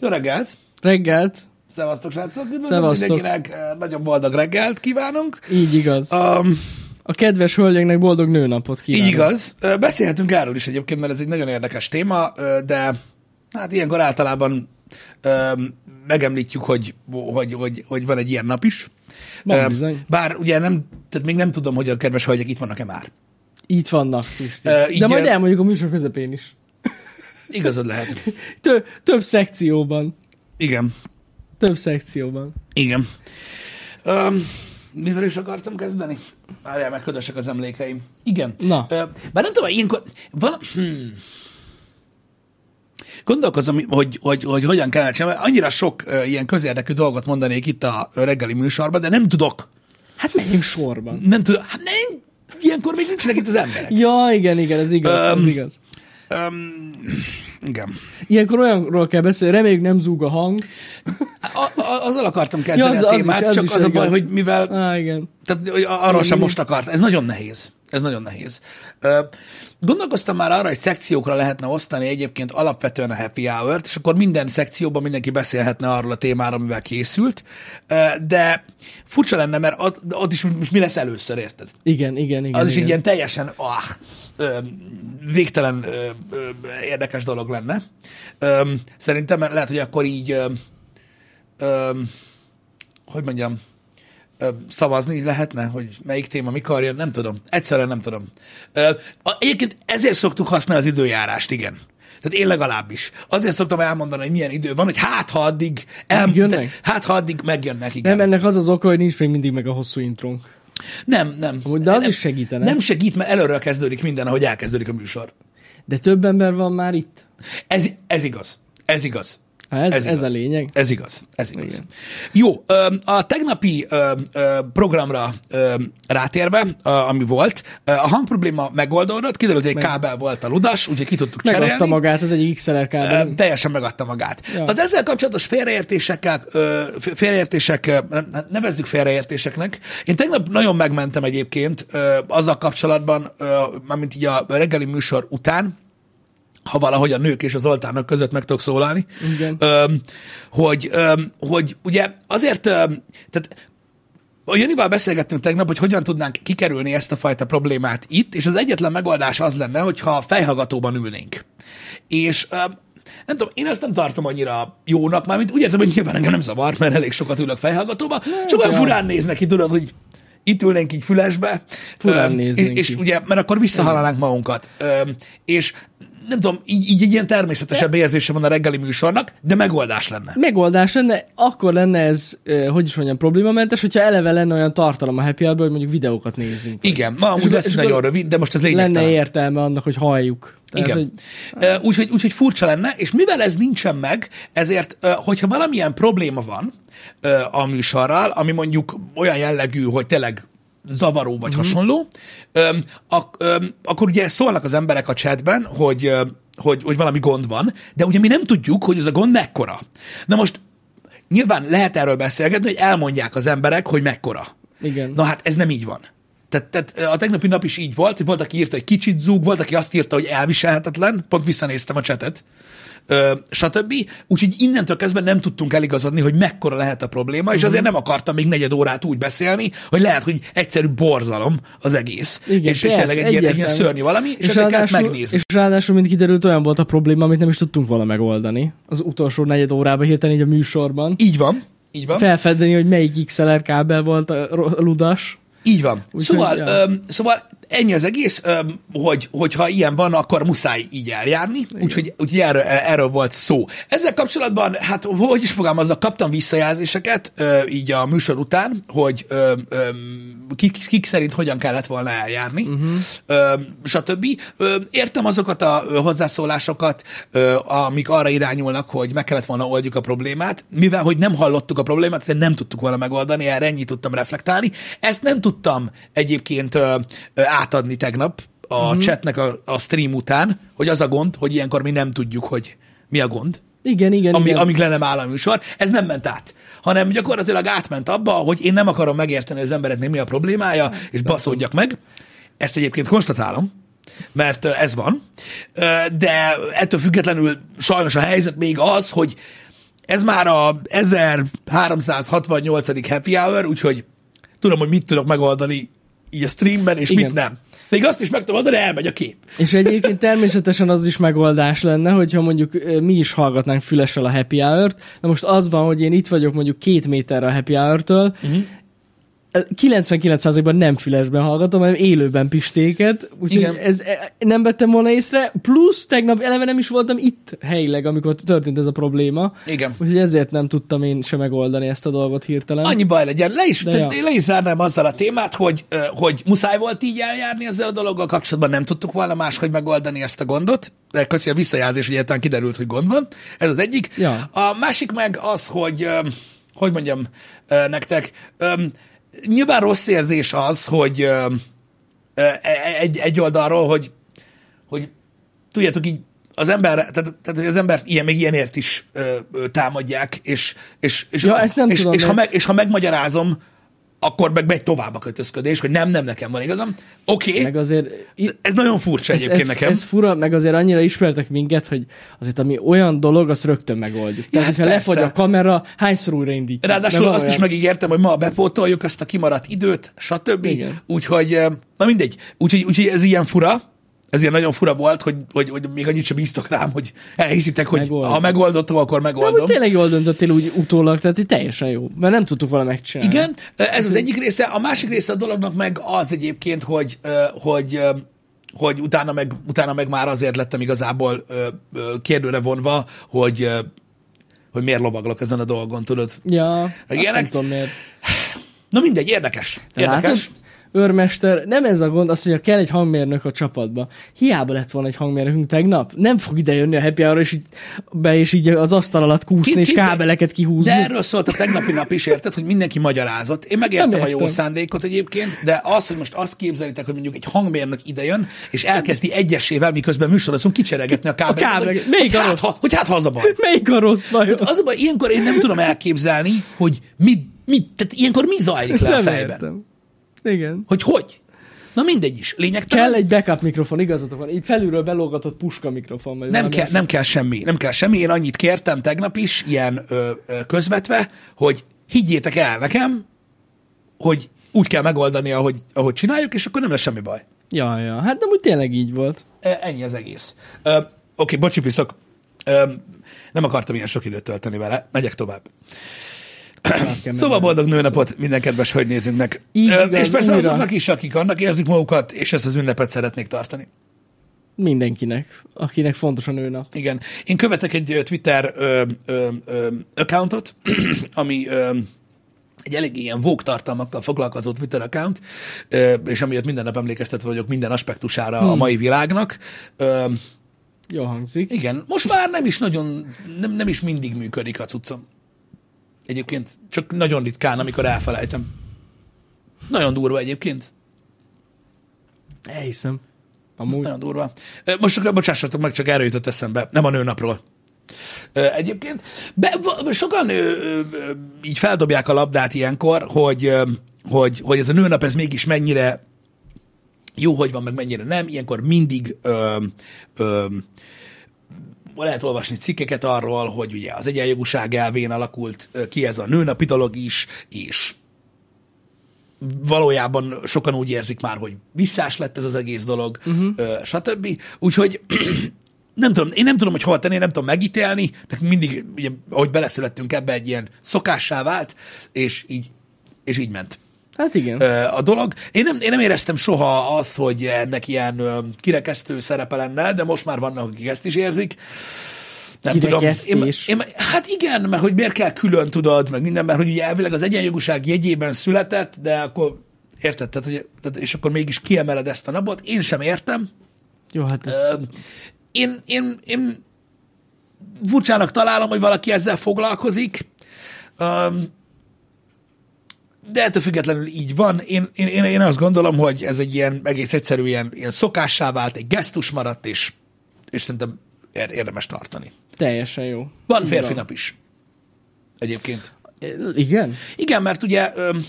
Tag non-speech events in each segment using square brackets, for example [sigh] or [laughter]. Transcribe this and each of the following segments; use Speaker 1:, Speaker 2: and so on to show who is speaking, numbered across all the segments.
Speaker 1: Jó reggelt!
Speaker 2: Reggelt,
Speaker 1: Szevasztok, srácok! Üdvözlöm
Speaker 2: Szevasztok.
Speaker 1: Mindenkinek eh, nagyon boldog reggelt kívánunk.
Speaker 2: így igaz. A,
Speaker 1: Um,
Speaker 2: a kedves hölgyeknek boldog nőnapot kívánok.
Speaker 1: így igaz. Ö, Beszélhetünk erről is egyébként, mert ez egy nagyon érdekes téma, ö, de hát ilyenkor általában um, megemlítjük, hogy, hogy, hogy, hogy van egy ilyen nap is.
Speaker 2: Van
Speaker 1: Ö,
Speaker 2: bizony.
Speaker 1: Bár ugye nem, tehát még nem tudom, hogy a kedves hölgyek itt vannak-e már.
Speaker 2: Itt vannak, Pisti.
Speaker 1: Ö,
Speaker 2: De
Speaker 1: igen.
Speaker 2: majd elmondjuk a műsor közepén is.
Speaker 1: Igazad lehet.
Speaker 2: Tö- több szekcióban.
Speaker 1: Igen.
Speaker 2: Több szekcióban.
Speaker 1: Igen. Um, mivel is akartam kezdeni? Várjál, meg ködösek az emlékeim. Igen.
Speaker 2: Na.
Speaker 1: Ö, bár nem tudom, ilyenkor... Vala... Hmm. Gondolkozom, hogy, hogy, hogy hogyan kellene csinálni, mert annyira sok ö, ilyen közérdekű dolgot mondanék itt a ö, reggeli műsorban, de nem tudok.
Speaker 2: Hát menjünk sorban.
Speaker 1: Nem tudok. Hát nem, ilyenkor még nincsenek itt az emberek.
Speaker 2: Ja, igen, igen, ez igaz, ez
Speaker 1: Öm.
Speaker 2: igaz.
Speaker 1: Um, igen.
Speaker 2: Ilyenkor olyanról kell beszélni, reméljük nem zúg a hang.
Speaker 1: A, a, azzal akartam kezdeni
Speaker 2: az-
Speaker 1: ja,
Speaker 2: az
Speaker 1: a
Speaker 2: is,
Speaker 1: témát,
Speaker 2: az
Speaker 1: csak
Speaker 2: is
Speaker 1: az a baj,
Speaker 2: igaz.
Speaker 1: hogy mivel
Speaker 2: Á, igen.
Speaker 1: Tehát hogy a- arról sem most akart. Ez nagyon nehéz. Ez nagyon nehéz. Ö, Gondolkoztam már arra, hogy szekciókra lehetne osztani egyébként alapvetően a happy hour-t, és akkor minden szekcióban mindenki beszélhetne arról a témáról, amivel készült, Ö, de furcsa lenne, mert ott, ott is most mi lesz először, érted?
Speaker 2: Igen, igen, igen.
Speaker 1: Az is
Speaker 2: igen.
Speaker 1: egy ilyen teljesen ah, ö, végtelen ö, ö, érdekes dolog lenne. Ö, szerintem mert lehet, hogy akkor így, ö, ö, hogy mondjam, ö, szavazni lehetne, hogy melyik téma mikor jön, nem tudom. Egyszerűen nem tudom. Ö, a- egyébként ezért szoktuk használni az időjárást, igen. Tehát én legalábbis. Azért szoktam elmondani, hogy milyen idő van, hogy hát ha addig, el,
Speaker 2: Megjönnek?
Speaker 1: te- hát ha addig megjönnek, igen.
Speaker 2: Nem, ennek az az oka, hogy nincs még mindig meg a hosszú intrónk.
Speaker 1: Nem, nem.
Speaker 2: Amúgy, de az
Speaker 1: nem,
Speaker 2: is segítene.
Speaker 1: Nem segít, mert előről kezdődik minden, ahogy elkezdődik a műsor.
Speaker 2: De több ember van már itt.
Speaker 1: Ez, ez igaz. Ez igaz.
Speaker 2: Ha ez, ez,
Speaker 1: igaz.
Speaker 2: ez a lényeg.
Speaker 1: Ez igaz. Ez igaz.
Speaker 2: Igen.
Speaker 1: Jó, öm, a tegnapi öm, ö, programra öm, rátérve, ö, ami volt, ö, a hangprobléma megoldódott, kiderült, hogy egy kábel volt a ludas, úgyhogy ki tudtuk
Speaker 2: Megadta
Speaker 1: cserélni.
Speaker 2: magát az egyik XLR
Speaker 1: Ö,
Speaker 2: kábelen.
Speaker 1: teljesen megadta magát.
Speaker 2: Ja.
Speaker 1: Ja. Az ezzel kapcsolatos félreértésekkel, ö, f- félreértések, ö, nem- hát nevezzük félreértéseknek. Én tegnap nagyon megmentem egyébként ö, azzal kapcsolatban, ö, mármint így a reggeli műsor után, ha valahogy a nők és az oltárnak között meg tudok szólalni,
Speaker 2: Igen.
Speaker 1: öm, hogy, öm, hogy ugye azért, öm, tehát a Janival beszélgettünk tegnap, hogy hogyan tudnánk kikerülni ezt a fajta problémát itt, és az egyetlen megoldás az lenne, hogyha fejhallgatóban ülnénk. És öm, nem tudom, én ezt nem tartom annyira jónak, mármint úgy értem, hogy nyilván engem nem zavar, mert elég sokat ülök fejhallgatóba, csak olyan
Speaker 2: Hát ja.
Speaker 1: furán néznek ki, tudod, hogy itt ülnénk így fülesbe,
Speaker 2: Furán
Speaker 1: öm,
Speaker 2: néznénk
Speaker 1: és, és
Speaker 2: ki.
Speaker 1: ugye, mert akkor visszahallanánk magunkat. Öm, és nem tudom, így, így egy ilyen természetesebb érzése van a reggeli műsornak, de megoldás lenne.
Speaker 2: megoldás lenne, akkor lenne ez, eh, hogy is mondjam, problémamentes, hogyha eleve lenne olyan tartalom a happy hour hogy mondjuk videókat nézzünk.
Speaker 1: Igen, ma amúgy
Speaker 2: akkor-
Speaker 1: lesz
Speaker 2: és
Speaker 1: egy nagyon
Speaker 2: akkor
Speaker 1: rövid, de most ez lényegtelen.
Speaker 2: Lenne értelme annak, hogy halljuk. Tehát,
Speaker 1: Igen.
Speaker 2: Hogy
Speaker 1: Ö, Úgyhogy úgy, furcsa lenne, és mivel ez nincsen meg, ezért, ö, hogyha valamilyen probléma van ö, a műsorral, ami mondjuk olyan jellegű, hogy tényleg zavaró vagy
Speaker 2: Mhm.
Speaker 1: hasonló, öm, ak- öm, akkor ugye szólnak az emberek a chatben, hogy, ö, hogy, hogy valami gond van, de ugye mi nem tudjuk, hogy ez a gond mekkora. Na most nyilván lehet erről beszélgetni, hogy elmondják az emberek, hogy mekkora.
Speaker 2: igen.
Speaker 1: Na hát ez nem így van. Tehát, tehát a tegnapi nap is így volt, hogy volt, aki írta, hogy kicsit zúg, volt, aki azt írta, hogy elviselhetetlen, pont visszanéztem a csetet, ö, stb. Úgyhogy innentől kezdve nem tudtunk eligazodni, hogy mekkora lehet a probléma, és
Speaker 2: Mhm.
Speaker 1: azért nem akartam még negyed órát úgy beszélni, hogy lehet, hogy egyszerű borzalom az egész.
Speaker 2: Igen,
Speaker 1: és, és
Speaker 2: persze,
Speaker 1: tényleg egy ilyen, egy ilyen
Speaker 2: egyértelmű.
Speaker 1: szörnyű valami, és, és ezeket megnézni.
Speaker 2: és ráadásul, mint kiderült, olyan volt a probléma, amit nem is tudtunk volna megoldani. Az utolsó negyed órában hirtelen így a műsorban.
Speaker 1: Így van, így van.
Speaker 2: Felfedni, hogy melyik XLR kábel volt a ro- a ludas.
Speaker 1: Így van.
Speaker 2: Úgyhogy,
Speaker 1: szóval,
Speaker 2: ja.
Speaker 1: öm, szóval ennyi az egész, öm, hogy, hogyha ilyen van, akkor muszáj így eljárni, úgyhogy, úgyhogy erről, erről volt szó. Ezzel kapcsolatban, hát hogy is fogalmazzak, kaptam visszajelzéseket ö, így a műsor után, hogy öm, öm, kik, kik szerint hogyan kellett volna eljárni,
Speaker 2: Mhm.
Speaker 1: uh-huh. öm, stb. Öm, értem azokat a ö, hozzászólásokat, ö, amik arra irányulnak, hogy meg kellett volna oldjuk a problémát, mivel hogy nem hallottuk a problémát, ezért nem tudtuk volna megoldani, erre ennyit tudtam reflektálni. Ezt nem tudtam egyébként ö, ö, átadni tegnap a mm-hmm. chatnek a, a stream után, hogy az a gond, hogy ilyenkor mi nem tudjuk, hogy mi a gond,
Speaker 2: Igen, igen,
Speaker 1: ami,
Speaker 2: igen.
Speaker 1: amíg le nem áll a műsor. Ez nem ment át, hanem gyakorlatilag átment abba, hogy én nem akarom megérteni az embereknek mi a problémája, és baszódjak meg. Ezt egyébként konstatálom, mert ö, ez van. Ö, De ettől függetlenül sajnos a helyzet még az, hogy Ez már a 1368. happy hour, úgyhogy tudom, hogy mit tudok megoldani így a streamben, és Igen.
Speaker 2: Igen.
Speaker 1: mit nem. Még azt is meg tudom oldani, elmegy a kép.
Speaker 2: És egyébként természetesen az is megoldás lenne, hogyha mondjuk ö, mi is hallgatnánk fülessel a happy hour-t. Na most az van, hogy én itt vagyok mondjuk két méterre a happy hour-től,
Speaker 1: Mhm.
Speaker 2: uh-huh. 99%-ban nem fülesben hallgatom, hanem élőben pistéket, úgyhogy
Speaker 1: Igen.
Speaker 2: ez, e- nem vettem volna észre, plusz tegnap eleve nem is voltam itt helyileg, amikor történt ez a probléma,
Speaker 1: Igen.
Speaker 2: úgyhogy ezért nem tudtam én se megoldani ezt a dolgot hirtelen.
Speaker 1: Annyi baj legyen. Le is,
Speaker 2: De
Speaker 1: tehát
Speaker 2: ja.
Speaker 1: le is zárnám azzal a témát, hogy, ö, hogy muszáj volt így eljárni ezzel a dologgal kapcsolatban, nem tudtuk volna máshogy megoldani ezt a gondot. De köszi a visszajelzés, hogy egyáltalán kiderült, hogy gond van. Ez az egyik.
Speaker 2: Ja.
Speaker 1: A másik meg az, hogy ö, hogy mondjam ö, nektek, ö, nyilván rossz érzés az, hogy ö, ö, egy, egy oldalról, hogy, hogy tudjátok így, az ember, tehát, tehát hogy az embert ilyen, még ilyenért is ö, ö, támadják, és, és, és,
Speaker 2: Ja, ezt nem
Speaker 1: és,
Speaker 2: tudom,
Speaker 1: és, ha
Speaker 2: de-
Speaker 1: meg, és ha megmagyarázom, akkor meg megy tovább a kötözködés, hogy nem, nem nekem van igazam. Oké,
Speaker 2: Meg
Speaker 1: okay,
Speaker 2: azért
Speaker 1: ez nagyon furcsa
Speaker 2: ez,
Speaker 1: egyébként
Speaker 2: ez,
Speaker 1: nekem.
Speaker 2: ez fura, meg azért annyira ismertek minket, hogy azért ami olyan dolog, azt rögtön megoldjuk. Tehát,
Speaker 1: hát
Speaker 2: hogyha lefagy
Speaker 1: persze.
Speaker 2: a kamera, hányszor újraindítjuk?
Speaker 1: Ráadásul
Speaker 2: De
Speaker 1: azt
Speaker 2: olyan.
Speaker 1: is megígértem, hogy ma bepótoljuk ezt a kimaradt időt, stb.
Speaker 2: Igen.
Speaker 1: Úgyhogy, eh, na mindegy. Úgyhogy, úgyhogy ez ilyen fura, ez ilyen nagyon fura volt, hogy, hogy, hogy még annyit sem bíztak rám, hogy elhiszitek, hogy
Speaker 2: Megoldom.
Speaker 1: ha megoldottam, akkor megoldom.
Speaker 2: De amúgy tényleg jól döntöttél úgy utólag, tehát így teljesen jó. Mert nem tudtuk volna megcsinálni.
Speaker 1: Igen, ez az egyik része. A másik része a dolognak meg az egyébként, hogy, ö, hogy, ö, hogy utána, meg, utána meg már azért lettem igazából ö, ö, kérdőre vonva, hogy, ö, hogy miért lobaglok ezen a dolgon, tudod.
Speaker 2: Ja, azt
Speaker 1: Ilyenek?
Speaker 2: nem tudom miért.
Speaker 1: Na mindegy, érdekes.
Speaker 2: Te látod?
Speaker 1: Érdekes.
Speaker 2: Őrmester, nem ez a gond, az, hogy kell egy hangmérnök a csapatba. Hiába lett volna egy hangmérnökünk tegnap, nem fog ide jönni a happy hour és így be, és így az asztal alatt kúszni,
Speaker 1: Ki-
Speaker 2: és
Speaker 1: ki-
Speaker 2: kábeleket kihúzni.
Speaker 1: De erről szólt a tegnapi nap is, érted, hogy mindenki magyarázott. Én megértem
Speaker 2: Nem
Speaker 1: a jó
Speaker 2: értem.
Speaker 1: szándékot egyébként, de az, hogy most azt képzelitek, hogy mondjuk egy hangmérnök idejön, és elkezdi egyesével, miközben műsorozunk, kicseregetni a kábeleket. Hogy,
Speaker 2: kábeleket.
Speaker 1: hogy,
Speaker 2: Melyik a
Speaker 1: hát,
Speaker 2: rossz?
Speaker 1: ha, hogy hát ha az a baj.
Speaker 2: Melyik a rossz vajon?
Speaker 1: Tehát Hát az a baj, ilyenkor én nem tudom elképzelni, hogy mit, mit tehát ilyenkor mi zajlik le a fejben.
Speaker 2: értem. Igen.
Speaker 1: Hogy hogy? Na mindegy is. Lényegtelen.
Speaker 2: Kell egy backup mikrofon, igazatok van. Itt felülről belógatott puska mikrofon. Vagy
Speaker 1: nem,
Speaker 2: valami
Speaker 1: kell,
Speaker 2: ilyesmi.
Speaker 1: nem kell semmi. Nem kell semmi. Én annyit kértem tegnap is, ilyen ö, ö, közvetve, hogy higgyétek el nekem, hogy úgy kell megoldani, ahogy, ahogy csináljuk, és akkor nem lesz semmi baj.
Speaker 2: Ja, ja. Hát nem úgy tényleg így volt.
Speaker 1: E, Ennyi az egész. Ö, Oké, okay, bocsi, piszok. Ö, nem akartam ilyen sok időt tölteni vele. Megyek tovább.
Speaker 2: Tovább kell
Speaker 1: Szóval boldog nőnapot minden kedves hölgynézőnknek.
Speaker 2: Így
Speaker 1: Ö,
Speaker 2: igaz,
Speaker 1: És persze
Speaker 2: újra.
Speaker 1: azoknak is, akik annak érzik magukat, és ezt az ünnepet szeretnék tartani.
Speaker 2: menni. Mindenkinek, akinek fontos a nőnap.
Speaker 1: Igen. Én követek egy ö, Twitter ö, ö, ö, accountot, [clears throat] ami ö, egy elég ilyen vók tartalmakkal foglalkozó Twitter account, ö, és amiatt minden nap emlékeztetve vagyok minden aspektusára hmm. a mai világnak. Ö,
Speaker 2: Jó hangzik.
Speaker 1: igen, most már nem is nagyon, nem, nem is mindig működik a cuccom. Egyébként csak nagyon ritkán, amikor elfelejtem. Nagyon durva egyébként.
Speaker 2: Elhiszem. Amúgy.
Speaker 1: Nagyon durva. Ö, Most csak bocsássatok meg, csak erről jutott eszembe, nem a nőnapról. Ö, Egyébként. Be, va- sokan ö, ö, ö, így feldobják a labdát ilyenkor, hogy, ö, hogy, hogy ez a nőnap, ez mégis mennyire jó, hogy van, meg mennyire nem. Ilyenkor mindig ö, ö, lehet olvasni cikkeket arról, hogy ugye az egyenjogúság elvén alakult ö, ki ez a nőnapi dolog is, és valójában sokan úgy érzik már, hogy visszás lett ez az egész dolog, uh-huh. stb. Úgyhogy [clears throat] nem tudom, én nem tudom, hogy hova tenni, én nem tudom megítélni, nekünk mindig, ugye, ahogy beleszülettünk ebbe, egy ilyen szokássá vált, és így, és így ment
Speaker 2: Hát igen.
Speaker 1: ö, a dolog. Én nem, én nem éreztem soha azt, hogy ennek ilyen ö, kirekesztő szerepe lenne, de most már vannak, akik ezt is érzik. Nem tudom. Én,
Speaker 2: Kirekesztés.
Speaker 1: én, hát igen, mert hogy miért kell külön tudod, meg minden, mert hogy ugye elvileg az egyenjogúság jegyében született, de akkor érted, tehát, hogy, tehát, és akkor mégis kiemeled ezt a napot. Én sem értem.
Speaker 2: Jó, hát ez...
Speaker 1: Ö, Én, én, én furcsának találom, hogy valaki ezzel foglalkozik, Öm, de ettől függetlenül így van. Én, én, én, én azt gondolom, hogy ez egy ilyen egész egyszerű ilyen, ilyen szokássá vált, egy gesztus maradt, és, és szerintem ér- érdemes tartani.
Speaker 2: Teljesen jó.
Speaker 1: Van férfi nap is. Egyébként.
Speaker 2: É, Igen?
Speaker 1: Igen, mert ugye, öm,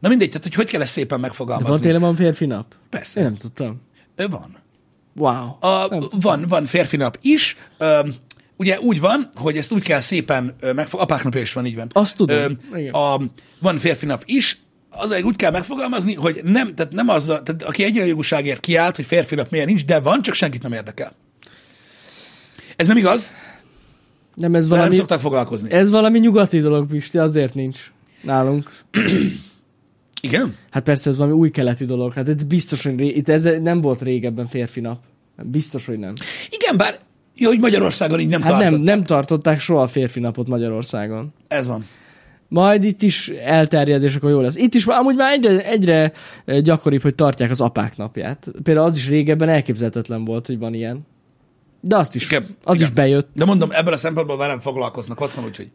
Speaker 1: na mindegy, tehát hogy hogy kell ezt szépen
Speaker 2: De van
Speaker 1: megfogalmazni?
Speaker 2: tényleg van férfi nap?
Speaker 1: Persze.
Speaker 2: Én nem tudtam.
Speaker 1: Ö, Van.
Speaker 2: Wow.
Speaker 1: A,
Speaker 2: nem.
Speaker 1: van, van férfi nap is. Ö, ugye úgy van, hogy ezt úgy kell szépen ö, megfog... Apák napja is van, így van.
Speaker 2: Azt tudom. Igen.
Speaker 1: a, van férfi nap is, az úgy kell megfogalmazni, hogy nem, tehát nem az, a, tehát aki egyenjogúságért kiállt, hogy férfi nap miért nincs, de van, csak senkit nem érdekel. Ez nem igaz,
Speaker 2: Nem, ez
Speaker 1: de nem
Speaker 2: valami,
Speaker 1: szoktak foglalkozni.
Speaker 2: ez valami nyugati dolog, Pisti, azért nincs nálunk.
Speaker 1: Igen?
Speaker 2: Hát persze ez valami új keleti dolog. Hát ez biztos, hogy ré... itt ez nem volt régebben férfi nap. Biztos, hogy nem.
Speaker 1: Igen, bár jó, hogy Magyarországon így nem
Speaker 2: Hát
Speaker 1: tartott.
Speaker 2: nem, nem tartották soha a férfi napot Magyarországon.
Speaker 1: Ez van.
Speaker 2: Majd itt is elterjed, és akkor jó lesz. Itt is már, amúgy már egyre, egyre gyakoribb, hogy tartják az apák napját. Például az is régebben elképzelhetetlen volt, hogy van ilyen. De azt is,
Speaker 1: Igen,
Speaker 2: az
Speaker 1: igen.
Speaker 2: is bejött.
Speaker 1: De mondom, ebből a szempontból velem foglalkoznak otthon, úgyhogy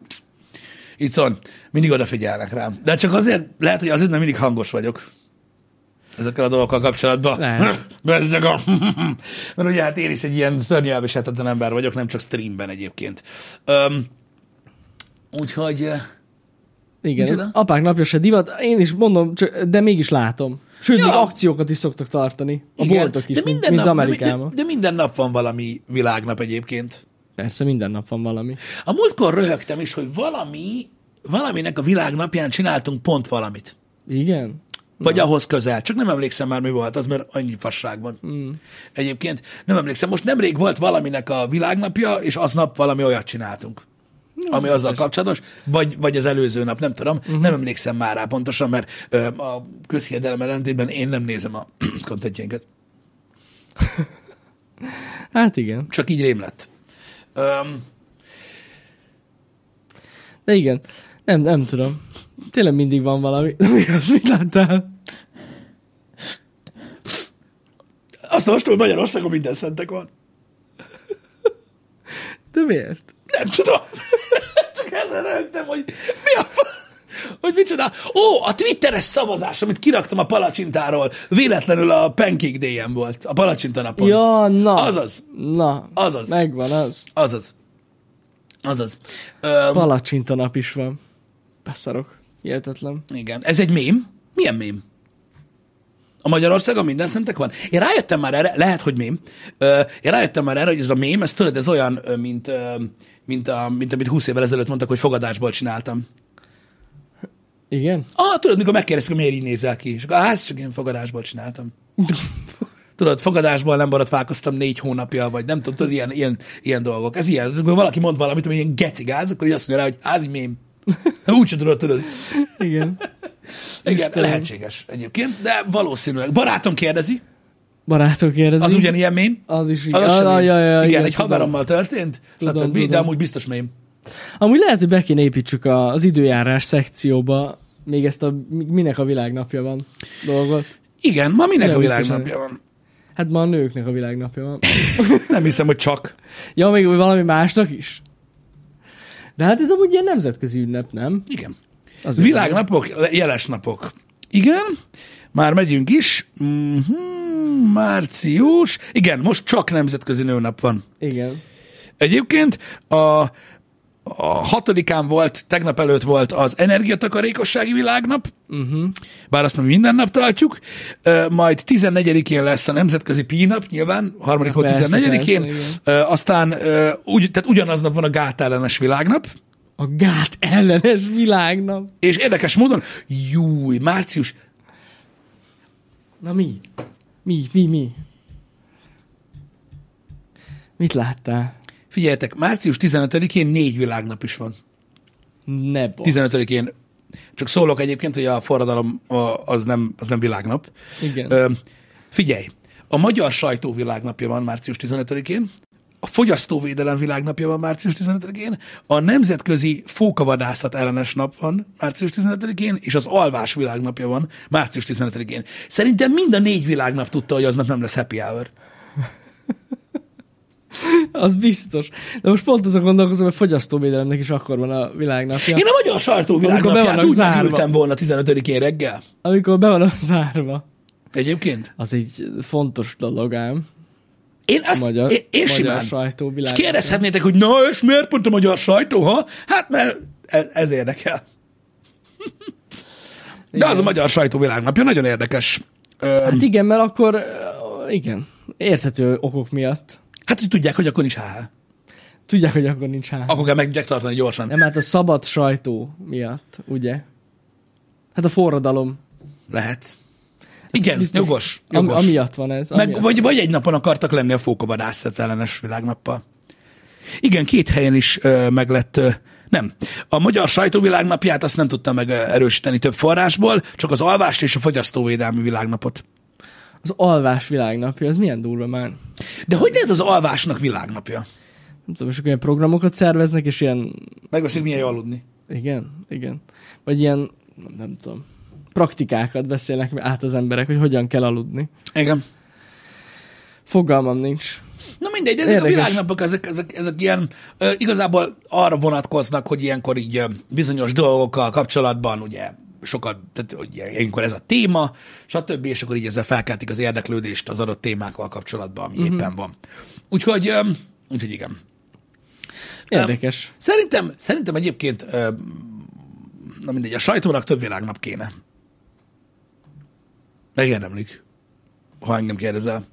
Speaker 1: itt szon, mindig odafigyelnek rám. De csak azért, lehet, hogy azért, mert mindig hangos vagyok ezekkel a dolgokkal kapcsolatban.
Speaker 2: Lehet.
Speaker 1: [laughs] Bezzeg a... Mert ugye hát én is egy ilyen szörnyű elviselhetetlen ember vagyok, nem csak streamben egyébként. Öm, úgyhogy... eh,
Speaker 2: Igen,
Speaker 1: Micsoda?
Speaker 2: az apák napja se divat, én is mondom, csak, de mégis látom. Sőt,
Speaker 1: Ja.
Speaker 2: még akciókat is szoktak tartani. A
Speaker 1: igen.
Speaker 2: boltok is,
Speaker 1: de
Speaker 2: mint,
Speaker 1: minden
Speaker 2: mint
Speaker 1: nap, de,
Speaker 2: Amerikában.
Speaker 1: de, de, minden nap van valami világnap egyébként.
Speaker 2: Persze, minden nap van valami.
Speaker 1: A múltkor röhögtem is, hogy valami, valaminek a világnapján csináltunk pont valamit.
Speaker 2: Igen?
Speaker 1: Vagy ahhoz közel. Csak nem emlékszem már, mi volt az, mert annyi fasság van. Mm. Egyébként nem emlékszem. Most nemrég volt valaminek a világnapja, és aznap valami olyat csináltunk. ami azzal kapcsolatos, vagy, vagy az előző nap, nem tudom, uh-huh. nem emlékszem már rá pontosan, mert ö, a közhiedelem ellentétben én nem nézem a [clears throat] kontentjénket.
Speaker 2: Hát igen.
Speaker 1: Csak így rém lett. Öm,
Speaker 2: De igen. Nem, nem tudom. Tényleg mindig van valami. [laughs] Mi az, mit láttál?
Speaker 1: azt most, hogy Magyarországon minden szentek van.
Speaker 2: De miért?
Speaker 1: Nem tudom. [laughs] Csak ezen rögtem, hogy mi a fa- hogy micsoda? Ó, a Twitteres szavazás, amit kiraktam a palacsintáról, véletlenül a Pancake Day-en volt, a palacsinta napon.
Speaker 2: Ja, na.
Speaker 1: Azaz.
Speaker 2: Na.
Speaker 1: Azaz.
Speaker 2: Megvan az.
Speaker 1: Azaz. Azaz. Öm,
Speaker 2: Palacsinta nap is van. Beszarok. Hihetetlen.
Speaker 1: igen, ez egy mém. Milyen mém? A Magyarországon minden szentek van? Én rájöttem már erre, lehet, hogy mém. Ö, Én rájöttem már erre, hogy ez a mém, ez tudod, ez olyan, ö, mint, ö, mint, a, mint amit 20 évvel ezelőtt mondtak, hogy fogadásból csináltam.
Speaker 2: Igen?
Speaker 1: Ah, tudod, mikor megkérdeztük, hogy miért így nézel ki? És akkor, "Á, hát csak én fogadásból csináltam. [laughs] Tudod, fogadásból nem borotválkoztam négy hónapja, vagy nem tudom, tudod, ilyen, ilyen, ilyen dolgok. Ez ilyen, amikor valaki mond valamit, ami ilyen gecigáz, akkor így azt mondja rá, hogy házi mém. [laughs] Úgy sem tudod, tudod.
Speaker 2: Igen.
Speaker 1: Igen, lehetséges egyébként, de valószínűleg. Barátom kérdezi,
Speaker 2: Barátok kérdezik.
Speaker 1: az ugyanilyen mém.
Speaker 2: Az is
Speaker 1: Az, az sem
Speaker 2: Ah,
Speaker 1: mém.
Speaker 2: Hm. ja, ja, ja,
Speaker 1: igen,
Speaker 2: igen,
Speaker 1: egy
Speaker 2: tudom.
Speaker 1: haverommal történt,
Speaker 2: Tudom,
Speaker 1: stb. de
Speaker 2: tudom.
Speaker 1: amúgy biztos mém.
Speaker 2: Amúgy lehet, hogy be kéne építsük a- az időjárás szekcióba még ezt a mi- minek a világnapja van dolgot.
Speaker 1: Igen, ma minek
Speaker 2: Nagyon
Speaker 1: a
Speaker 2: vicces
Speaker 1: világnapja van?
Speaker 2: Hát ma a nőknek a világnapja
Speaker 1: [laughs]
Speaker 2: van.
Speaker 1: Nem hiszem, hogy csak.
Speaker 2: Ja, még valami másnak is? De hát ez amúgy ilyen nemzetközi ünnep, nem?
Speaker 1: Igen.
Speaker 2: Az
Speaker 1: Világnapok, le- jeles napok. Igen, már megyünk is. Mm-hmm, március. Igen, most csak nemzetközi nőnap van.
Speaker 2: Igen.
Speaker 1: Egyébként a, a hatodikán volt, tegnap előtt volt az energiatakarékossági világnap,
Speaker 2: Uh-huh.
Speaker 1: bár azt mi minden nap tartjuk, Ö, majd 14-én lesz a nemzetközi pínap, nyilván, harmadikon
Speaker 2: Persze,
Speaker 1: 14-én,
Speaker 2: persze,
Speaker 1: Ö, aztán ö, úgy, tehát ugyanaznap van a gátellenes világnap,
Speaker 2: A gát ellenes világnap.
Speaker 1: és érdekes módon, júj, március
Speaker 2: Na mi? Mi, mi, mi? Mit láttál?
Speaker 1: Figyeljetek, március 15-én négy világnap is van.
Speaker 2: Ne basz.
Speaker 1: 15-én. Csak szólok egyébként, hogy a forradalom a- az nem, az nem világnap.
Speaker 2: Igen.
Speaker 1: Ö, figyelj, a magyar sajtó világnapja van március 15-én, a fogyasztóvédelem világnapja van március 15-én, a nemzetközi fókavadászat ellenes nap van március 15-én, és az alvás világnapja van március 15-én. Szerintem mind a négy világnap tudta, hogy aznap nem lesz happy hour.
Speaker 2: Az biztos. De most pont azon gondolkozom, hogy a fogyasztóvédelemnek is akkor van a világnapja.
Speaker 1: Én a magyar sajtó világnapját
Speaker 2: vannak
Speaker 1: úgy
Speaker 2: zárva.
Speaker 1: megültem volna 15-én reggel.
Speaker 2: Amikor be van a zárva.
Speaker 1: Egyébként?
Speaker 2: Az egy fontos dolog ám.
Speaker 1: Én azt,
Speaker 2: Magyar,
Speaker 1: én, én
Speaker 2: magyar
Speaker 1: simán.
Speaker 2: sajtó
Speaker 1: És
Speaker 2: világnapja.
Speaker 1: kérdezhetnétek, hogy na, és miért pont a magyar sajtó, ha? Hát, mert ez, ez érdekel. De az a magyar sajtó világnapja nagyon érdekes. Öm,
Speaker 2: Hát igen, mert akkor, ö, igen, érthető okok miatt.
Speaker 1: hát, hogy tudják, hogy akkor is HH.
Speaker 2: Tudják, hogy akkor nincs ház.
Speaker 1: Akkor kell meg tudják tartani gyorsan.
Speaker 2: Nem, hát a szabad sajtó miatt, ugye? Hát a forradalom.
Speaker 1: Lehet. Igen,
Speaker 2: biztos-
Speaker 1: jogos.
Speaker 2: Am-
Speaker 1: jogos.
Speaker 2: amiatt van ez.
Speaker 1: Meg,
Speaker 2: amiatt.
Speaker 1: vagy, vagy egy napon akartak lenni a fókavadászat ellenes világnappal. Igen, két helyen is ö, meg lett, ö, nem. A magyar sajtóvilágnapját azt nem tudta meg ö, erősíteni több forrásból, csak az alvást és a fogyasztóvédelmi világnapot.
Speaker 2: Az alvás világnapja, az milyen durva már.
Speaker 1: De hogy lehet az alvásnak világnapja?
Speaker 2: Nem tudom, és akkor ilyen programokat szerveznek, és ilyen,
Speaker 1: Megbeszéljük, milyen jó aludni.
Speaker 2: igen, igen. Vagy ilyen, nem tudom, praktikákat beszélnek át az emberek, hogy hogyan kell aludni.
Speaker 1: Igen.
Speaker 2: Fogalmam nincs.
Speaker 1: Na mindegy, de ezek Érdekes.
Speaker 2: Érdekes.
Speaker 1: a világnapok, ezek, ezek, ezek ilyen ö, igazából arra vonatkoznak, hogy ilyenkor így ö, bizonyos dolgokkal kapcsolatban ugye sokat, tehát hogy ilyen- ilyenkor ez a téma, stb., és akkor így ezzel felkeltik az érdeklődést az adott témákkal kapcsolatban, ami mm-hmm. éppen van. Úgyhogy, ö, úgyhogy igen.
Speaker 2: Érdekes.
Speaker 1: Szerintem, szerintem egyébként, ö, na mindegy, a sajtónak több világnap kéne. Megérdemlik, ha engem kérdezel.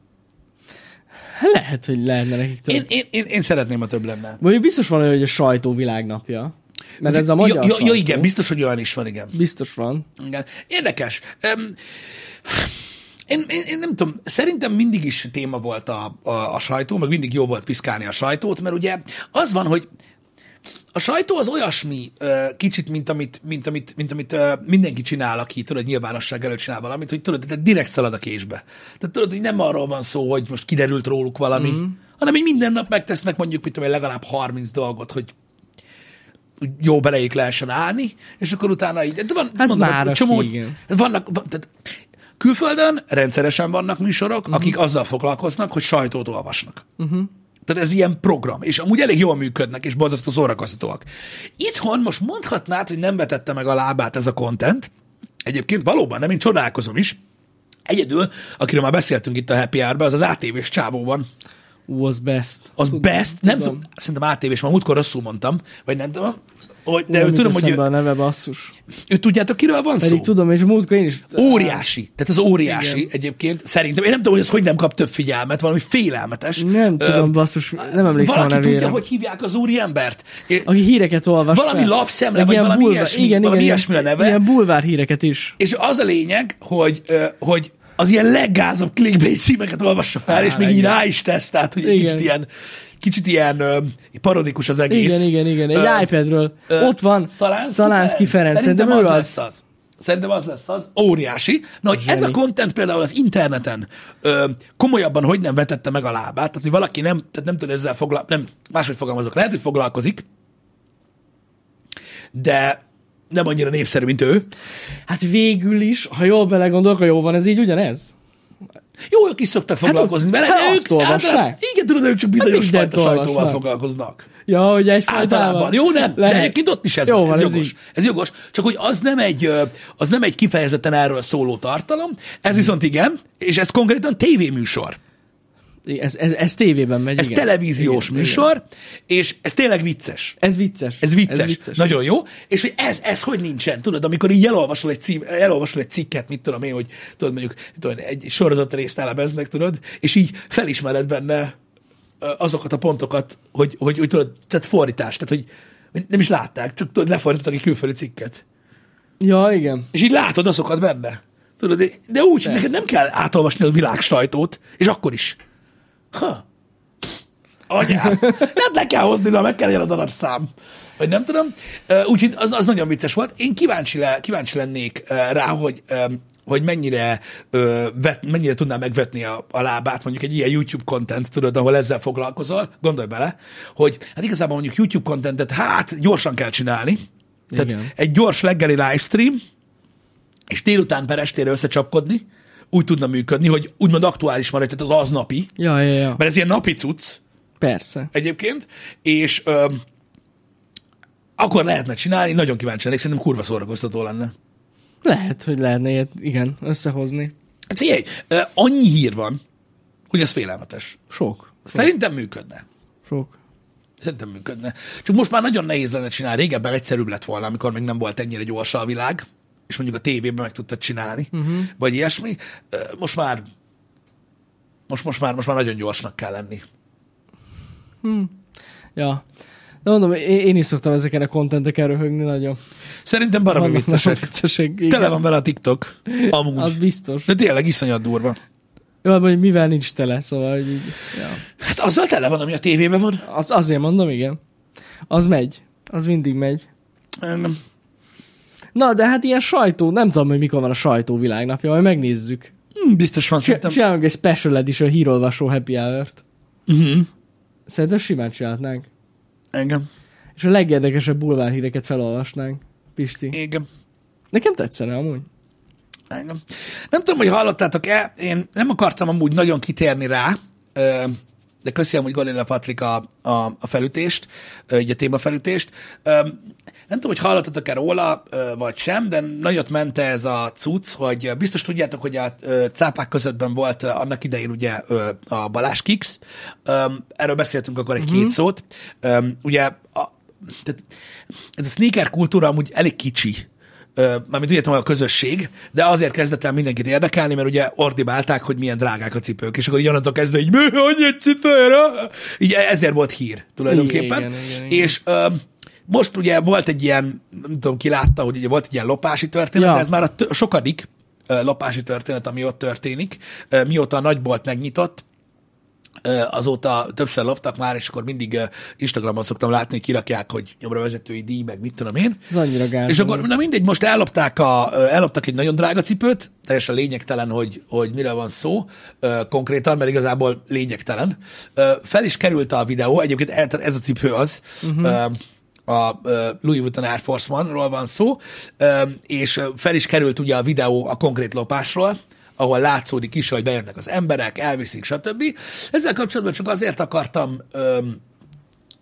Speaker 2: Lehet, hogy lehetne nekik több.
Speaker 1: Én,
Speaker 2: Én...
Speaker 1: én, én, én szeretném, ha több lenne.
Speaker 2: Mondjuk biztos van olyan, hogy a sajtó világnapja. Mert ez a
Speaker 1: Ja,
Speaker 2: magyar
Speaker 1: ja, ja,
Speaker 2: sajtó.
Speaker 1: igen, biztos, hogy olyan is van, igen.
Speaker 2: Biztos van.
Speaker 1: igen. Érdekes. Um, én, én, én nem tudom, szerintem mindig is téma volt a, a, a sajtó, meg mindig jó volt piszkálni a sajtót, mert ugye az van, hogy a sajtó az olyasmi ö, kicsit, mint amit, mint amit, mint amit ö, mindenki csinál, aki tudod, nyilvánosság előtt csinál valamit, hogy tudod, tehát direkt szalad a késbe. Tehát tudod, hogy nem arról van szó, hogy most kiderült róluk valami,
Speaker 2: Mhm.
Speaker 1: mm. hanem hogy minden nap megtesznek mondjuk, mit tudom, én, legalább 30 dolgot, hogy jó beleik lehessen állni, és akkor utána így, de van,
Speaker 2: Hát
Speaker 1: mondom,
Speaker 2: már
Speaker 1: egy csomó,
Speaker 2: aki, igen.
Speaker 1: vannak, van, tehát külföldön rendszeresen vannak műsorok,
Speaker 2: Mhm.
Speaker 1: uh-huh. akik azzal foglalkoznak, hogy sajtót olvasnak. Uh-huh. Tehát ez ilyen program, és amúgy elég jól működnek, és borzasztó szórakoztatóak. Itthon most mondhatnád, hogy nem vetette meg a lábát ez a content, egyébként valóban nem, én csodálkozom is, Egyedül, akiről már beszéltünk itt a Happy hour az az ATV-s csávó van,
Speaker 2: Ú, az best.
Speaker 1: az
Speaker 2: Tud-
Speaker 1: best, nem
Speaker 2: tudom.
Speaker 1: tudom, szerintem ATV-s, már múltkor rosszul mondtam, vagy nem tudom, hogy, de
Speaker 2: Nem
Speaker 1: ő,
Speaker 2: jut
Speaker 1: tudom, hogy
Speaker 2: eszembe
Speaker 1: ő,
Speaker 2: a neve basszus.
Speaker 1: ő, tudjátok, kiről van szó?
Speaker 2: Pedig tudom, és múltkor én is...
Speaker 1: Óriási. Tehát az óriási Igen.
Speaker 2: Igen.
Speaker 1: egyébként. Szerintem. Én nem tudom, hogy ez hogy nem kap több figyelmet, valami félelmetes.
Speaker 2: Nem tudom, basszus, nem emlékszem
Speaker 1: Valaki
Speaker 2: a nevére.
Speaker 1: tudja, hogy hívják az úriembert? É-
Speaker 2: Aki híreket olvas
Speaker 1: Valami
Speaker 2: fel.
Speaker 1: lapszemle,
Speaker 2: Egy
Speaker 1: vagy
Speaker 2: ilyen
Speaker 1: valami ilyesmi- valami ilyesmi a neve.
Speaker 2: Ilyen bulvár híreket is.
Speaker 1: És az a lényeg, hogy, ö, hogy az ilyen leggázabb clickbait címeket olvassa fel, és még így
Speaker 2: igen.
Speaker 1: rá is tesz, tehát hogy egy
Speaker 2: Igen.
Speaker 1: kicsit ilyen, kicsit ilyen ö, parodikus az egész.
Speaker 2: Igen, igen, igen. Egy
Speaker 1: Ö,
Speaker 2: iPadről.
Speaker 1: Ö,
Speaker 2: Ott van Szalánszki, Ferenc. Szerintem ő
Speaker 1: az,
Speaker 2: az.
Speaker 1: lesz az. Szerintem az lesz az. Óriási. Na, hogy ez a
Speaker 2: Zseni.
Speaker 1: content például az interneten ö, komolyabban hogy nem vetette meg a lábát, tehát hogy valaki nem, tehát nem tud ezzel foglalkozni, nem, máshogy fogalmazok, lehet, hogy foglalkozik, de nem annyira népszerű, mint ő.
Speaker 2: Hát végül is, ha jól belegondolok, ha jól van, ez így ugyanez.
Speaker 1: Jó, ők is szoktak foglalkozni vele,
Speaker 2: hát
Speaker 1: de
Speaker 2: azt
Speaker 1: ők
Speaker 2: olvassák. Hát
Speaker 1: általában- igen, tudod, ők csak bizonyos
Speaker 2: mindent
Speaker 1: fajta sajtóval
Speaker 2: olvasnak.
Speaker 1: foglalkoznak.
Speaker 2: Ja, hogy egyfajtában.
Speaker 1: Általában. Jó, nem? De egyébként ott is ez,
Speaker 2: Jó
Speaker 1: van,
Speaker 2: van,
Speaker 1: ez,
Speaker 2: ez
Speaker 1: jogos.
Speaker 2: így.
Speaker 1: Ez jogos. Csak hogy az nem, egy, ö, az nem egy kifejezetten erről szóló tartalom,
Speaker 2: Mm.
Speaker 1: ez viszont igen, és ez konkrétan tévéműsor.
Speaker 2: Ez, ez, ez tévében megy,
Speaker 1: Ez
Speaker 2: igen.
Speaker 1: televíziós
Speaker 2: Igen,
Speaker 1: műsor, és ez tényleg vicces.
Speaker 2: igen. Ez vicces.
Speaker 1: Ez vicces.
Speaker 2: Ez vicces.
Speaker 1: Nagyon jó. És hogy ez, ez hogy nincsen, tudod, amikor így elolvasol egy, cím, elolvasol egy cikket, mit tudom én, hogy tudod, mondjuk tudod, egy sorozat részt elemeznek, tudod, és így felismered benne ö, azokat a pontokat, hogy, hogy, hogy tudod, tehát fordítás, tehát hogy hogy nem is látták, csak tudod, lefordítottak egy külföldi cikket.
Speaker 2: Ja, igen.
Speaker 1: És így látod azokat benne. Tudod, de- de úgy, hogy neked nem kell átolvasni a világ sajtót, és akkor is. Ha. Anyám. Nem le kell hozni, na meg kell jön a darabszám. Vagy nem tudom. Ö, Úgyhogy az, az nagyon vicces volt. Én kíváncsi, le, kíváncsi lennék ö, rá, hogy, ö, hogy mennyire, ö, vet, mennyire tudná megvetni a, a lábát, mondjuk egy ilyen YouTube content, tudod, ahol ezzel foglalkozol, gondolj bele, hogy hát igazából mondjuk YouTube contentet, hát gyorsan kell csinálni. Tehát
Speaker 2: Igen.
Speaker 1: egy gyors reggeli livestream, és délután per estére összecsapkodni, úgy tudna működni, hogy úgymond aktuális maradj, tehát az aznapi,
Speaker 2: Ja, ja, ja.
Speaker 1: mert ez ilyen napi cucc,
Speaker 2: Persze.
Speaker 1: egyébként, és öm, akkor lehetne csinálni, nagyon kíváncsi lennék, szerintem kurva szórakoztató lenne.
Speaker 2: Lehet, hogy lehetne ilyet, igen, összehozni.
Speaker 1: Hát figyelj, ö, annyi hír van, hogy ez félelmetes.
Speaker 2: Sok.
Speaker 1: Szerintem működne.
Speaker 2: Sok.
Speaker 1: Szerintem működne. Csak most már nagyon nehéz lenne csinálni. Régebben egyszerűbb lett volna, amikor még nem volt ennyire gyors a világ, és mondjuk a tévében meg tudtad csinálni,
Speaker 2: Mhm.
Speaker 1: uh-huh. vagy ilyesmi. Ö, Most már, most, most már most már nagyon gyorsnak kell lenni.
Speaker 2: Ja. De mondom, én, én is szoktam ezeken a kontenteken röhögni nagyon.
Speaker 1: Szerintem baromi
Speaker 2: Vannak nagyon
Speaker 1: viccesek.
Speaker 2: viccesek. igen.
Speaker 1: Tele van vele a TikTok. Amúgy.
Speaker 2: Az biztos.
Speaker 1: De tényleg iszonyat durva.
Speaker 2: Jó, hát mondjuk mivel nincs tele, szóval hogy így, ja.
Speaker 1: Hát azzal tele van, ami a tévében van.
Speaker 2: az, azért mondom, igen. Az megy. Az mindig megy.
Speaker 1: Nem.
Speaker 2: Na, de hát ilyen sajtó, nem tudom, hogy mikor van a sajtó világnapja, majd megnézzük.
Speaker 1: Hm, Biztos van
Speaker 2: Csi-
Speaker 1: szerintem.
Speaker 2: Csinálunk egy special edition hírolvasó happy hour-t.
Speaker 1: Uh-huh.
Speaker 2: Szerintem simán csinálhatnánk.
Speaker 1: Engem.
Speaker 2: És a legérdekesebb bulvárhíreket felolvasnánk. Pisti.
Speaker 1: Engem.
Speaker 2: Nekem tetszene amúgy.
Speaker 1: Engem. Nem tudom, hogy hallottátok-e, én nem akartam amúgy nagyon kitérni rá, ö, de köszönöm, hogy Galila Patrik a, a, a felütést, ö, így a témafelütést. Ö, Nem tudom, hogy hallottatok-e róla, ö, vagy sem, de nagyot ment ez a cucc, hogy ö, biztos tudjátok, hogy a ö, cápák közöttben volt ö, annak idején ugye ö, a Balázs Kix. Ö, Erről beszéltünk akkor egy-két mm-hmm. szót. Ö, Ugye a, tehát ez a sneaker kultúra amúgy elég kicsi Ö, mármint úgy értem, hogy a közösség, de azért kezdett el mindenkit érdekelni, mert ugye ordibálták, hogy milyen drágák a cipők, és akkor így onnantól kezdve, hogy mi, hogy egy cipőre? Így e- ezért volt hír tulajdonképpen.
Speaker 2: Igen, igen, igen.
Speaker 1: És ö, most ugye volt egy ilyen, nem tudom ki látta, hogy ugye volt egy ilyen lopási történet,
Speaker 2: Ja.
Speaker 1: ja. de ez már a, t- a sokadik ö, lopási történet, ami ott történik, ö, mióta a nagybolt megnyitott, Ö, azóta többször loptak már, és akkor mindig ö, Instagramon szoktam látni, hogy kirakják, hogy jobbra vezetői díj, meg mit tudom én.
Speaker 2: Ez annyira gáz.
Speaker 1: És akkor, na mindegy, most ellopták, a, ö, elloptak egy nagyon drága cipőt, teljesen lényegtelen, hogy, hogy mire van szó ö, konkrétan, mert igazából lényegtelen. Ö, Fel is került a videó, egyébként e- tehát ez a cipő az, uh-huh. a ö, Louis Vuitton Air Force One-ról van szó, ö, és ö, fel is került ugye a videó a konkrét lopásról, ahol látszódik is, hogy bejönnek az emberek, elviszik, stb. Ezzel kapcsolatban csak azért akartam öm,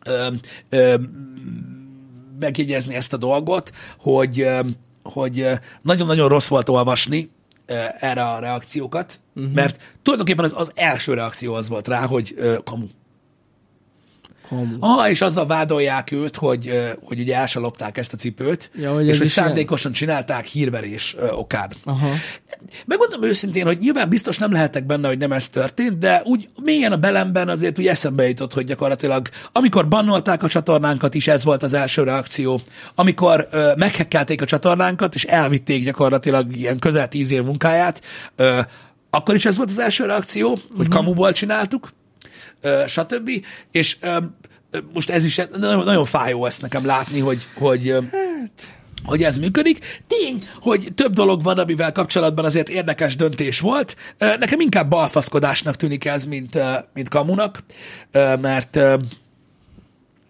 Speaker 1: öm, öm, megjegyezni ezt a dolgot, hogy, ö, hogy ö, nagyon-nagyon rossz volt olvasni ö, erre a reakciókat,
Speaker 2: Mhm.
Speaker 1: uh-huh. mert tulajdonképpen az, az első reakció az volt rá, hogy ö, kamu.
Speaker 2: Komu.
Speaker 1: Ah, és azzal vádolják őt, hogy, ö, hogy ugye elsalopták ezt a cipőt,
Speaker 2: Ja, hogy ez
Speaker 1: és hogy
Speaker 2: is ilyen.
Speaker 1: szándékosan csinálták hírverés ö, okán.
Speaker 2: Aha.
Speaker 1: Megmondom őszintén, hogy nyilván biztos nem lehetek benne, hogy nem ez történt, de úgy mélyen a belemben azért úgy eszembe jutott, hogy gyakorlatilag amikor bannolták a csatornánkat is, ez volt az első reakció. Amikor ö, meghekkelték a csatornánkat, és elvitték gyakorlatilag ilyen közel tíz év munkáját, ö, akkor is ez volt az első reakció, hogy kamuból csináltuk, ö, stb. És ö, ö, most ez is nagyon, nagyon fájó ezt nekem látni, hogy, hogy ö, hogy ez működik. Tény, hogy több dolog van, amivel kapcsolatban azért érdekes döntés volt. Ö, Nekem inkább balfaszkodásnak tűnik ez, mint, ö, mint kamunak, Ö, mert, ö,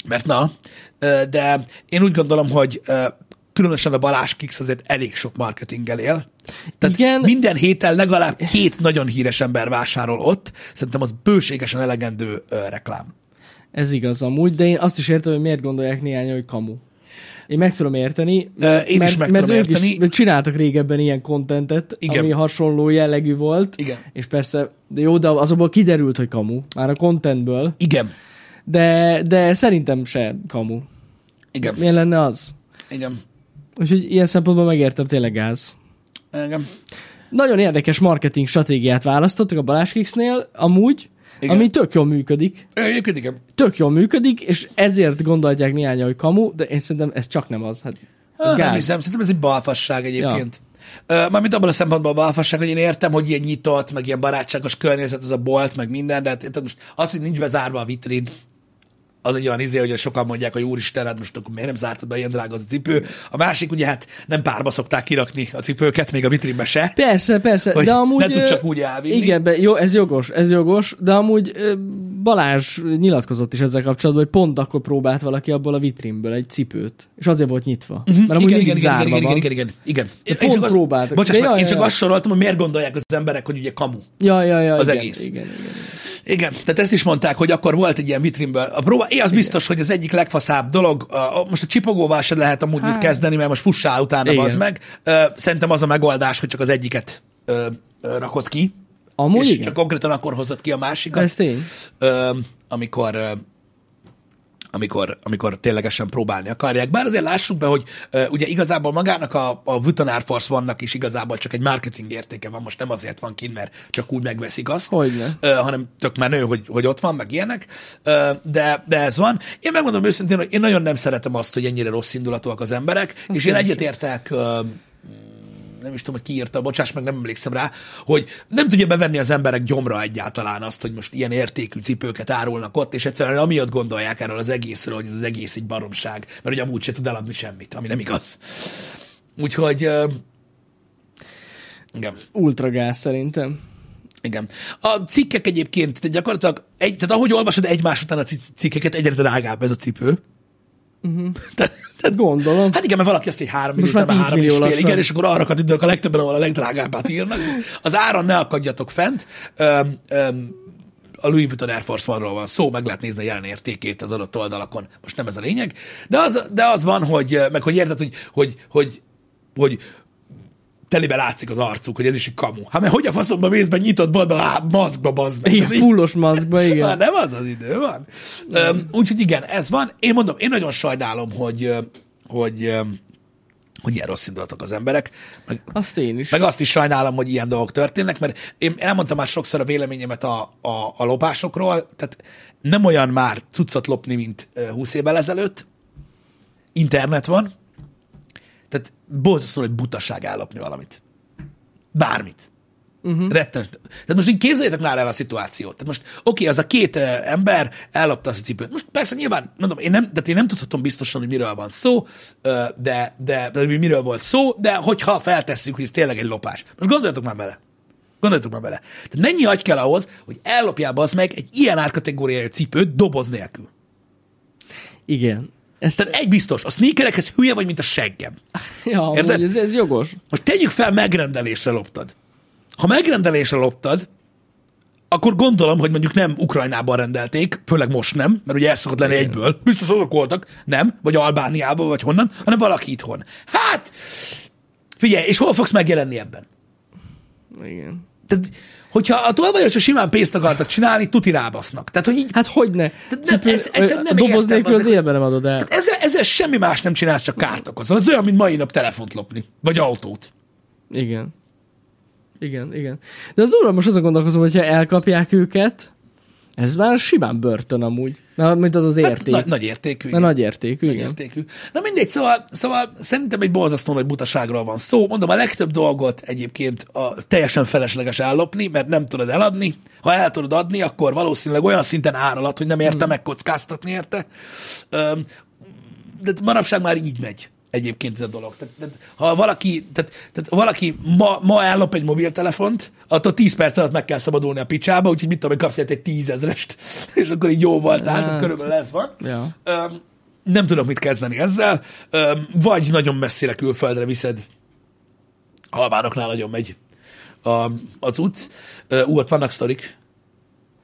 Speaker 1: mert na, Ö, de én úgy gondolom, hogy ö, különösen a Balázs Kix azért elég sok marketinggel él. Tehát
Speaker 2: Igen.
Speaker 1: minden héten
Speaker 2: [laughs]
Speaker 1: legalább két nagyon híres ember vásárol ott. Szerintem az bőségesen elegendő ö, reklám.
Speaker 2: Ez igaz amúgy, de én azt is értem, hogy miért gondolják néhányan, hogy kamu. Én meg tudom érteni.
Speaker 1: Ö, Én is meg
Speaker 2: mert
Speaker 1: tudom
Speaker 2: ők
Speaker 1: érteni.
Speaker 2: Is, mert csináltak régebben ilyen kontentet,
Speaker 1: Igen.
Speaker 2: ami hasonló jellegű volt.
Speaker 1: Igen.
Speaker 2: És persze, de jó, de azokból kiderült, hogy kamu. Már a kontentből.
Speaker 1: Igen.
Speaker 2: De, de szerintem se kamu.
Speaker 1: Igen.
Speaker 2: Milyen lenne az?
Speaker 1: Igen.
Speaker 2: Úgyhogy ilyen szempontból megértem, tényleg gáz.
Speaker 1: Igen.
Speaker 2: Nagyon érdekes marketing stratégiát választottak a Balázs Kixnél, amúgy,
Speaker 1: Igen.
Speaker 2: Igen. ami tök jól működik.
Speaker 1: Egyébként igen.
Speaker 2: tök jól működik, és ezért gondolják néhányan, hogy kamu, de én szerintem ez csak nem az. Hát, ez
Speaker 1: Hát, nem
Speaker 2: gáz.
Speaker 1: hiszem, szerintem ez egy balfasság egyébként. Ja. Mármint abban a szempontból balfasság, hogy én értem, hogy ilyen nyitott, meg ilyen barátságos környezet, az a bolt, meg minden, de hát, érted, most az, hogy nincs bezárva a vitrin, az egy olyan izé, hogy sokan mondják, hogy úristen, hát most akkor miért nem zártad be ilyen drága az a cipő. A másik ugye hát nem párba szokták kirakni a cipőket, még a vitrinbe se.
Speaker 2: Persze, persze,
Speaker 1: Hogy
Speaker 2: de amúgy...
Speaker 1: ne tud
Speaker 2: ö,
Speaker 1: csak úgy elvinni.
Speaker 2: Igen, be, jó, ez jogos, ez jogos, de amúgy ö, Balázs nyilatkozott is ezzel kapcsolatban, hogy pont akkor próbált valaki abból a vitrínből egy cipőt, és azért volt nyitva. Uh-huh. Mert amúgy
Speaker 1: Mhm. igen, igen,
Speaker 2: mindig
Speaker 1: igen,
Speaker 2: zárva
Speaker 1: igen, igen,
Speaker 2: van.
Speaker 1: igen, igen, igen. Én
Speaker 2: pont
Speaker 1: csak azt-
Speaker 2: próbáltak.
Speaker 1: Bocsáss
Speaker 2: De
Speaker 1: meg,
Speaker 2: jaj,
Speaker 1: én csak
Speaker 2: jaj.
Speaker 1: azt soroltam, hogy miért gondolják az emberek, hogy ugye kamu.
Speaker 2: Ja, ja, ja,
Speaker 1: Az
Speaker 2: igen,
Speaker 1: egész.
Speaker 2: Igen, igen, igen.
Speaker 1: Igen, tehát ezt is mondták, hogy akkor volt egy ilyen vitrinből a próba. Én az biztos, hogy az egyik legfaszább dolog, a- a- most a csipogóval se lehet amúgy mit kezdeni, mert most fussál utána,
Speaker 2: Igen.
Speaker 1: az meg. Ö, Szerintem az a megoldás, hogy csak az egyiket ö, ö, rakott ki,
Speaker 2: Amúgy
Speaker 1: és
Speaker 2: igen.
Speaker 1: csak konkrétan akkor hozott ki a másikat,
Speaker 2: Ez tény.
Speaker 1: ö, amikor ö, amikor, amikor ténylegesen próbálni akarják. Bár azért lássuk be, hogy uh, ugye igazából magának a, a Vutanár Force vannak is igazából csak egy marketing értéke van, most nem azért van kint, mert csak úgy megveszik azt,
Speaker 2: Hogyne.
Speaker 1: uh, hanem tök menő, hogy, hogy ott van, meg ilyenek, uh, de, de ez van. Én megmondom őszintén, hogy én nagyon nem szeretem azt, hogy ennyire rossz indulatúak az emberek, és én egyetértek uh, nem is tudom, hogy ki írta, bocsáss meg, nem emlékszem rá, hogy nem tudja bevenni az emberek gyomra egyáltalán azt, hogy most ilyen értékű cipőket árulnak ott, és egyszerűen amiatt gondolják erről az egészről, hogy ez az egész egy baromság, mert hogy amúgy se tud eladni semmit, ami nem igaz. Úgyhogy, ö, igen.
Speaker 2: Ultragáz szerintem.
Speaker 1: Igen. A cikkek egyébként, tehát gyakorlatilag, egy, tehát ahogy olvasod egymás után a ci- cikkeket, egyre drágább ez a cipő. Uh-huh. [laughs] Tehát, tehát,
Speaker 2: Gondolom.
Speaker 1: hát igen, mert valaki azt, hogy 3 millió,
Speaker 2: Most már
Speaker 1: utána
Speaker 2: 10
Speaker 1: három
Speaker 2: millió
Speaker 1: és fél,
Speaker 2: lassan.
Speaker 1: igen, és akkor arra kattintanak a legtöbben, ahol a legdrágábbat írnak. Az áron ne akadjatok fent. Öm, öm, a Louis Vuitton Air Force One-ról van szó, meg lehet nézni a jelen értékét az adott oldalakon. Most nem ez a lényeg. De az, de az van, hogy, meg hogy érted, hogy, hogy, hogy, hogy telibe látszik az arcuk, hogy ez is egy kamu. Hát mert hogy a faszomba mész be, nyitott boltba, á, maszkba, bazd meg.
Speaker 2: Igen,
Speaker 1: Tehát így-
Speaker 2: fullos
Speaker 1: [laughs]
Speaker 2: maszkba,
Speaker 1: Már
Speaker 2: igen.
Speaker 1: nem az az idő van. Öm, Úgyhogy igen, ez van. Én mondom, én nagyon sajnálom, hogy, ö, hogy, öm, hogy ilyen rossz indulatok az emberek. Meg,
Speaker 2: Azt én is.
Speaker 1: meg azt is sajnálom, hogy ilyen dolgok történnek, mert én elmondtam már sokszor a véleményemet a, a, a lopásokról, tehát nem olyan már cuccot lopni, mint ö, 20 évvel ezelőtt. Internet van. Tehát borzasztóan egy butaság ellopni valamit. Bármit. Uh-huh. Rettens. Tehát most így képzeljétek már el a szituációt. Tehát most oké, okay, az a két ö, ember ellopta azt a cipőt. Most persze nyilván, mondom, én nem, de én nem tudhatom biztosan, hogy miről van szó, ö, de, de, de hogy miről volt szó, de hogyha feltesszük, hogy ez tényleg egy lopás. Most gondoljatok már bele. Gondoljatok már bele. Tehát mennyi agy kell ahhoz, hogy ellopjál az meg egy ilyen árkategóriájú cipőt doboz nélkül.
Speaker 2: Igen. Ezt,
Speaker 1: Tehát egy biztos, a sneakerekhez hülye vagy, mint a seggem.
Speaker 2: ja, amúgy
Speaker 1: Érted?
Speaker 2: ez, ez jogos.
Speaker 1: Most tegyük fel, megrendelésre loptad. Ha megrendelésre loptad, akkor gondolom, hogy mondjuk nem Ukrajnában rendelték, főleg most nem, mert ugye ez szokott lenni egyből. Biztos azok voltak, nem, vagy Albániában, vagy honnan, hanem valaki itthon. Hát, figyelj, és hol fogsz megjelenni ebben?
Speaker 2: Igen.
Speaker 1: Tehát, hogyha a tolvajosra simán pénzt akartak csinálni, tuti rábasznak. Tehát, hogy így
Speaker 2: Hát hogy ne?
Speaker 1: nem,
Speaker 2: Cipő,
Speaker 1: ez- egyszerűen
Speaker 2: a
Speaker 1: nem
Speaker 2: doboz
Speaker 1: értem Hát-
Speaker 2: nélkül az
Speaker 1: ezeket.
Speaker 2: életben nem adod el.
Speaker 1: ezzel, ezzel semmi más nem csinálsz, csak kárt okozol. Ez olyan, mint mai nap telefont lopni, vagy autót.
Speaker 2: Igen. Igen, igen. De az durva, most azon gondolkozom, hogyha elkapják őket, ez már simán börtön amúgy. Na, mint az az érték.
Speaker 1: Nagy,
Speaker 2: Hát,
Speaker 1: nagy értékű.
Speaker 2: na,
Speaker 1: igen.
Speaker 2: nagy értékű,
Speaker 1: Nagy
Speaker 2: igen.
Speaker 1: értékű. Na mindegy, szóval, szóval szerintem egy borzasztó nagy butaságról van szó. Mondom, a legtöbb dolgot egyébként a teljesen felesleges ellopni, mert nem tudod eladni. Ha el tudod adni, akkor valószínűleg olyan szinten áralat, hogy nem érte hmm. megkockáztatni érte. Öm, de manapság már így megy egyébként ez a dolog. Tehát, tehát, ha valaki, tehát, tehát ha valaki ma, ma ellop egy mobiltelefont, attól 10 perc alatt meg kell szabadulni a picsába, úgyhogy mit tudom, hogy kapsz érte egy tízezrest, [laughs] és akkor így jó voltál, tehát
Speaker 2: Hát.
Speaker 1: körülbelül ez van.
Speaker 2: Ja.
Speaker 1: Öm, nem tudom, mit kezdeni ezzel. Öm, vagy nagyon messzire külföldre viszed. Albánoknál nagyon megy a, a cucc. Ö, Ú, ott vannak sztorik.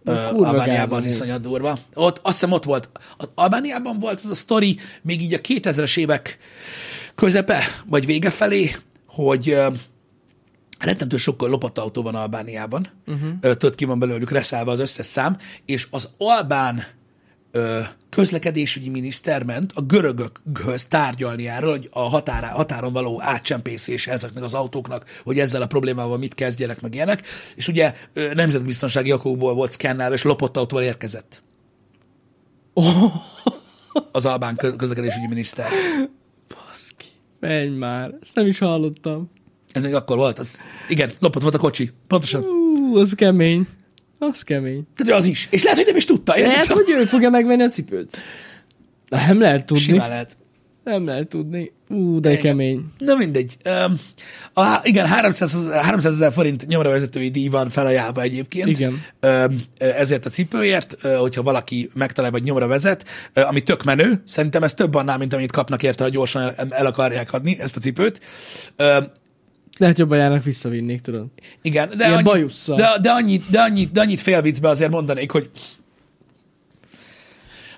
Speaker 1: Ö,
Speaker 2: Na, kurva gáz
Speaker 1: Albániában az
Speaker 2: amúgy.
Speaker 1: iszonyat durva. Ott, azt hiszem ott volt. Az Albániában volt az a sztori, még így a 2000-es évek közepe, vagy vége felé, hogy ö, rettentő sok lopott autó van Albániában. Uh-huh. Tudod, ki van belőlük reszálva az összes szám, és az Albán ö, közlekedésügyi miniszter ment a görögökhöz tárgyalni erről, hogy a határá, határon való átcsempészés ezeknek az autóknak, hogy ezzel a problémával mit kezdjenek, meg ilyenek. És ugye ö, nemzetbiztonsági okokból volt szkennálva, és lopott autóval érkezett az albán kö- közlekedésügyi miniszter.
Speaker 2: Baszki. Menj már, ezt nem is hallottam.
Speaker 1: Ez még akkor volt. Az, igen, lopott volt a kocsi. Pontosan.
Speaker 2: Ú, az kemény. Az kemény.
Speaker 1: Tehát ő az is. És lehet, hogy nem is tudta. érted?
Speaker 2: Lehet,
Speaker 1: Szóval-
Speaker 2: hogy ő fogja megvenni a cipőt? Nem lehet tudni.
Speaker 1: Simán lehet.
Speaker 2: Nem lehet tudni. Ú, de kemény.
Speaker 1: Na mindegy. Öm, A, igen, 300 300 ezer forint nyomravezetői díj van felajánlva egyébként.
Speaker 2: Igen.
Speaker 1: Öm, Ezért a cipőért, ö, hogyha valaki megtalál vagy nyomra vezet, ö, ami tök menő, szerintem ez több annál, mint amit kapnak érte, ha gyorsan el, el akarják adni ezt a cipőt. Öm,
Speaker 2: Lehet jobban járnak visszavinnék, tudod.
Speaker 1: Igen, de,
Speaker 2: Ilyen
Speaker 1: annyi,
Speaker 2: bajusszal.
Speaker 1: de, de, annyit, de, annyit, de annyit fél viccbe azért mondanék, hogy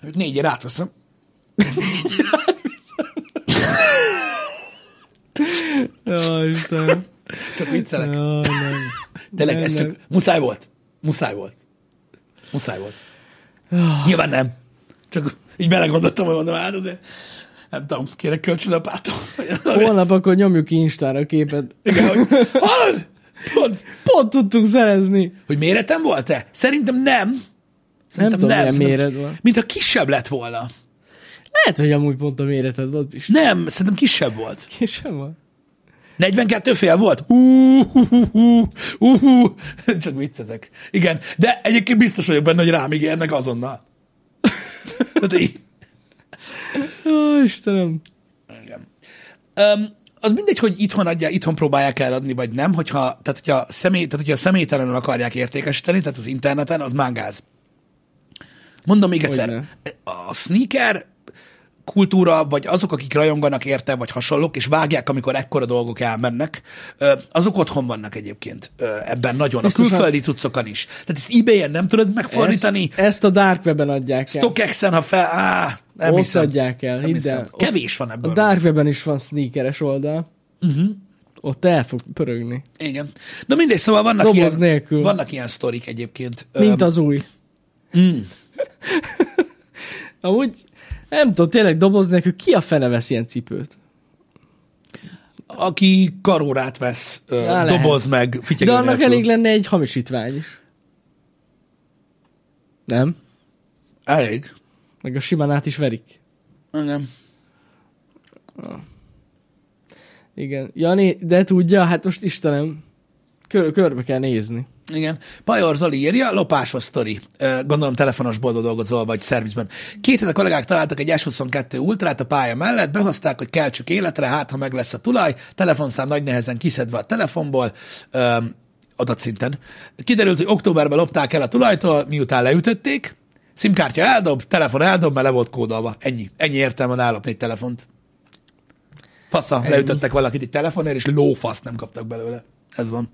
Speaker 1: hogy négyért átveszem.
Speaker 2: Jaj, Istenem.
Speaker 1: Csak viccelek.
Speaker 2: Jaj, nem.
Speaker 1: Tényleg, ez
Speaker 2: Nem,
Speaker 1: csak muszáj volt. Muszáj volt. Muszáj volt. Nyilván nem. Csak így belegondoltam, hogy mondom, hát azért nem tudom, kérek kölcsön apától.
Speaker 2: Holnap akkor nyomjuk ki Instára a képet.
Speaker 1: Igen, hogy [laughs] hallod? Pont,
Speaker 2: Pont tudtuk szerezni.
Speaker 1: hogy méretem volt-e? Szerintem nem.
Speaker 2: tudom, milyen
Speaker 1: Szerintem-
Speaker 2: méret van.
Speaker 1: Mintha kisebb lett volna.
Speaker 2: Lehet, hogy amúgy pont a méreted volt, [laughs] Pisti.
Speaker 1: Nem, szerintem kisebb volt.
Speaker 2: Ki sem van.
Speaker 1: 42 fél volt? Hú, hú, hú, hú, hú, hú. [laughs] Csak viccezek. Igen, de egyébként biztos vagyok benne, hogy rám ígérnek
Speaker 2: [laughs]
Speaker 1: azonnal. Tehát így.
Speaker 2: Ó, Istenem.
Speaker 1: Igen. Um, az mindegy, hogy itthon, adják, itthon próbálják eladni, vagy nem, hogyha, tehát, hogyha, személy, tehát, hogyha személytelenül akarják értékesíteni, tehát az interneten, az mángáz. Mondom még egyszer,
Speaker 2: Hogyne.
Speaker 1: a sneaker kultúra, vagy azok, akik rajonganak érte, vagy hasonlók, és vágják, amikor ekkora dolgok elmennek, ö, azok otthon vannak egyébként ö, ebben nagyon, a
Speaker 2: Biztosan.
Speaker 1: külföldi cuccokon is. Tehát ezt ebay-en nem tudod megfordítani,
Speaker 2: Ezt, ezt a Dark Web-en adják el.
Speaker 1: StockX-en, ha fel... Á, nem
Speaker 2: Ott
Speaker 1: hiszem.
Speaker 2: adják el,
Speaker 1: Nem
Speaker 2: hidd
Speaker 1: hiszem.
Speaker 2: el. Ott-
Speaker 1: Kevés van
Speaker 2: A
Speaker 1: ebből.
Speaker 2: Dark Web-en is van sneakeres oldal. Uh-huh.
Speaker 1: Mhm.
Speaker 2: Ott el fog pörögni.
Speaker 1: Igen. Na mindegy, szóval vannak
Speaker 2: Doboz
Speaker 1: ilyen,
Speaker 2: nélkül.
Speaker 1: vannak ilyen sztorik egyébként.
Speaker 2: Mint
Speaker 1: Öm,
Speaker 2: az új. Mm. Amúgy nem tudom, tényleg doboz nélkül ki a fene vesz ilyen cipőt?
Speaker 1: Aki karórát vesz, ö,
Speaker 2: Á, lehet.
Speaker 1: doboz meg, fityegő
Speaker 2: De annak
Speaker 1: nélkül.
Speaker 2: elég lenne egy hamisítvány is. Nem?
Speaker 1: Elég.
Speaker 2: Meg a simán át is verik.
Speaker 1: Nem.
Speaker 2: Igen. Jani, de tudja, hát most Istenem, kör, körbe kell nézni.
Speaker 1: Igen. Pajor Zoli írja, lopásos sztori. Ö, Gondolom telefonos boltban dolgozol, vagy szervizben. Két hete kollégák találtak egy S22 ultrát a pálya mellett, behozták, hogy keltsük életre, hát ha meg lesz a tulaj, telefonszám nagy nehezen kiszedve a telefonból, öm, adatszinten. Kiderült, hogy októberben lopták el a tulajtól, miután leütötték, szimkártya eldob, telefon eldob, mert le volt kódolva. Ennyi. Ennyi értelme van ellopni egy telefont. Fasza, leütöttek valakit egy telefonért, és lófasz nem kaptak belőle. Ez van.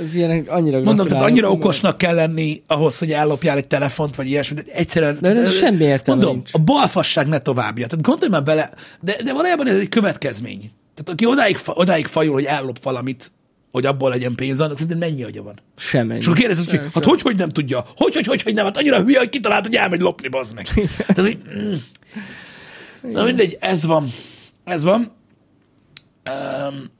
Speaker 2: Ez ilyenek annyira
Speaker 1: Mondom, tehát
Speaker 2: gratulálok,
Speaker 1: annyira
Speaker 2: mondom.
Speaker 1: okosnak kell lenni ahhoz, hogy ellopjál egy telefont, vagy ilyesmit. Egyszerűen...
Speaker 2: De ez semmi értelme
Speaker 1: Mondom,
Speaker 2: nincs.
Speaker 1: a balfasság ne továbbja. Tehát gondolj már bele, de, de valójában ez egy következmény. Tehát aki odáig, fa- odáig fajul, hogy ellop valamit, hogy abból legyen pénz, annak szerintem mennyi agya van.
Speaker 2: Semmi.
Speaker 1: És akkor kérdezed, hogy
Speaker 2: Nem,
Speaker 1: hát hogy, hogy nem tudja? Hogy, hogy, hogy, hogy nem? Hát annyira hülye, hogy kitalált, hogy elmegy lopni, bazd meg. Tehát, hogy, mm. Na mindegy, ez van. Ez van. Um,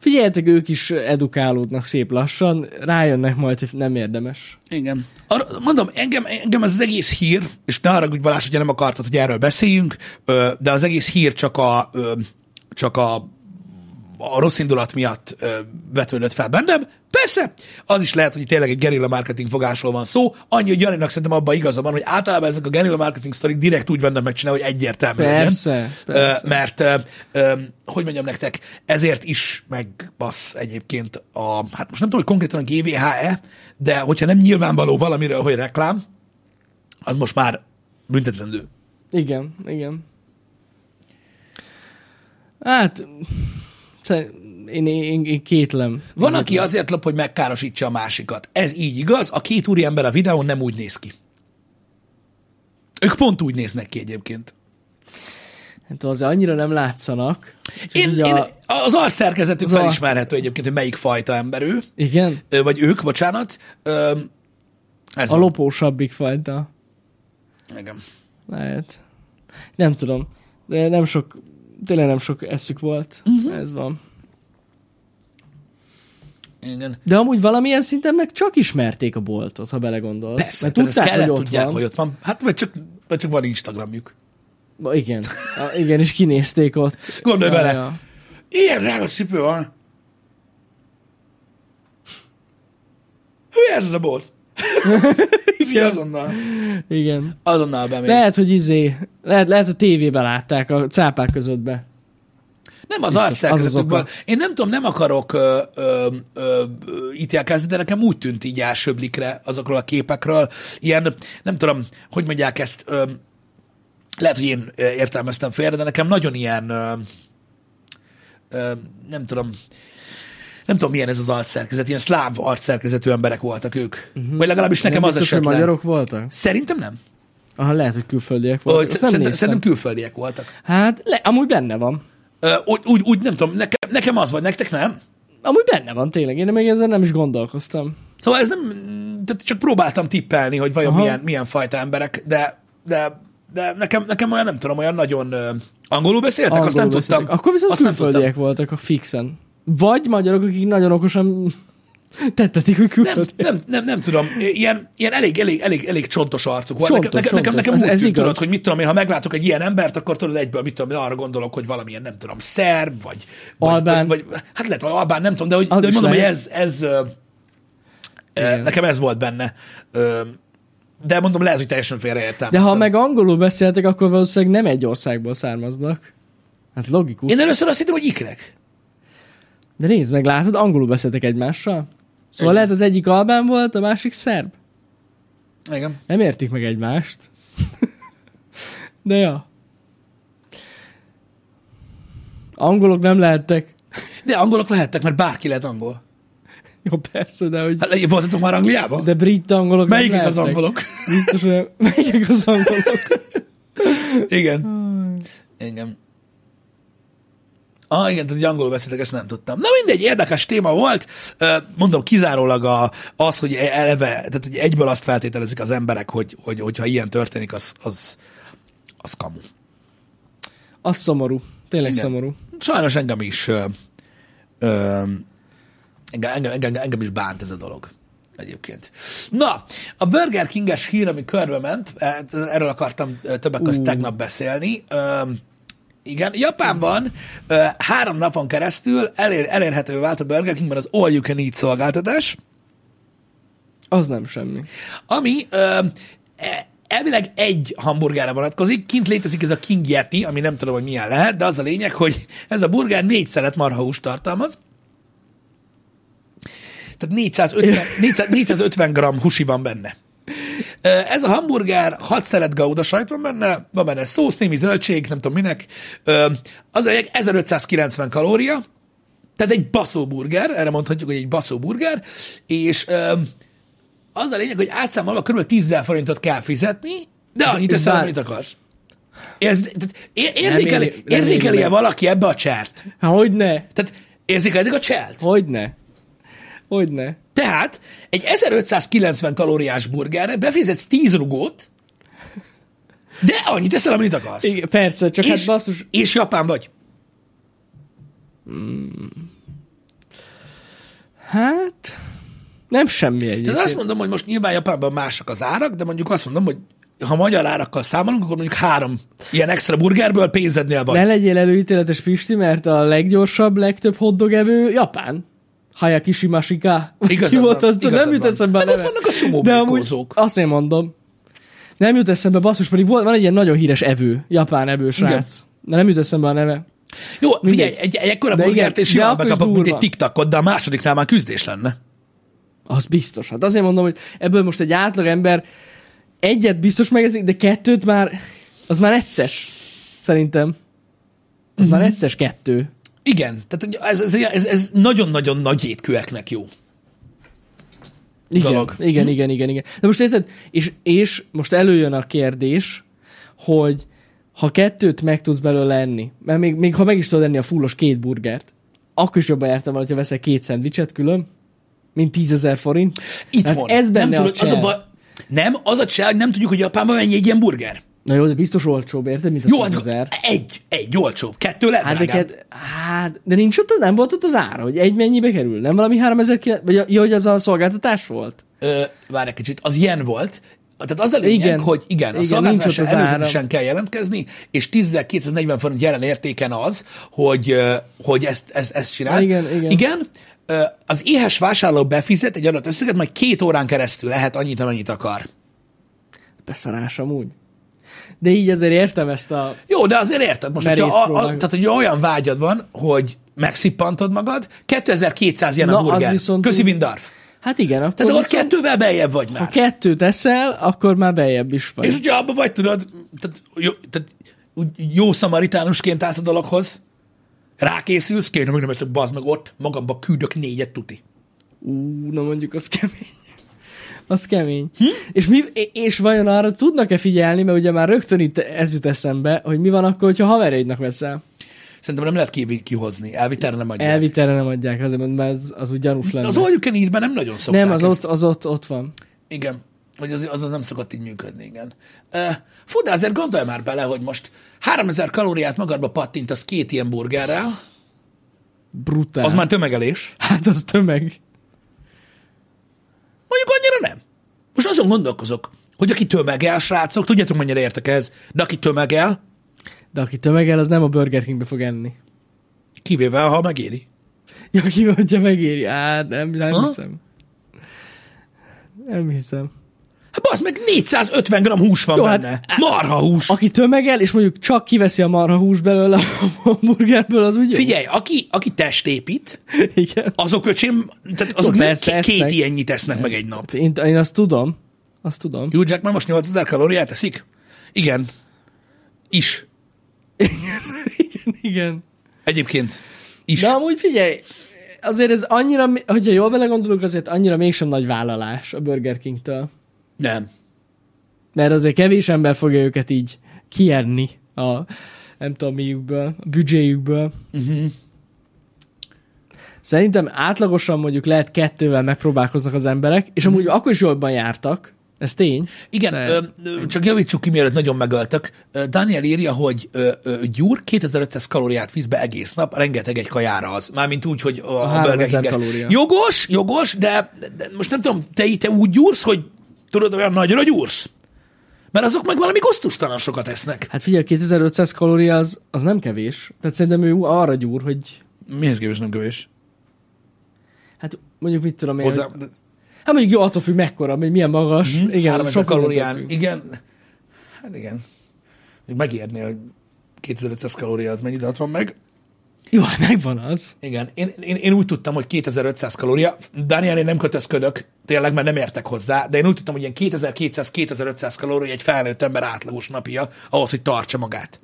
Speaker 2: Figyeljetek, ők is edukálódnak szép lassan, rájönnek majd, hogy nem érdemes.
Speaker 1: Igen. Arra, mondom, engem, engem ez az egész hír, és ne haragudj Balázs, hogyha nem akartad, hogy erről beszéljünk, ö, de az egész hír csak a, ö, csak a, a rossz indulat miatt ö, vetődött fel bennem. Persze, az is lehet, hogy tényleg egy gerilla marketing fogásról van szó. Annyi, hogy Janinak szerintem abban igaza van, hogy általában ezek a gerilla marketing sztorik direkt úgy vannak megcsinálva, hogy egyértelmű
Speaker 2: Persze,
Speaker 1: legyen. Ö,
Speaker 2: persze.
Speaker 1: mert, ö, ö, hogy mondjam nektek, ezért is megbassz egyébként a, hát most nem tudom, hogy konkrétan a GVHE, E, de hogyha nem nyilvánvaló valamiről, hogy reklám, az most már büntetendő.
Speaker 2: Igen, igen. Hát, szer- én, én, én kétlem.
Speaker 1: Van, aki azért lop, hogy megkárosítsa a másikat. Ez így igaz, a két úriember a videón nem úgy néz ki. Ők pont úgy néznek ki egyébként.
Speaker 2: Hát azért annyira nem látszanak. Úgyhogy
Speaker 1: Én,
Speaker 2: így
Speaker 1: én, az arcszerkezetük
Speaker 2: az arc-
Speaker 1: felismerhető egyébként, hogy melyik fajta ember ő,
Speaker 2: Igen?
Speaker 1: ö, vagy ők, bocsánat. Ö, Ez
Speaker 2: A
Speaker 1: van.
Speaker 2: lopósabbik fajta.
Speaker 1: Igen.
Speaker 2: Lehet. Nem tudom. De nem sok, tényleg nem sok eszük volt.
Speaker 1: Mhm.
Speaker 2: Uh-huh. Ez van.
Speaker 1: Igen.
Speaker 2: De amúgy valamilyen szinten meg csak ismerték a boltot, ha belegondolsz.
Speaker 1: Persze, tehát ezt
Speaker 2: tudták,
Speaker 1: kellett
Speaker 2: hogy ott
Speaker 1: tudják,
Speaker 2: van.
Speaker 1: hogy ott van. Hát, vagy csak, vagy csak van Instagramjuk.
Speaker 2: Ba, igen. A, igen, és kinézték ott.
Speaker 1: Gondolj
Speaker 2: Ja,
Speaker 1: bele.
Speaker 2: ja.
Speaker 1: Ilyen drága cipő van. Hülye ez az a
Speaker 2: [laughs]
Speaker 1: bolt? Hülye azonnal.
Speaker 2: Igen.
Speaker 1: Azonnal bemész.
Speaker 2: Lehet, hogy izé, lehet, lehet, hogy tévében látták a cápák közöttbe.
Speaker 1: Nem az
Speaker 2: Biztos,
Speaker 1: arcszerkezetükből.
Speaker 2: az az
Speaker 1: Én nem tudom, nem akarok ö, ö, ö, ö, ítélkezni, de nekem úgy tűnt így elsőblikre azokról a képekről. Ilyen, nem tudom, hogy mondják ezt, ö, lehet, hogy én ö, értelmeztem félre, de nekem nagyon ilyen, ö, ö, nem tudom, nem tudom, milyen ez az arcszerkezet, ilyen szláv arcszerkezetű emberek voltak ők. Uh-huh. Vagy legalábbis nekem
Speaker 2: Mhm. nem
Speaker 1: az
Speaker 2: biztos, hogy
Speaker 1: esetleg.
Speaker 2: magyarok voltak?
Speaker 1: Szerintem nem.
Speaker 2: Aha, lehet, hogy külföldiek voltak.
Speaker 1: Ö,
Speaker 2: Azt nem
Speaker 1: Szerintem,
Speaker 2: néztem.
Speaker 1: szerintem külföldiek voltak.
Speaker 2: Hát, le, amúgy benne van.
Speaker 1: Ö, Úgy, úgy, úgy nem tudom, nekem, nekem az vagy, nektek nem?
Speaker 2: Amúgy benne van tényleg, én még ezzel nem is gondolkoztam.
Speaker 1: Szóval ez nem, tehát csak próbáltam tippelni, hogy vajon
Speaker 2: Aha.
Speaker 1: milyen, milyen fajta emberek, de, de de nekem, nekem olyan nem tudom, olyan nagyon ö, angolul beszéltek, angolul azt nem
Speaker 2: beszéltek.
Speaker 1: tudtam.
Speaker 2: Akkor viszont
Speaker 1: azt nem tudtam.
Speaker 2: külföldiek voltak a fixen. Vagy magyarok, akik nagyon okosan tettetik, hogy
Speaker 1: Nem,
Speaker 2: külföldiek.
Speaker 1: nem, nem, nem tudom. Ilyen, ilyen elég, elég, elég, elég csontos arcuk volt.
Speaker 2: Csontos,
Speaker 1: nekem, nekem, nekem,
Speaker 2: csontos.
Speaker 1: nekem
Speaker 2: Ez-
Speaker 1: úgy
Speaker 2: ez
Speaker 1: tűnt,
Speaker 2: igaz.
Speaker 1: tudod, hogy mit tudom én, ha meglátok egy ilyen embert, akkor tudod egyből, mit tudom én, arra gondolok, hogy valamilyen, nem tudom, szerb, vagy... vagy-
Speaker 2: Albán.
Speaker 1: Vagy, vagy, hát lehet, hogy albán, nem tudom, de hogy, de
Speaker 2: Az
Speaker 1: hogy
Speaker 2: is
Speaker 1: mondom,
Speaker 2: lehet.
Speaker 1: hogy ez... ez ö, ö,
Speaker 2: Igen.
Speaker 1: nekem ez volt benne. Ö, de mondom, lehet, hogy teljesen félreértem.
Speaker 2: De ha meg angolul beszéltek, akkor valószínűleg nem egy országból származnak. Hát logikus.
Speaker 1: Én először azt hittem, hogy ikrek.
Speaker 2: De nézd meg, látod, angolul beszéltek egymással. Szóval Igen. lehet az egyik albán volt, a másik szerb.
Speaker 1: Igen.
Speaker 2: Nem értik meg egymást. [laughs] De ja. Angolok nem lehettek.
Speaker 1: De angolok lehettek, mert bárki lehet angol.
Speaker 2: Jó, persze, de hogy...
Speaker 1: Hát voltatok már Angliában? De
Speaker 2: De brit angolok nem
Speaker 1: Melyikek az
Speaker 2: lehettek.
Speaker 1: angolok?
Speaker 2: Biztos, hogy nem. Melyikek az angolok?
Speaker 1: Igen. Igen. Ah, igen, tehát hogy angolul beszéltek, ezt nem tudtam. Na mindegy, érdekes téma volt. Ö, Mondom, kizárólag a, az, hogy e- eleve, tehát hogy egyből azt feltételezik az emberek, hogy, hogy hogyha ilyen történik, az, az, az kamu.
Speaker 2: Az szomorú. Tényleg
Speaker 1: Igen.
Speaker 2: Igen. szomorú.
Speaker 1: Sajnos engem is ö, ö, engem, engem, engem, engem is bánt ez a dolog egyébként. Na, a Burger King-es hír, ami körbe ment, eh, erről akartam eh, többek között
Speaker 2: Ú.
Speaker 1: tegnap beszélni. Ö, igen, Japánban ö, három napon keresztül elér, elérhető vált a Burger Kingben az All You Can Eat szolgáltatás,
Speaker 2: Az nem semmi.
Speaker 1: ami ö, e- elvileg egy hamburgerre vonatkozik. Kint létezik ez a King Yeti, ami nem tudom, hogy milyen lehet, de az a lényeg, hogy ez a burger négy szelet marhahúst tartalmaz. Tehát 450, 400, 450 g husi van benne. Ö, Ez a hamburger, 6 szelet gauda sajt van benne, van benne szósz, némi zöldség, nem tudom minek. Ö, Az a lényeg, 1590 kalória, tehát egy baszó burger, erre mondhatjuk, hogy egy baszó burger, és ö, az a lényeg, hogy átszámolva kb. 10 forintot kell fizetni, de annyit
Speaker 2: És
Speaker 1: teszel,
Speaker 2: bár-
Speaker 1: amit akarsz. Érz, tehát é- érzékeli,
Speaker 2: éri- nem éri
Speaker 1: érzékeli-e
Speaker 2: meg.
Speaker 1: valaki ebbe a csert?
Speaker 2: Há, hogy ne?
Speaker 1: Tehát érzékelik a csert?
Speaker 2: Hogy ne? Hogy ne?
Speaker 1: Tehát egy 1590 kalóriás burgerre befizetsz 10 rugót, de annyit teszel, amit akarsz.
Speaker 2: Igen, persze, csak hát basszus,
Speaker 1: és japán vagy.
Speaker 2: hát nem semmi egyébként.
Speaker 1: Tehát azt mondom, hogy most nyilván Japánban másak az árak, de mondjuk azt mondom, hogy ha magyar árakkal számolunk, akkor mondjuk három ilyen extra burgerből pénzednél vagy.
Speaker 2: Ne legyél előítéletes Pisti, mert a leggyorsabb, legtöbb hotdog evő Japán. Hayaki Shimashika. Vagy
Speaker 1: Igazad
Speaker 2: Ki volt
Speaker 1: van,
Speaker 2: az, de
Speaker 1: igazad
Speaker 2: nem jut
Speaker 1: van.
Speaker 2: eszembe a
Speaker 1: Hát ott
Speaker 2: neve.
Speaker 1: vannak a sumo
Speaker 2: De amúgy
Speaker 1: birkózók.
Speaker 2: Azt én mondom. Nem jut eszembe, basszus, pedig volt, van egy ilyen nagyon híres evő, japán evő srác. De nem jut eszembe a neve.
Speaker 1: Jó,
Speaker 2: mindegy.
Speaker 1: figyelj, egy, egy ekkora
Speaker 2: De
Speaker 1: burgert
Speaker 2: igen,
Speaker 1: és
Speaker 2: de
Speaker 1: simán
Speaker 2: akkor is
Speaker 1: bekapok, mint egy
Speaker 2: durva.
Speaker 1: tiktakot, de a másodiknál már küzdés lenne.
Speaker 2: Az biztos. Hát azért mondom, hogy ebből most egy átlag ember egyet biztos megezik, de kettőt már, az már egyszer. Szerintem. Az
Speaker 1: Mhm.
Speaker 2: már egyszer kettő.
Speaker 1: Igen, tehát hogy ez, ez, ez, ez nagyon-nagyon nagy étkőeknek jó.
Speaker 2: Igen,
Speaker 1: dolog.
Speaker 2: igen, igen, igen, igen. De most érted, és, és most előjön a kérdés, hogy ha kettőt meg tudsz belőle enni, mert még, még ha meg is tudod enni a fullos két burgert, akkor is jobban jártam volna, ha veszek két szendvicset külön, mint tízezer forint.
Speaker 1: Itt
Speaker 2: Tehát
Speaker 1: van.
Speaker 2: Hát ez benne
Speaker 1: nem
Speaker 2: a
Speaker 1: az a
Speaker 2: csel.
Speaker 1: baj, nem, az a csel, hogy nem tudjuk, hogy Japánban mennyi egy ilyen burger.
Speaker 2: Na jó, de biztos olcsóbb, érted, mint a
Speaker 1: Jó,
Speaker 2: tízezer.
Speaker 1: hát egy, egy olcsóbb, kettő lehet
Speaker 2: Hát,
Speaker 1: hát
Speaker 2: de, ked, hát, de nincs ott, nem volt ott az ára, hogy egy mennyibe kerül? Nem valami 3900, vagy a- ja, hogy az a szolgáltatás volt?
Speaker 1: Ö, várj egy kicsit, az ilyen volt, tehát az a lényeg, igen,
Speaker 2: Igen.
Speaker 1: hogy igen, a
Speaker 2: Igen, nincs
Speaker 1: szolgáltatásra
Speaker 2: ott az ára.
Speaker 1: előzetesen kell jelentkezni, és 10.240 forint jelen értéken az, hogy, ö, hogy ezt, ezt, ezt csinál.
Speaker 2: Igen, igen.
Speaker 1: igen ö, az éhes vásárló befizet egy adott összeget, majd két órán keresztül lehet annyit, amennyit akar.
Speaker 2: Beszarás amúgy. De így azért értem ezt a...
Speaker 1: Jó, de azért érted, most, hogyha
Speaker 2: Merész
Speaker 1: a, a,
Speaker 2: próbáljuk.
Speaker 1: tehát, hogy olyan vágyad van, hogy megszippantod magad, 2200 ilyen a
Speaker 2: Na, az
Speaker 1: burger.
Speaker 2: viszont
Speaker 1: Köszi,
Speaker 2: úgy-
Speaker 1: Vindarf.
Speaker 2: Hát igen, akkor
Speaker 1: Tehát akkor
Speaker 2: viszont- Hát,
Speaker 1: kettővel beljebb vagy már.
Speaker 2: Ha kettőt eszel, akkor már beljebb is vagy.
Speaker 1: És hogyha abban vagy, tudod, tehát jó, tehát úgy jó szamaritánusként állsz a dologhoz, rákészülsz, kéne meg nem eszek, bazd meg ott, magamba küldök négyet tuti.
Speaker 2: Ú, na mondjuk az kemény. Az kemény. Hm? És, mi, és vajon arra tudnak-e figyelni, mert ugye már rögtön itt ez jut eszembe, hogy mi van akkor, hogyha haverjaidnak veszel.
Speaker 1: Szerintem nem lehet ki, kihozni, elvitelre nem adják.
Speaker 2: Elvitelre nem adják, azért mondom, mert az, az úgy gyanús lenne.
Speaker 1: Az all you can eat nem nagyon szokták
Speaker 2: nem, az
Speaker 1: ezt.
Speaker 2: ott, az ott, ott van.
Speaker 1: Igen. hogy az, az, az nem szokott így működni, igen. Uh, fú, de azért gondolj már bele, hogy most 3000 kalóriát magadba pattintasz két ilyen burgerrel,
Speaker 2: Brutál.
Speaker 1: az már tömegelés.
Speaker 2: Hát az tömeg.
Speaker 1: Mondjuk annyira nem. Most azon gondolkozok, hogy aki tömegel, srácok, tudjátok, mennyire értek ez, de aki tömegel,
Speaker 2: De aki tömegel, az nem a Burger Kingbe fog enni.
Speaker 1: kivéve, ha megéri.
Speaker 2: Ja, ki mondja, megéri. Hát nem, nem
Speaker 1: Ha?
Speaker 2: hiszem. Nem hiszem.
Speaker 1: Hát basz, meg 450 g hús van Jó,
Speaker 2: Jó, hát-
Speaker 1: benne. Hát, Marha hús.
Speaker 2: Aki tömegel, és mondjuk csak kiveszi a marha hús belőle a hamburgerből, az ugye?
Speaker 1: Figyelj, aki, aki test épít,
Speaker 2: Igen.
Speaker 1: azok öcsém, tehát azok nem
Speaker 2: persze,
Speaker 1: k- két
Speaker 2: esznek.
Speaker 1: ilyennyit esznek meg egy nap.
Speaker 2: Én, én azt tudom. Azt tudom.
Speaker 1: Hugh Jackman most 8000 kalóriát eszik? Igen. Is.
Speaker 2: Igen, igen.
Speaker 1: Egyébként is.
Speaker 2: De amúgy figyelj, azért ez annyira, hogyha jól belegondolok, azért annyira mégsem nagy vállalás a Burger King-től.
Speaker 1: Nem.
Speaker 2: Mert azért kevés ember fogja őket így kienni a nem tudom miükből, a büdzséjükből.
Speaker 1: Uh-huh.
Speaker 2: Szerintem átlagosan mondjuk lehet kettővel megpróbálkoznak az emberek, és amúgy
Speaker 1: Mhm.
Speaker 2: akkor is jobban jártak, ez tény.
Speaker 1: Igen,
Speaker 2: De-
Speaker 1: ö, ö, csak javítsuk ki, mielőtt nagyon megöltök. Ö, Daniel írja, hogy ö, ö, Gyúr 2500 kalóriát visz be egész nap, rengeteg egy kajára az. Mármint úgy, hogy a, a
Speaker 2: 3000
Speaker 1: Burger King-es.
Speaker 2: kalória.
Speaker 1: Jogos, jogos, de, de most nem tudom, te, te úgy gyúrsz, hogy tudod, olyan nagyra gyúrsz? Mert azok meg valami gusztustalan sokat esznek.
Speaker 2: Hát figyelj, 2500 kalória az, az nem kevés. Tehát szerintem ő arra gyúr, hogy
Speaker 1: Mihez kevés nem kevés?
Speaker 2: hát mondjuk mit tudom én.
Speaker 1: Hozzá,
Speaker 2: hogy- Hát mondjuk jó, attól függ mekkora, hogy milyen magas. Mm, igen,
Speaker 1: 3000
Speaker 2: sok
Speaker 1: Hm, kalórián, igen. Hát igen. Még Megérné, hogy 2500 kalória az mennyi, de ott van meg.
Speaker 2: Jó, hát megvan az.
Speaker 1: Igen, én, én, én úgy tudtam, hogy 2500 kalória. Daniel, én nem kötözködök, tényleg, mert nem értek hozzá, de én úgy tudtam, hogy ilyen 2200-2500 kalória egy felnőtt ember átlagos napja, ahhoz, hogy tartsa magát.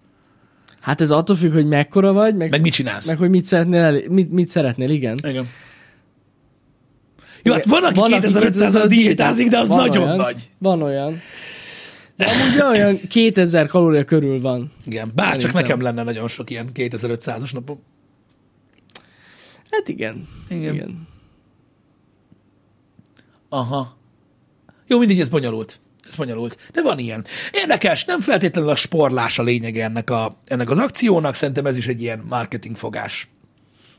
Speaker 2: Hát ez attól függ, hogy mekkora vagy, meg,
Speaker 1: Meg
Speaker 2: meg,
Speaker 1: mit csinálsz?
Speaker 2: meg hogy mit szeretnél, elé- mit, mit szeretnél, igen.
Speaker 1: Igen. Jó, hát
Speaker 2: Igen,
Speaker 1: van, aki 2500 al diétázik, de az
Speaker 2: van
Speaker 1: nagyon
Speaker 2: olyan,
Speaker 1: nagy.
Speaker 2: Van olyan. De amúgy olyan 2000 kalória körül van.
Speaker 1: Igen, bár csak
Speaker 2: Szerintem.
Speaker 1: nekem lenne nagyon sok ilyen 2500-as napom.
Speaker 2: Hát igen.
Speaker 1: Igen.
Speaker 2: igen.
Speaker 1: Aha. Jó, mindig ez bonyolult. Ez bonyolult. De van ilyen. Érdekes, nem feltétlenül a sporlás a lényeg ennek, a, ennek az akciónak, szerintem ez is egy ilyen marketing fogás.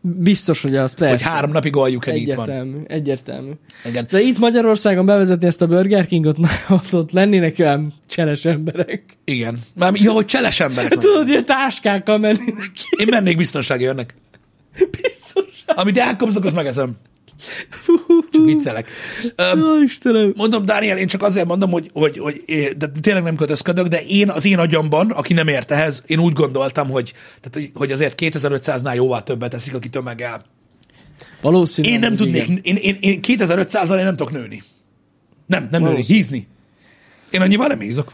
Speaker 2: Biztos, hogy az
Speaker 1: Hogy
Speaker 2: persze.
Speaker 1: három napig aljuk el itt van.
Speaker 2: egyértelmű, egyértelmű.
Speaker 1: Igen.
Speaker 2: De itt Magyarországon bevezetni ezt a Burger Kingot, [laughs] na, ott, ott lennének olyan cseles emberek.
Speaker 1: Igen. Már, ja, hogy cseles emberek.
Speaker 2: Tudod, ilyen táskákkal mennének ki. [laughs]
Speaker 1: Én mennék biztonsági önnek.
Speaker 2: Biztos.
Speaker 1: Amit elkobzok, azt megeszem. Csak viccelek. Öm,
Speaker 2: Ó, Istenem.
Speaker 1: Mondom, Dániel, én csak azért mondom, hogy, hogy, hogy é- de tényleg nem kötözködök, de én az én agyamban, aki nem ért ehhez, én úgy gondoltam, hogy, tehát, hogy- hogy azért 2500-nál jóval többet teszik, aki tömegel.
Speaker 2: Valószínű.
Speaker 1: Én nem
Speaker 2: hogy
Speaker 1: tudnék,
Speaker 2: igen.
Speaker 1: én, én, én 2500-al én nem tudok nőni. Nem, nem nőni,
Speaker 2: Valószínű.
Speaker 1: hízni. Én annyival nem hízok.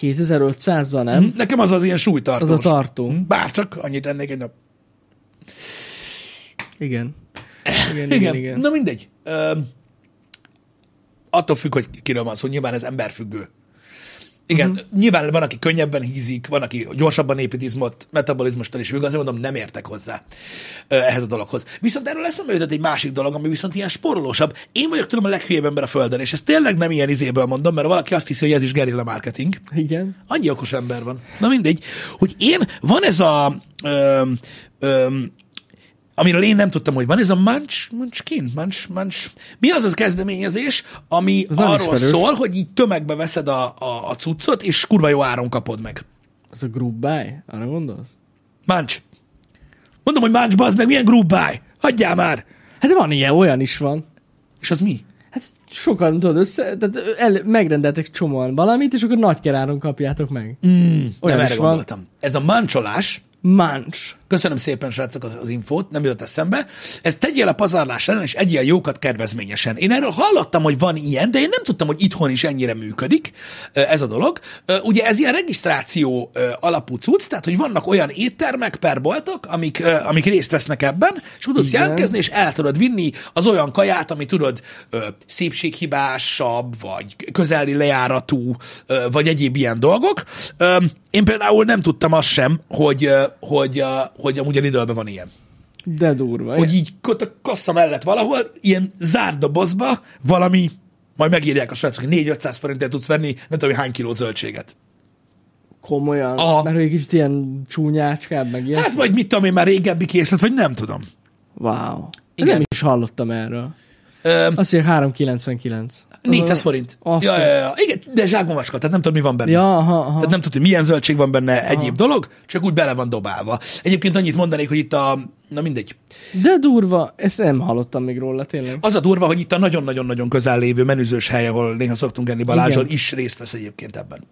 Speaker 2: 2500-zal nem?
Speaker 1: Nekem az az ilyen súlytartós.
Speaker 2: Az a tartó.
Speaker 1: Bárcsak annyit ennék egy nap.
Speaker 2: Igen.
Speaker 1: [laughs]
Speaker 2: Igen, igen, igen.
Speaker 1: Na mindegy. Öm, attól függ, hogy kiről van szó, nyilván ez emberfüggő. Igen, uh-huh.
Speaker 2: Mhm.
Speaker 1: nyilván van, aki könnyebben hízik, van, aki gyorsabban épít izmot, metabolizmustól is függ, azért mondom, nem értek hozzá ö, ehhez a dologhoz. Viszont erről eszembe jutott egy másik dolog, ami viszont ilyen sporolósabb. Én vagyok tudom a leghülyebb ember a Földön, és ezt tényleg nem ilyen izéből mondom, mert valaki azt hiszi, hogy ez is gerilla marketing.
Speaker 2: Igen.
Speaker 1: Annyi okos ember van. Na mindegy. Hogy én, van ez a... Öm, öm, amiről én nem tudtam, hogy van ez a munch, munchkin, munch, munch. Mi az az kezdeményezés, ami
Speaker 2: Az nem
Speaker 1: arról
Speaker 2: ismerős.
Speaker 1: szól, hogy így tömegbe veszed a, a, a cuccot, és kurva jó áron kapod meg.
Speaker 2: Az a group buy? Arra gondolsz?
Speaker 1: Munch. Mondom, hogy munch, bazd meg, milyen group buy? Hagyjál már!
Speaker 2: Hát van ilyen, olyan is van.
Speaker 1: És az mi?
Speaker 2: Hát sokan, tudod, össze, tehát el, megrendeltek csomóan valamit, és akkor nagy keráron kapjátok meg.
Speaker 1: Mm,
Speaker 2: Olyan
Speaker 1: nem
Speaker 2: is
Speaker 1: erre
Speaker 2: van.
Speaker 1: gondoltam. Ez a mancsolás,
Speaker 2: Máncs.
Speaker 1: Köszönöm szépen, srácok, az, az infót, nem jutott eszembe. Ezt tegyél a pazarlás ellen, és egyél jókat kedvezményesen. Én erről hallottam, hogy van ilyen, de én nem tudtam, hogy itthon is ennyire működik ö, ez a dolog. Ö, Ugye ez ilyen regisztráció ö, alapú cucc, tehát hogy vannak olyan éttermek per boltok, amik, ö, amik részt vesznek ebben, és tudod
Speaker 2: Igen.
Speaker 1: jelentkezni, és el tudod vinni az olyan kaját, ami tudod ö, szépséghibásabb, vagy közeli lejáratú, ö, vagy egyéb ilyen dolgok. Ö, Én például nem tudtam azt sem, hogy, ö, hogy, ö, hogy amúgy a lidl van ilyen.
Speaker 2: De durva.
Speaker 1: Hogy így ott a kassa mellett valahol, ilyen zárt dobozba valami Majd megírják a srácok, hogy 4-500 forintért tudsz venni, nem tudom, hogy hány kiló zöldséget.
Speaker 2: Komolyan.
Speaker 1: Aha.
Speaker 2: Mert hogy egy kicsit ilyen csúnyácskább, meg ilyen.
Speaker 1: Hát vagy mit tudom én, már régebbi készlet, vagy nem tudom.
Speaker 2: Wow.
Speaker 1: Igen.
Speaker 2: Igen. Nem is hallottam erről.
Speaker 1: Ö,
Speaker 2: Azt mondja, 399.
Speaker 1: 400 forint.
Speaker 2: Azt
Speaker 1: Ja, ja, ja. Igen, de zsákmamacska, tehát nem tudod, mi van benne.
Speaker 2: Ja, aha, aha.
Speaker 1: Tehát nem tudod, hogy milyen zöldség van benne egyéb dolog, csak úgy bele van dobálva. Egyébként annyit mondanék, hogy itt a... Na mindegy.
Speaker 2: De durva, ezt nem hallottam még róla, tényleg.
Speaker 1: Az a durva, hogy itt a nagyon-nagyon-nagyon közel lévő menüzős hely, ahol néha szoktunk enni Balázsal,
Speaker 2: Igen.
Speaker 1: is részt vesz egyébként ebben.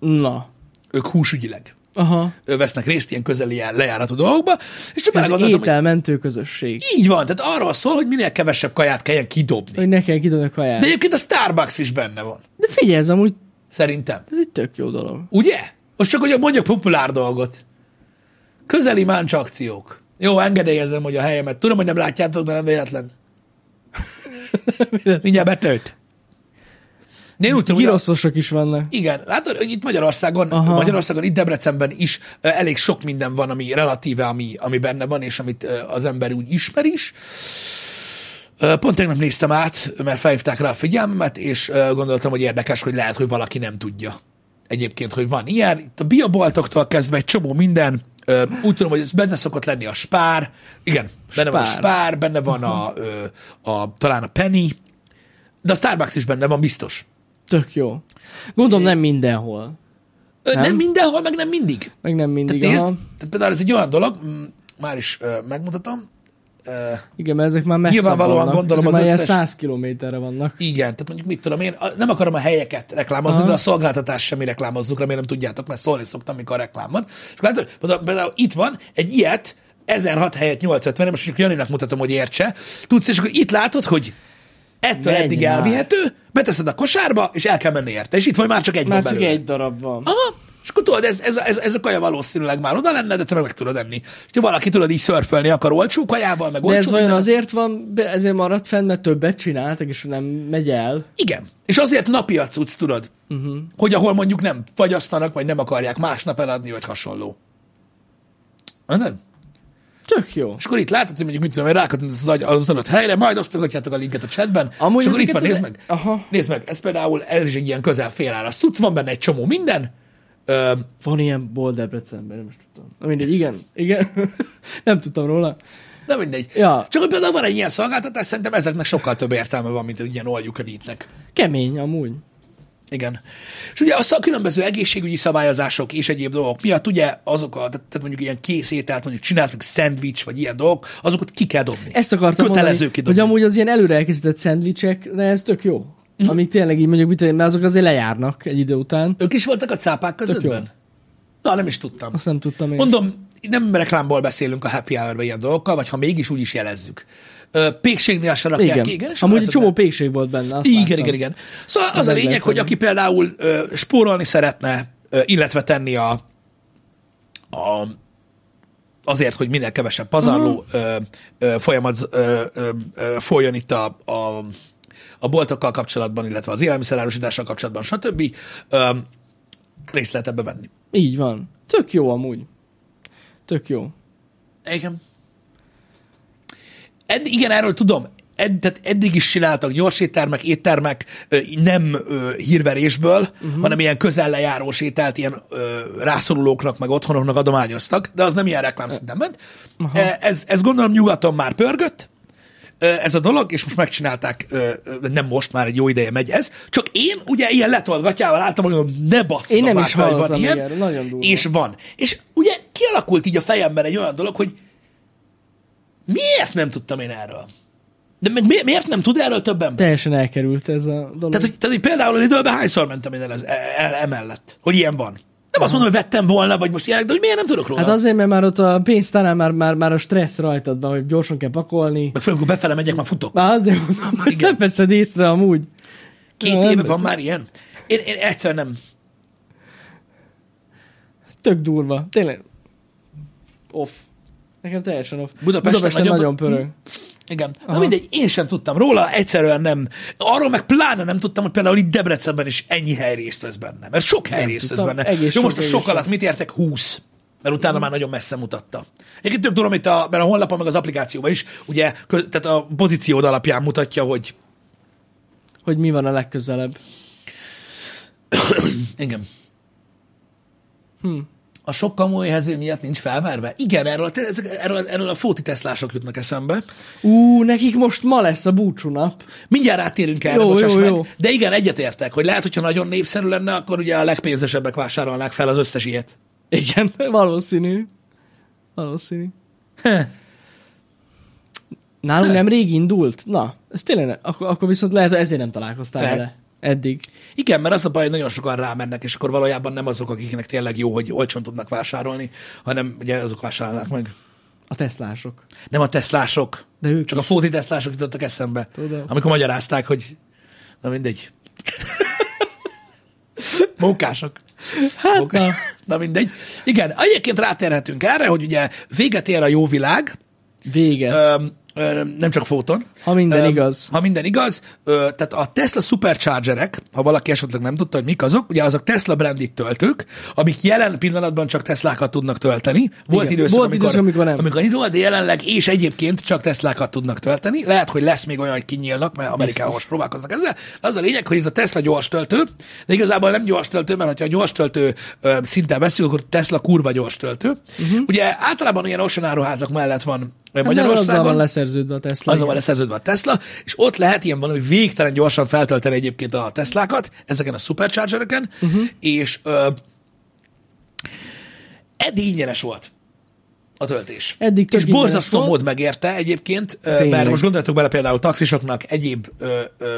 Speaker 2: Na.
Speaker 1: Ők húsügyileg
Speaker 2: Aha.
Speaker 1: ö, vesznek részt ilyen közeli jár- lejáratú dolgokba, és csak
Speaker 2: Ez
Speaker 1: belegondoltam, hogy
Speaker 2: ételmentő közösség.
Speaker 1: így van, tehát arról szól, hogy minél kevesebb kaját kelljen kidobni.
Speaker 2: Hogy ne kell kidobni a kaját.
Speaker 1: De
Speaker 2: De,
Speaker 1: egyébként a Starbucks is benne van,
Speaker 2: De figyelj, ez amúgy
Speaker 1: szerintem.
Speaker 2: ez egy tök jó dolog.
Speaker 1: Ugye? Most csak, hogy mondjak populár dolgot. Közeli máncs akciók. Jó, engedélyezem, hogy a helyemet. Tudom, hogy nem látjátok, de nem véletlen. Mindjárt betört. De én úgy tudom, hogy a-
Speaker 2: Giroszosok is vannak.
Speaker 1: igen, látod, hogy itt Magyarországon, Aha.
Speaker 2: Aha.
Speaker 1: Magyarországon, itt Debrecenben is ö, elég sok minden van, ami relatíve, ami, ami benne van, és amit ö, az ember úgy ismer is. Ö, Pont tegnap néztem át, mert felhívták rá a figyelmemet, és ö, gondoltam, hogy érdekes, hogy lehet, hogy valaki nem tudja egyébként, hogy van ilyen. Itt a bioboltoktól kezdve egy csomó minden, Ö, úgy tudom, hogy ez benne szokott lenni a spár, igen, benne van a
Speaker 2: Spár.
Speaker 1: spár, benne van a, ö, a, talán a penny, de a Starbucks is benne van, biztos.
Speaker 2: Tök jó. Gondolom nem mindenhol.
Speaker 1: Ö, Nem,
Speaker 2: Nem?
Speaker 1: nem mindenhol, meg nem mindig.
Speaker 2: Meg nem mindig.
Speaker 1: Nézd,
Speaker 2: aha.
Speaker 1: tehát például ez egy olyan dolog, mm, már is ö, megmutatom, ö,
Speaker 2: Igen, mert ezek már messze
Speaker 1: Nyilvánvalóan
Speaker 2: vannak.
Speaker 1: gondolom
Speaker 2: ezek
Speaker 1: az
Speaker 2: már
Speaker 1: összes-
Speaker 2: ilyen 100 kilométerre vannak.
Speaker 1: igen, tehát mondjuk mit tudom én, a- nem akarom a helyeket reklámozni, Aha. de a szolgáltatást semmi reklámozzuk, remélem tudjátok, mert szólni szoktam, mikor a reklám van. És akkor látod, például- például itt van egy ilyet, 1006 helyett 850, most csak Janinak mutatom, hogy értse. Tudsz, és akkor itt látod, hogy ettől
Speaker 2: Menj
Speaker 1: eddig
Speaker 2: már.
Speaker 1: elvihető, beteszed a kosárba, és el kell menni érte. És itt vagy már csak egy
Speaker 2: Már
Speaker 1: van
Speaker 2: csak
Speaker 1: belőle. Ah,
Speaker 2: egy darab van.
Speaker 1: Aha, és akkor tudod, ez, ez, ez, ez a kaja valószínűleg már oda lenne, de te meg, meg tudod enni. És ha valaki tudod így szörfölni akar olcsó kajával, meg
Speaker 2: De
Speaker 1: olcsó
Speaker 2: ez vajon
Speaker 1: minden-
Speaker 2: azért van, be- ezért maradt fenn, mert többet csináltak, és nem megy el.
Speaker 1: Igen. És azért napi a cucc, tudod,
Speaker 2: Mhm.
Speaker 1: uh-huh. hogy ahol mondjuk nem fagyasztanak, vagy nem akarják másnap eladni, vagy hasonló. Hát Nem?
Speaker 2: Tök jó.
Speaker 1: És akkor itt látod, hogy mondjuk mit tudom, én, rákattintasz az, agy- az adott helyre, majd osztogatjátok a linket a chatben, Amúgy
Speaker 2: Amúgy
Speaker 1: és akkor itt van,
Speaker 2: ezeket az-
Speaker 1: nézd meg.
Speaker 2: Aha.
Speaker 1: Nézd meg, ez például, ez is egy ilyen közel félára. Tudsz, van benne egy csomó minden, Ö,
Speaker 2: Van ilyen bol Debrecenben, nem is tudtam. Na mindegy, igen, igen. [laughs] nem tudtam róla.
Speaker 1: nem mindegy.
Speaker 2: Ja.
Speaker 1: Csak hogy például van egy ilyen szolgáltatás, szerintem ezeknek sokkal több értelme van, mint egy ilyen all you can eat-nek.
Speaker 2: Kemény amúgy.
Speaker 1: Igen. És ugye a szak- különböző egészségügyi szabályozások és egyéb dolgok miatt, ugye azok a, tehát tehát mondjuk ilyen kész ételt, mondjuk csinálsz, meg szendvics, vagy ilyen dolgok, azokat ki kell dobni.
Speaker 2: Ezt akartam
Speaker 1: Kötelező
Speaker 2: mondani,
Speaker 1: kidobni.
Speaker 2: hogy amúgy az ilyen előre elkészített szendvicsekre ez tök jó.
Speaker 1: Mhm.
Speaker 2: Amik tényleg így mondjuk, mit tudom én, mert azok azért lejárnak egy idő után.
Speaker 1: Ők is voltak a cápák
Speaker 2: jó.
Speaker 1: közöttben? Na, nem is tudtam.
Speaker 2: Azt nem tudtam én.
Speaker 1: Mondom, nem reklámból beszélünk a happy hour ilyen dolgokkal, vagy ha mégis, úgy is jelezzük. Ö, Pékségnél se rakják
Speaker 2: igen.
Speaker 1: ki, igen. és
Speaker 2: amúgy egy
Speaker 1: akkor
Speaker 2: csomó
Speaker 1: ezek-
Speaker 2: pékség volt benne. azt
Speaker 1: Igen,
Speaker 2: láttam.
Speaker 1: igen, igen. Szóval az a
Speaker 2: nem
Speaker 1: lényeg,
Speaker 2: lehet
Speaker 1: hogy
Speaker 2: tenni.
Speaker 1: aki például ö, spórolni szeretne, ö, illetve tenni a, a azért, hogy minél kevesebb pazarló ö, ö, folyamat ö, ö, ö, folyjon itt a, a, a boltokkal kapcsolatban, illetve az élelmiszerárusítással kapcsolatban, stb. Ö, részt lehet ebbe venni.
Speaker 2: Így van. Tök jó amúgy. Tök jó.
Speaker 1: Igen. Ed, igen, erről tudom. Ed, tehát eddig is csináltak gyors éttermek, éttermek ö, nem ö, hírverésből,
Speaker 2: Mhm.
Speaker 1: uh-huh. hanem ilyen közel lejárós ételt ilyen ö, rászorulóknak, meg otthonoknak adományoztak, de az nem ilyen reklám szinten ment. E, Ez, ez gondolom nyugaton már pörgött, ö, ez a dolog, és most megcsinálták, ö, ö, nem most, már egy jó ideje megy ez, csak én ugye ilyen letolgatjával álltam, hogy mondom, ne basszom
Speaker 2: Én nem
Speaker 1: már,
Speaker 2: is
Speaker 1: fel, hogy
Speaker 2: hallottam
Speaker 1: van ilyen,
Speaker 2: ilyenről, nagyon durva.
Speaker 1: és van. És ugye kialakult így a fejemben egy olyan dolog, hogy miért nem tudtam én erről? De meg mi- miért nem tud erről több ember?
Speaker 2: Teljesen elkerült ez a dolog.
Speaker 1: Tehát, hogy, tehát, hogy például időben hányszor mentem én el, ez, el emellett, hogy ilyen van. Nem azt mondom, hogy vettem volna, vagy most ilyenek, de hogy miért nem tudok róla?
Speaker 2: Hát
Speaker 1: Hát az...
Speaker 2: azért, mert már ott a pénztárnál már, már, már a stressz rajtad van, hogy gyorsan kell pakolni.
Speaker 1: Meg főleg, amikor befele megyek, már futok.
Speaker 2: Már azért mondom, hogy
Speaker 1: Igen.
Speaker 2: nem veszed észre amúgy.
Speaker 1: Két
Speaker 2: nem
Speaker 1: éve van
Speaker 2: veszem.
Speaker 1: már ilyen. Én, én egyszer nem.
Speaker 2: Tök durva. Tényleg. Off. Nekem teljesen off.
Speaker 1: Budapesten
Speaker 2: Budapesten
Speaker 1: nagyobb-
Speaker 2: nagyon, nagyon pörög.
Speaker 1: Igen. Na mindegy, én sem tudtam róla, egyszerűen nem. Arról meg pláne nem tudtam, hogy például itt Debrecenben is ennyi hely részt vesz benne. Mert sok hely
Speaker 2: Nem
Speaker 1: részt vesz
Speaker 2: tudtam,
Speaker 1: benne.
Speaker 2: egész
Speaker 1: Jó,
Speaker 2: sok,
Speaker 1: most a
Speaker 2: egész
Speaker 1: sok
Speaker 2: sok.
Speaker 1: alatt mit értek? 20 mert utána már nagyon messze mutatta. Egyébként tök durom, itt a, mert a honlapon, meg az applikációban is, ugye, kö- tehát a pozíciód alapján mutatja, hogy
Speaker 2: hogy mi van a legközelebb.
Speaker 1: Igen.
Speaker 2: Hm.
Speaker 1: A sok kamuai hező miatt nincs felverve? Igen, erről, te- ezek- erről, erről a fóti teszlások jutnak eszembe.
Speaker 2: Ú, nekik most ma lesz a búcsúnap.
Speaker 1: Mindjárt rátérünk erre,
Speaker 2: Jó,
Speaker 1: bocsáss
Speaker 2: jó,
Speaker 1: meg.
Speaker 2: jó.
Speaker 1: De igen, egyetértek, hogy lehet, hogyha nagyon népszerű lenne, akkor ugye a legpénzesebbek vásárolnák fel az összes ilyet. [laughs]
Speaker 2: Igen, valószínű. Valószínű. Nálunk nem rég indult? Na, ez tényleg nem. Akkor, akkor viszont lehet, hogy ezért nem találkoztál
Speaker 1: Lehet.
Speaker 2: vele eddig.
Speaker 1: Igen, mert az a baj, hogy nagyon sokan rámennek, és akkor valójában nem azok, akiknek tényleg jó, hogy olcsón tudnak vásárolni, hanem ugye azok vásárolnak meg.
Speaker 2: A teszlások.
Speaker 1: Nem a teszlások,
Speaker 2: De ők
Speaker 1: csak a fóti teszlások jutottak eszembe,
Speaker 2: Tudom.
Speaker 1: amikor magyarázták, hogy na
Speaker 2: [laughs]
Speaker 1: mindegy. Mókások.
Speaker 2: Hát, na.
Speaker 1: Na mindegy. Igen, egyébként rátérhetünk erre, hogy ugye véget ér a jó világ,
Speaker 2: Vége. Hát
Speaker 1: Öm, öm, nem csak fóton.
Speaker 2: Ha minden
Speaker 1: Öm,
Speaker 2: igaz.
Speaker 1: Ha minden igaz, ö, tehát a Tesla Superchargerek, ha valaki esetleg nem tudta, hogy mik azok, ugye azok Tesla brandit töltők, amik jelen pillanatban csak Teslákat tudnak tölteni. Volt
Speaker 2: Igen.
Speaker 1: időszak,
Speaker 2: Volt
Speaker 1: amikor,
Speaker 2: időszak, amikor nem.
Speaker 1: Amikor nyitva, de jelenleg és egyébként csak Teslákat tudnak tölteni. Lehet, hogy lesz még olyan, hogy kinyílnak, mert Amerikában
Speaker 2: Biztos.
Speaker 1: most próbálkoznak ezzel. Az a lényeg, hogy ez a Tesla gyors töltő, de igazából nem gyors töltő, mert ha a gyors töltő ö, szinten beszélünk, akkor Tesla kurva gyors töltő.
Speaker 2: Mhm.
Speaker 1: Uh-huh. Ugye általában ilyen oceanáruházak mellett van ö,
Speaker 2: Hát nem azzal van
Speaker 1: Magyarországon.
Speaker 2: leszerződve a Tesla.
Speaker 1: Azon
Speaker 2: igen.
Speaker 1: van leszerződve a Tesla, és ott lehet ilyen valami végtelen gyorsan feltölteni egyébként a Teslákat, ezeken a superchargereken,
Speaker 2: Mhm.
Speaker 1: uh-huh. és ö, eddig ingyenes volt a töltés.
Speaker 2: Eddig tök
Speaker 1: és borzasztó
Speaker 2: ingyenes volt.
Speaker 1: mód megérte egyébként, ö,
Speaker 2: Tényleg.
Speaker 1: mert most gondoljatok bele például taxisoknak, egyéb ö, ö,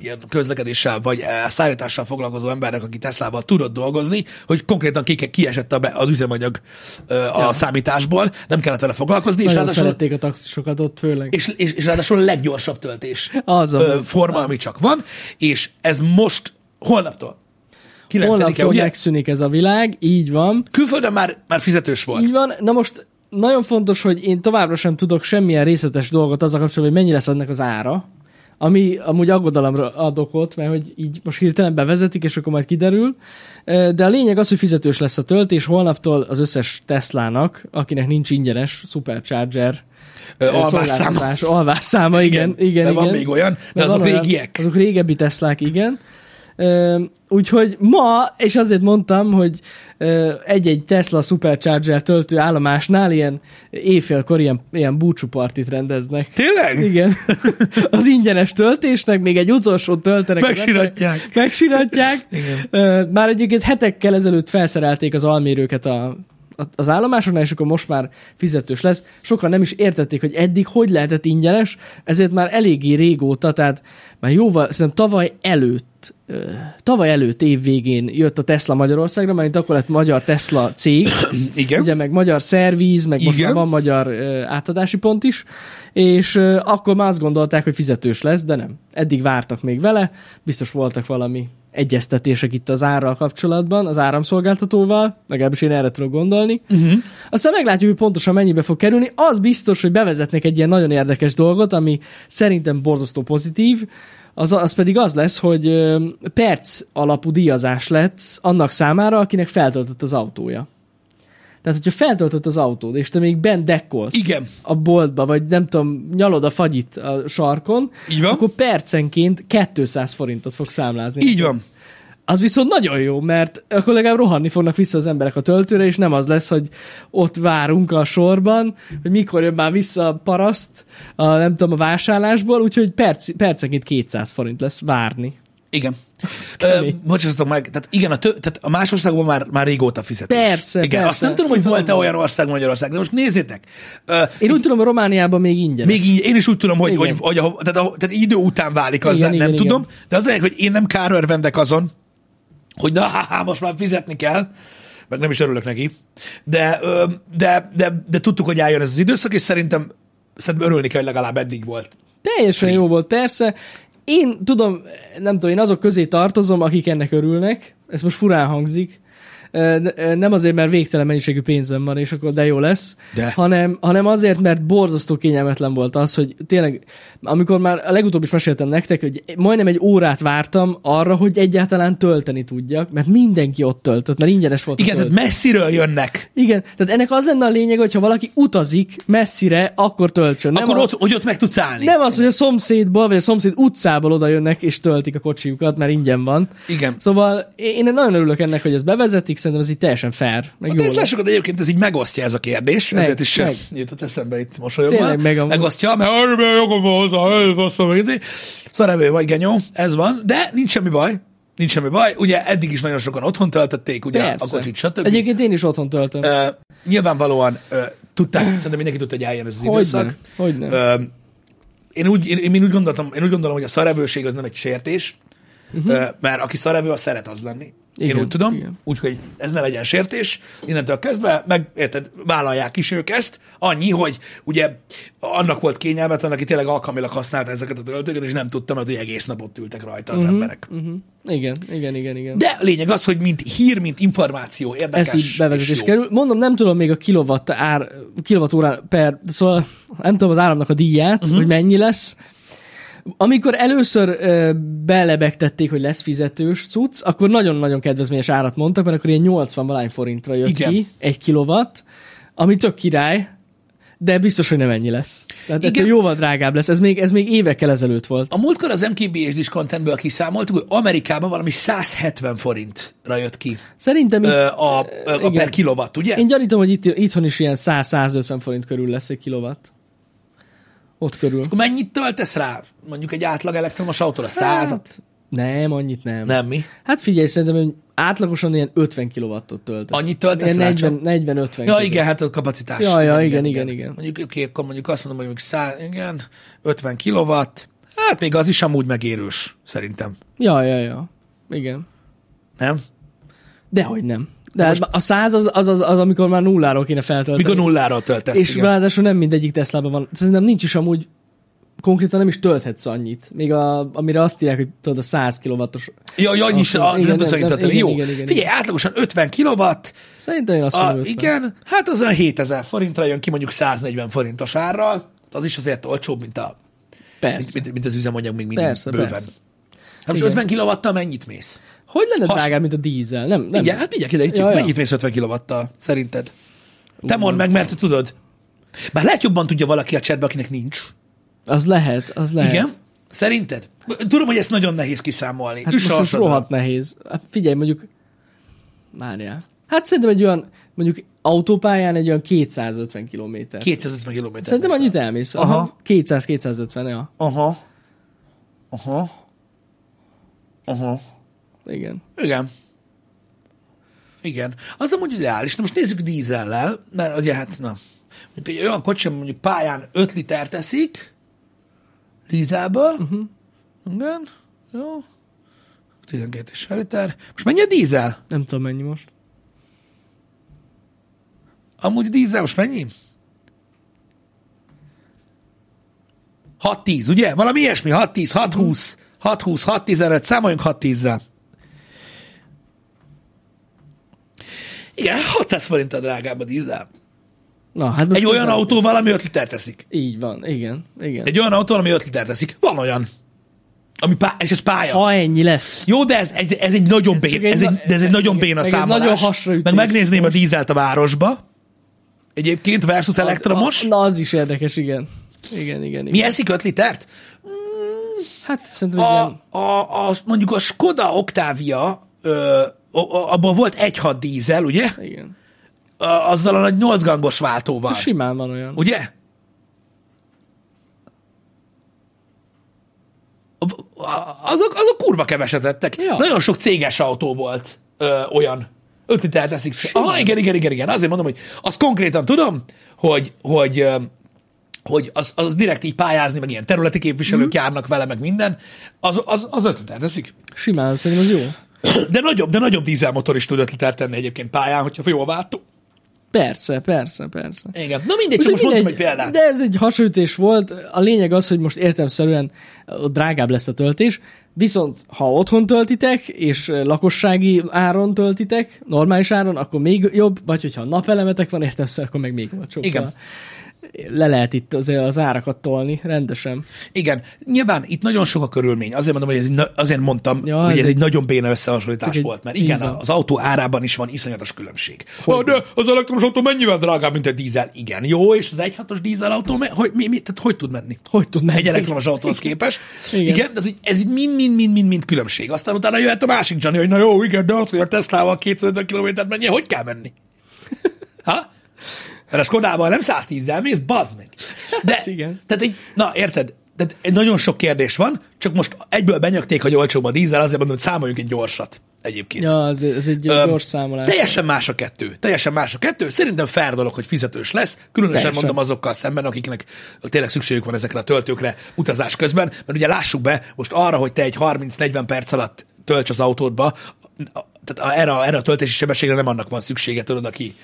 Speaker 1: ilyen közlekedéssel vagy ö, szállítással foglalkozó embernek, aki Teslával tudott dolgozni, hogy konkrétan ki, kiesett a be, az üzemanyag ö, a ja. számításból, nem kellett vele foglalkozni, és
Speaker 2: Nagyon
Speaker 1: ráadásul
Speaker 2: szerették a taxisokat ott főleg.
Speaker 1: és, és, és ráadásul a leggyorsabb töltés
Speaker 2: Az a-
Speaker 1: ö, forma, ami csak van, és ez most holnaptól, 9
Speaker 2: Holnaptól
Speaker 1: ugye?
Speaker 2: megszűnik ez a világ, így van.
Speaker 1: Külföldön már, már fizetős volt.
Speaker 2: Így van. Na most nagyon fontos, hogy én továbbra sem tudok semmilyen részletes dolgot azzal kapcsolatban, hogy mennyi lesz ennek az ára. Ami amúgy aggodalomra ad okot, mert hogy így most hirtelen bevezetik, és akkor majd kiderül. Ö, De a lényeg az, hogy fizetős lesz a töltés. Holnaptól az összes Teslának, akinek nincs ingyenes Supercharger
Speaker 1: Ö,
Speaker 2: ö,
Speaker 1: alvásszáma.
Speaker 2: szolgáltatás- Alvásszáma, igen. igen, igen
Speaker 1: de van még olyan, de
Speaker 2: Mert
Speaker 1: azok
Speaker 2: van olyan-
Speaker 1: régiek.
Speaker 2: Azok régebbi Teslák, igen. Ö, Úgyhogy ma, és azért mondtam, hogy ö, egy-egy Tesla Supercharger töltő állomásnál ilyen éjfélkor ilyen, ilyen búcsúpartit rendeznek.
Speaker 1: Tényleg?
Speaker 2: Igen. [laughs] Az ingyenes töltésnek még egy utolsó töltenek. az
Speaker 1: Megsiratják.
Speaker 2: emberek. Megsiratják.
Speaker 1: Igen.
Speaker 2: Ö, Már egyébként hetekkel ezelőtt felszerelték az almérőket a a- az állomásoknál, és akkor most már fizetős lesz. Sokan nem is értették, hogy eddig hogy lehetett ingyenes, ezért már eléggé régóta, tehát már jóval, szerintem tavaly előtt, ö, tavaly előtt év végén jött a Tesla Magyarországra, mert itt akkor lett magyar Tesla cég,
Speaker 1: Igen.
Speaker 2: ugye meg magyar szervíz, meg most
Speaker 1: Igen.
Speaker 2: már van magyar ö, átadási pont is, és ö, akkor már azt gondolták, hogy fizetős lesz, de nem. Eddig vártak még vele, biztos voltak valami egyeztetések itt az árral kapcsolatban, az áramszolgáltatóval, legalábbis én erre tudok gondolni.
Speaker 1: Mhm.
Speaker 2: Uh-huh. Aztán meglátjuk, hogy pontosan mennyibe fog kerülni. Az biztos, hogy bevezetnek egy ilyen nagyon érdekes dolgot, ami szerintem borzasztó pozitív, az, az pedig az lesz, hogy ö, perc alapú díjazás lett annak számára, akinek feltöltött az autója. Tehát, hogyha feltöltött az autód, és te még bent dekkolsz
Speaker 1: Igen.
Speaker 2: a boltba, vagy nem tudom, nyalod a fagyit a sarkon,
Speaker 1: Így van.
Speaker 2: akkor percenként 200 forintot fog számlázni.
Speaker 1: Így van.
Speaker 2: Az viszont nagyon jó, mert akkor legalább rohanni fognak vissza az emberek a töltőre, és nem az lesz, hogy ott várunk a sorban, hogy mikor jön már vissza a paraszt, a, nem tudom, a vásárlásból, úgyhogy perc, percenként 200 forint lesz várni.
Speaker 1: Igen. Ö,
Speaker 2: kemény.
Speaker 1: bocsássatok meg, tehát igen, a, tö, tehát a más országban már, már régóta fizetős.
Speaker 2: Persze,
Speaker 1: Igen,
Speaker 2: persze.
Speaker 1: azt nem tudom, hogy volt-e olyan ország Magyarország, de most nézzétek. Ö,
Speaker 2: Én úgy tudom, hogy Romániában még ingyenes.
Speaker 1: Még így, én is úgy tudom, hogy,
Speaker 2: Igen.
Speaker 1: hogy, hogy a, tehát, a, tehát idő után válik az,
Speaker 2: Igen,
Speaker 1: nem
Speaker 2: igen,
Speaker 1: tudom,
Speaker 2: igen.
Speaker 1: de az lényeg, hogy én nem kárörvendek azon, hogy na, há, há, most már fizetni kell, meg nem is örülök neki, de, ö, de, de, de tudtuk, hogy eljön ez az időszak, és szerintem, szerintem örülni kell, hogy legalább eddig volt.
Speaker 2: Teljesen jó volt, persze. Én tudom, nem tudom, én azok közé tartozom, akik ennek örülnek. Ez most furán hangzik. ö, n- ö, nem azért, mert végtelen mennyiségű pénzem van, és akkor de jó lesz,
Speaker 1: De.
Speaker 2: Hanem, hanem azért, mert borzasztó kényelmetlen volt az, hogy tényleg, amikor már a legutóbb is meséltem nektek, hogy majdnem egy órát vártam arra, hogy egyáltalán tölteni tudjak, mert mindenki ott töltött, mert ingyenes volt a
Speaker 1: Igen, tehát
Speaker 2: töltés.
Speaker 1: messziről jönnek.
Speaker 2: Igen, tehát ennek az lenne a lényeg, hogyha valaki utazik messzire, akkor töltsön.
Speaker 1: Nem akkor
Speaker 2: a,
Speaker 1: ott, hogy ott meg tudsz állni.
Speaker 2: nem az, hogy a szomszédból, vagy a szomszéd utcából oda jönnek és töltik a kocsijukat, mert ingyen van.
Speaker 1: Igen.
Speaker 2: Szóval én nagyon örülök ennek, hogy ezt bevezetik, szerintem ez így teljesen fair. Meg
Speaker 1: A
Speaker 2: jó lesz.
Speaker 1: Teslásokat egyébként Hát ez így megosztja ez a kérdés,
Speaker 2: Meg,
Speaker 1: ezért is
Speaker 2: meg.
Speaker 1: meg. jutott eszembe itt mosolyogva.
Speaker 2: Tényleg meg amúgy.
Speaker 1: Megosztja, mert arra milyen jogom van hozzá, ez azt mondom, hogy szarevő vagy, genyó, ez van, de nincs semmi baj, nincs semmi baj, ugye eddig is nagyon sokan otthon töltötték, ugye
Speaker 2: Persze.
Speaker 1: a kocsit, stb.
Speaker 2: Egyébként én is otthon töltöm.
Speaker 1: Ö, nyilvánvalóan ö, tudták, szerintem mindenki tudta, hogy eljön ez az
Speaker 2: Hogyne,
Speaker 1: időszak.
Speaker 2: hogyne.
Speaker 1: Ö, én, úgy, én, én, úgy gondoltam, én úgy gondolom, hogy a szarevőség az nem egy sértés, uh-huh. ö, mert aki szarevő, az szeret az lenni. Igen,
Speaker 2: Mhm. Igen,
Speaker 1: én úgy tudom,
Speaker 2: igen.
Speaker 1: úgyhogy ez ne legyen sértés. Innentől kezdve, meg érted, vállalják is ők ezt. Annyi, hogy ugye annak volt kényelmetlen, aki tényleg alkalmilag használta ezeket a töltőket, és nem tudtam, mert hogy egész nap ott ültek rajta az uh-huh. emberek.
Speaker 2: Uh-huh. Igen, igen, igen, igen.
Speaker 1: De lényeg az, hogy mint hír, mint információ érdekes.
Speaker 2: ez így
Speaker 1: és
Speaker 2: bevezetés
Speaker 1: jó.
Speaker 2: kerül. Mondom, nem tudom még a kilowatt ár, kilowatt órán per, szóval nem tudom az áramnak a díját,
Speaker 1: Mhm.
Speaker 2: uh-huh. hogy mennyi lesz. Amikor először ö, belebegtették, hogy lesz fizetős cucc, akkor nagyon-nagyon kedvezményes árat mondtak, mert akkor ilyen 80 valány forintra jött
Speaker 1: Igen.
Speaker 2: Igen. ki egy kilowatt, ami tök király, de biztos, hogy nem ennyi lesz. Tehát
Speaker 1: Igen.
Speaker 2: ettől jóval drágább lesz. Ez még, ez még évekkel ezelőtt volt.
Speaker 1: A múltkor az MKB és diskontentből kiszámoltuk, hogy Amerikában valami 170 forintra jött ki
Speaker 2: Szerintem
Speaker 1: ö,
Speaker 2: itt,
Speaker 1: a, a, a
Speaker 2: igen.
Speaker 1: per kilowatt, ugye?
Speaker 2: én gyanítom, hogy itt, itthon is ilyen 100-150 forint körül lesz egy kilowatt. Ott körül.
Speaker 1: Akkor mennyit töltesz rá? Mondjuk egy átlag elektromos autóra? Százat?
Speaker 2: Hát, nem, annyit nem. nem.
Speaker 1: Nem mi?
Speaker 2: Hát figyelj, szerintem hogy átlagosan ilyen 50 kilowattot töltesz.
Speaker 1: Annyit töltesz
Speaker 2: Ilyen
Speaker 1: rá
Speaker 2: 40,
Speaker 1: csak?
Speaker 2: 40 50
Speaker 1: Ja, igen, hát a kapacitás.
Speaker 2: Ja, ja, igen, igen, igen.
Speaker 1: Mondjuk, oké, akkor mondjuk azt mondom, hogy mondjuk 100, igen, 50 kilowatt. Hát még az is amúgy megérős, szerintem.
Speaker 2: Ja, ja, ja. Igen.
Speaker 1: Nem?
Speaker 2: Dehogy nem. De most... a 100 az, az, az, az, amikor már nulláról kéne feltölteni.
Speaker 1: Mikor nullára töltesz,
Speaker 2: és
Speaker 1: igen.
Speaker 2: ráadásul nem mindegyik Teslában van. Szerintem nincs is amúgy konkrétan nem is tölthetsz annyit. Még a, amire azt írják, hogy tudod, a 100 kilowattos.
Speaker 1: Ja, ja, annyi is,
Speaker 2: Akkor-
Speaker 1: a-
Speaker 2: igen,
Speaker 1: nem tudsz
Speaker 2: nem,
Speaker 1: annyit
Speaker 2: nem,
Speaker 1: tölteni.
Speaker 2: igen,
Speaker 1: Jó.
Speaker 2: igen, igen,
Speaker 1: Figyelj, átlagosan 50 kilowatt,
Speaker 2: Szerintem én azt
Speaker 1: A,
Speaker 2: mondom, 50.
Speaker 1: igen, hát az olyan 7000 forintra jön ki mondjuk 140 forintos árral, az is azért olcsóbb, mint, a,
Speaker 2: Persze.
Speaker 1: mint, mint az üzemanyag még mindig
Speaker 2: Persze,
Speaker 1: bőven.
Speaker 2: persze.
Speaker 1: Hát most
Speaker 2: Igen.
Speaker 1: 50 kilowattal mennyit mész?
Speaker 2: Hogy lenne
Speaker 1: Has-
Speaker 2: drágább, mint a dízel? Nem, nem.
Speaker 1: Igen, hát mindjárt ide, itt
Speaker 2: Ja, ja.
Speaker 1: mennyit mész 50 kilowattal, szerinted? Te mondd meg, mert tudod. Bár lehet jobban tudja valaki a csetbe, akinek nincs.
Speaker 2: Az lehet, az lehet.
Speaker 1: Igen? Szerinted? Tudom, hogy ezt nagyon nehéz kiszámolni.
Speaker 2: Hát
Speaker 1: Üss a
Speaker 2: most ez
Speaker 1: hasadra.
Speaker 2: rohadt nehéz. Hát figyelj, mondjuk... Várjál. Hát szerintem egy olyan, mondjuk autópályán egy olyan 250 km.
Speaker 1: 250 kilométer.
Speaker 2: Szerintem
Speaker 1: mész
Speaker 2: annyit
Speaker 1: el.
Speaker 2: elmész.
Speaker 1: Aha.
Speaker 2: Aha. 200-250, ja.
Speaker 1: Aha. Aha. Aha.
Speaker 2: Igen.
Speaker 1: Igen. Igen. Az amúgy ideális. Na most nézzük dízellel, mert ugye hát, na, mondjuk egy olyan kocsi, ami mondjuk pályán 5 liter teszik, dízelből, uh-huh. igen, jó, 12 és liter. Most mennyi a dízel?
Speaker 2: Nem tudom mennyi most.
Speaker 1: Amúgy dízel most mennyi? 6-10, ugye? Valami ilyesmi, 6-10,
Speaker 2: Mhm.
Speaker 1: 6-20, 6-20, 6-15, számoljunk 6-10-zel. Igen, 600 forint a drágább a dízel.
Speaker 2: Na, hát most
Speaker 1: Egy olyan
Speaker 2: közel-
Speaker 1: autóval, ami 5 liter teszik.
Speaker 2: Így van, igen, igen.
Speaker 1: Egy olyan autóval, ami 5 liter teszik. Van olyan. Ami pá- és ez pálya.
Speaker 2: Ha ennyi lesz.
Speaker 1: Jó, de ez egy, ez egy nagyon
Speaker 2: Ez
Speaker 1: béna,
Speaker 2: csak egy
Speaker 1: ez egy,
Speaker 2: na-
Speaker 1: de ez egy nagyon
Speaker 2: igen,
Speaker 1: béna
Speaker 2: meg ez
Speaker 1: számolás.
Speaker 2: nagyon hasraütés.
Speaker 1: Meg megnézném a dízelt a városba. Egyébként versus elektromos.
Speaker 2: A, na, az is érdekes, igen. Igen, igen, igen.
Speaker 1: Mi eszik 5 litert?
Speaker 2: Hát szerintem a...
Speaker 1: A,
Speaker 2: igen.
Speaker 1: a, a, mondjuk a Skoda Octavia, ö, a- a- abban volt 1.6 dízel, ugye?
Speaker 2: igen.
Speaker 1: A, azzal a nagy 8 gangos váltóval.
Speaker 2: Simán van olyan.
Speaker 1: Ugye? A- a- Azok, azok kurva keveset ettek. Ja.
Speaker 2: Ja.
Speaker 1: Nagyon sok céges autó volt ö, olyan. 5 liter teszik. Aha, igen, igen, igen, igen. Azért mondom, hogy azt konkrétan tudom, hogy, hogy, ö, hogy az, az direkt így pályázni, meg ilyen területi képviselők járnak vele, meg minden, az, az, az 5 liter teszik.
Speaker 2: Simán, szerintem az jó.
Speaker 1: De nagyobb, de nagyobb dízelmotor is tud 5 liter tenni egyébként pályán, hogyha jó a váltó.
Speaker 2: Persze, persze, persze.
Speaker 1: Igen. Na mindegy, csak most
Speaker 2: mindegy,
Speaker 1: mondtam egy példát.
Speaker 2: De ez egy hasonlítés volt. A lényeg az, hogy most értelmszerűen ö, drágább lesz a töltés, Viszont ha otthon töltitek, és ö, lakossági áron töltitek, normális áron, akkor még jobb, vagy hogyha napelemetek van értem, akkor meg még olcsóbb.
Speaker 1: Igen.
Speaker 2: Szóval Le lehet itt azért az árakat tolni, rendesen.
Speaker 1: Igen, nyilván itt nagyon sok a körülmény. Azért mondom, hogy ez, egy na- azért mondtam,
Speaker 2: Ja,
Speaker 1: ja, hogy
Speaker 2: ez
Speaker 1: ez,
Speaker 2: egy-
Speaker 1: egy nagyon béna összehasonlítás
Speaker 2: Csak egy-
Speaker 1: volt, mert
Speaker 2: így
Speaker 1: igen,
Speaker 2: van.
Speaker 1: az autó árában is van iszonyatos különbség. Hogy de az elektromos autó mennyivel drágább, mint a dízel? Igen, jó, és az 1.6-os dízelautó, me- hogy, mi, mi, tehát hogy tud menni?
Speaker 2: Hogy tudnád?
Speaker 1: Egy elektromos autóhoz képest.
Speaker 2: Igen.
Speaker 1: Igen, igen de ez mind-mind-mind-mind különbség. Aztán utána jöhet a másik Johnny, hogy na jó, igen, de az, hogy a Teslával 250 kilométert menjen, hogy kell
Speaker 2: [laughs]
Speaker 1: menni? Ha? Mert a Skodában nem 110-zel mész, bazd meg. De,
Speaker 2: Hát igen.
Speaker 1: Tehát így, na, érted? Tehát egy nagyon sok kérdés van, csak most egyből benyögték, hogy olcsóbb a dízel, azért mondom, hogy számoljunk egy gyorsat egyébként.
Speaker 2: Ja, ez, ez egy
Speaker 1: Öm,
Speaker 2: Öm, gyors számolás.
Speaker 1: Teljesen más a kettő. Teljesen más a kettő. Szerintem fair dolog, hogy fizetős lesz. Különösen
Speaker 2: Teljesen.
Speaker 1: teljesen. mondom azokkal szemben, akiknek tényleg szükségük van ezekre a töltőkre utazás közben. Mert ugye lássuk be, most arra, hogy te egy 30-40 perc alatt tölts az autódba, a- tehát a- erre, a- erre a töltési sebességre nem annak van szüksége, tudod, aki,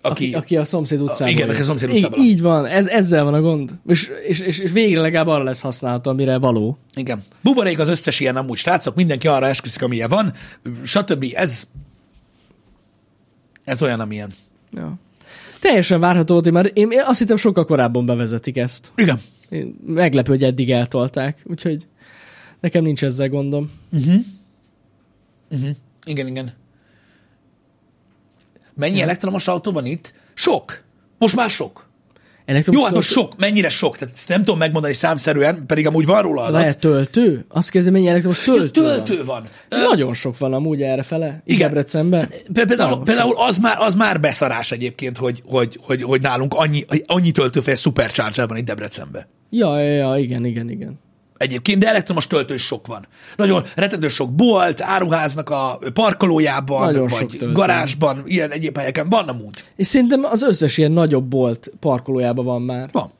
Speaker 1: aki,
Speaker 2: Aki, aki a szomszéd utcában.
Speaker 1: igen,
Speaker 2: él.
Speaker 1: aki a szomszéd
Speaker 2: Így-
Speaker 1: utcában.
Speaker 2: Így, van, ez, ezzel van a gond. És, és, és, és végre legalább arra lesz használható, amire való.
Speaker 1: Igen. Buborék az összes ilyen amúgy, srácok, mindenki arra esküszik, amilyen van, stb. Ez, ez olyan, amilyen.
Speaker 2: Ja. Teljesen várható volt, hogy már én, én azt hittem sokkal korábban bevezetik ezt.
Speaker 1: Igen.
Speaker 2: Én meglepő, hogy eddig eltolták, úgyhogy nekem nincs ezzel gondom.
Speaker 1: Igen, igen. Mennyi elektromos autó van itt? Sok. Most már sok.
Speaker 2: Elektromos
Speaker 1: Jó, hát most sok. Mennyire sok? Tehát ezt nem tudom megmondani számszerűen, pedig amúgy van róla adat.
Speaker 2: Lehet töltő? Azt kezdem, mennyi elektromos töltő,
Speaker 1: Töltő, töltő van.
Speaker 2: van.
Speaker 1: Ö, Hát,
Speaker 2: Nagyon sok van amúgy errefele. Igen. Debrecenben.
Speaker 1: Pe- Például,
Speaker 2: Nagyon
Speaker 1: például az, már, az már beszarás egyébként, hogy, hogy, hogy, hogy nálunk annyi, annyi töltőfél Supercharger van itt Debrecenben.
Speaker 2: Ja, ja, ja, igen, igen, igen.
Speaker 1: Egyébként, de elektromos töltő is sok van. Nagyon rettentő sok bolt, áruháznak a parkolójában,
Speaker 2: Nagyon sok
Speaker 1: vagy
Speaker 2: töltő.
Speaker 1: garázsban, ilyen egyéb helyeken van amúgy.
Speaker 2: És szerintem az összes ilyen nagyobb bolt parkolójában van már
Speaker 1: Van.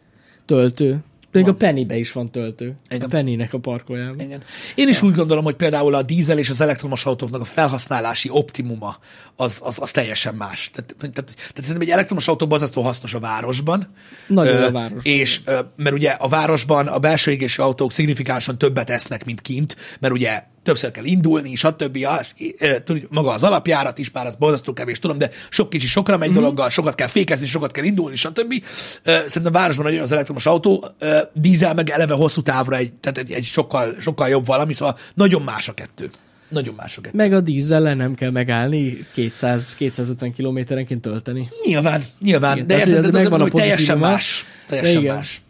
Speaker 2: töltő. Még a Pennybe is van töltő. A
Speaker 1: Igen.
Speaker 2: Pennynek a parkolójában.
Speaker 1: Igen. Én is úgy gondolom, hogy például a dízel és az elektromos autóknak a felhasználási optimuma az, az, az teljesen más. Tehát, tehát, tehát szerintem egy elektromos autó borzasztó hasznos a városban.
Speaker 2: Nagyon
Speaker 1: Ö,
Speaker 2: a városban.
Speaker 1: És ö, mert ugye a városban a belső égésű autók szignifikánsan többet esznek, mint kint, mert ugye többször kell indulni, stb. A- ö, tudod, Maga az alapjárat is, már az borzasztó kevés, tudom, de sok kicsi sokra
Speaker 2: Mhm.
Speaker 1: megy mm-hmm. dologgal, sokat kell fékezni, sokat kell indulni, stb. Ö, Szerintem a városban nagyon az elektromos autó, ö, dízel meg eleve hosszú távra egy, tehát egy, egy sokkal, sokkal jobb valami, szóval nagyon más a kettő. Nagyon más a kettő.
Speaker 2: Meg a dízzellel nem kell megállni, 200-250 kilométerenként tölteni.
Speaker 1: Nyilván, nyilván,
Speaker 2: Igen,
Speaker 1: igen,
Speaker 2: tehát,
Speaker 1: de
Speaker 2: hogy
Speaker 1: érted,
Speaker 2: azért
Speaker 1: de azért
Speaker 2: megvan
Speaker 1: mondom,
Speaker 2: a
Speaker 1: hogy teljesen
Speaker 2: pozitívuma.
Speaker 1: más. Teljesen
Speaker 2: Igen.
Speaker 1: más.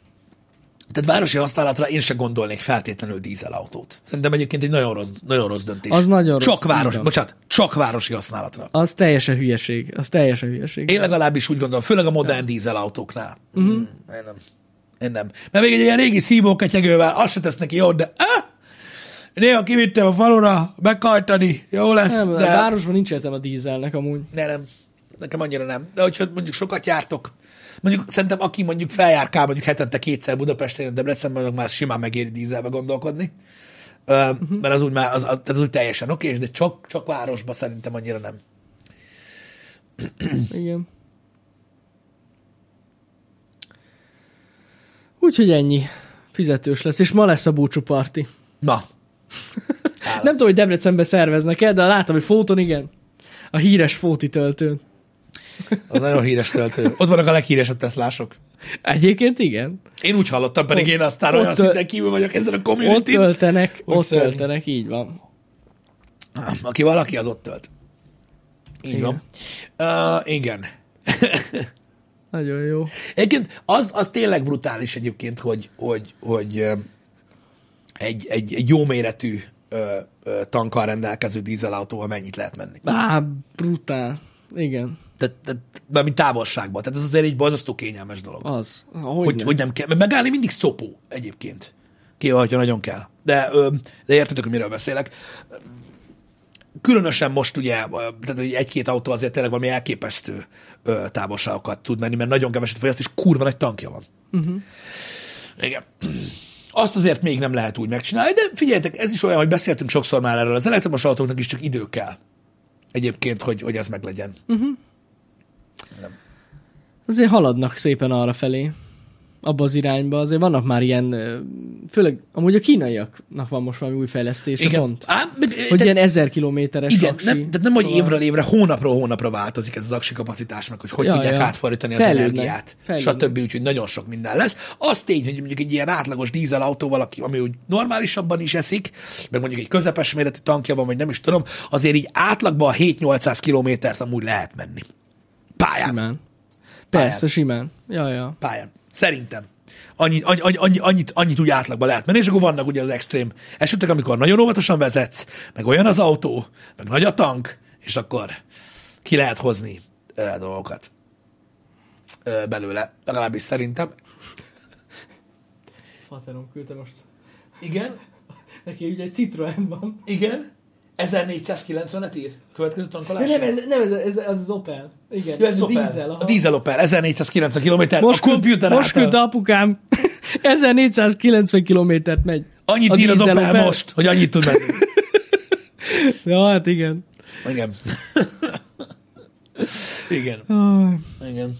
Speaker 1: Tehát városi használatra én se gondolnék feltétlenül dízelautót. Szerintem egyébként egy nagyon rossz, nagyon rossz döntés.
Speaker 2: Az nagyon
Speaker 1: csak
Speaker 2: rossz, így
Speaker 1: város,
Speaker 2: van.
Speaker 1: bocsánat, csak városi használatra.
Speaker 2: Az teljesen hülyeség. Az teljesen hülyeség.
Speaker 1: Én legalábbis úgy gondolom, főleg a modern dízelautóknál.
Speaker 2: Mhm.
Speaker 1: Uh-huh. Mm, én nem. Én nem. Mert még egy ilyen régi szívóketyegővel, azt se tesz neki jót, de ah! néha kivittem a falura, meghajtani, jó lesz.
Speaker 2: Nem,
Speaker 1: de...
Speaker 2: a városban nincs értelme a dízelnek amúgy.
Speaker 1: Ne, nem. Nekem annyira nem. De hogyha mondjuk sokat jártok, mondjuk szerintem aki mondjuk feljárkál mondjuk hetente kétszer Budapesten, Debrecenben, annak már simán megéri dízelbe gondolkodni. Ö, uh-huh. Mert az úgy már, az, az, az úgy teljesen oké, és de csak, csak városba szerintem annyira nem.
Speaker 2: Igen. Úgyhogy ennyi. Fizetős lesz, és ma lesz a búcsú parti.
Speaker 1: Na.
Speaker 2: Nem tudom, hogy Debrecenbe szerveznek-e, de látom, hogy Fóton igen. A híres Fóti töltőn.
Speaker 1: Az nagyon híres töltő. Ott vannak a leghíresebb teszlások.
Speaker 2: Egyébként igen.
Speaker 1: Én úgy hallottam, pedig
Speaker 2: Ott-
Speaker 1: én aztán
Speaker 2: ott
Speaker 1: olyan
Speaker 2: töl-
Speaker 1: szinten kívül vagyok ezen a
Speaker 2: Ott
Speaker 1: community
Speaker 2: töltenek,
Speaker 1: Hogy
Speaker 2: ott
Speaker 1: szörnyű.
Speaker 2: töltenek, így van.
Speaker 1: Aki valaki, az ott tölt. Így
Speaker 2: Igen.
Speaker 1: igen. van. Uh, igen.
Speaker 2: Nagyon jó.
Speaker 1: Egyébként az, az tényleg brutális egyébként, hogy, hogy, hogy ö, egy, egy, egy jó méretű ö, ö, tankkal rendelkező dízelautóval mennyit lehet menni.
Speaker 2: Á, brutál. Igen,
Speaker 1: Tehát, tehát mármint távolságban. Tehát ez azért egy borzasztó kényelmes dolog.
Speaker 2: az.
Speaker 1: hogy, hogy nem kell. Mert megállni mindig szopó egyébként. Ki, hogyha nagyon kell. De, ö, de értetek, hogy miről beszélek. Különösen most ugye, ö, tehát hogy egy-két autó azért tényleg valami elképesztő ö, távolságokat tud menni, mert nagyon keveset fogyaszt, és kurva nagy tankja van.
Speaker 2: Mhm.
Speaker 1: Uh-huh. Igen. Azt azért még nem lehet úgy megcsinálni, de figyeljetek, ez is olyan, hogy beszéltünk sokszor már erről, az elektromos autóknak is csak idő kell egyébként, hogy, hogy ez meglegyen.
Speaker 2: Azért haladnak szépen arra felé. abba az irányba. Azért vannak már ilyen, ö, főleg amúgy a kínaiaknak van most valami új fejlesztés,
Speaker 1: Igen.
Speaker 2: pont.
Speaker 1: Á, de- de-
Speaker 2: Hogy ilyen ezer kilométeres
Speaker 1: Igen,
Speaker 2: aksi.
Speaker 1: nem, tehát nem, hogy
Speaker 2: Szóval-
Speaker 1: évről évre, hónapról hónapra változik ez az aksi kapacitás, meg hogy hogy
Speaker 2: Ja,
Speaker 1: tudják
Speaker 2: ja.
Speaker 1: átfordítani az
Speaker 2: Fejlődnek.
Speaker 1: energiát,
Speaker 2: Fejlődnek.
Speaker 1: stb. Úgyhogy nagyon sok minden lesz. Az tény, hogy mondjuk egy ilyen átlagos dízelautóval, aki, ami úgy normálisabban is eszik, meg mondjuk egy közepes méretű tankja van, vagy nem is tudom, azért így átlagban 7-800 kilométert amúgy lehet menni. Pályán.
Speaker 2: Simán. Persze, simán. Ja, ja.
Speaker 1: Pályán. Szerintem. Annyit, annyi, annyi, annyi, annyit, annyit úgy átlagban lehet menni, és akkor vannak ugye az extrém esetek, amikor nagyon óvatosan vezetsz, meg olyan az autó, meg nagy a tank, és akkor ki lehet hozni ö, dolgokat ö, belőle, legalábbis szerintem.
Speaker 2: Faterom küldte most. [laughs]
Speaker 1: Igen,
Speaker 2: Neki ugye egy Citroen van.
Speaker 1: igen. 1490-et ír a következő tankolás.
Speaker 2: Nem, ez, nem ez, ez, ez az Opel. Igen,
Speaker 1: Jó, ez Opel.
Speaker 2: Dízel,
Speaker 1: a dízel Opel, 1490 km.
Speaker 2: Most,
Speaker 1: Hát a komputer
Speaker 2: küld, most
Speaker 1: által.
Speaker 2: küldte apukám. [laughs] 1490 kilométert megy.
Speaker 1: Annyit
Speaker 2: A
Speaker 1: ír az
Speaker 2: dízel
Speaker 1: Opel,
Speaker 2: Opel.
Speaker 1: most, hogy annyit tud menni.
Speaker 2: [laughs] Ja, hát igen.
Speaker 1: Igen. [laughs] igen.
Speaker 2: Aj,
Speaker 1: Igen.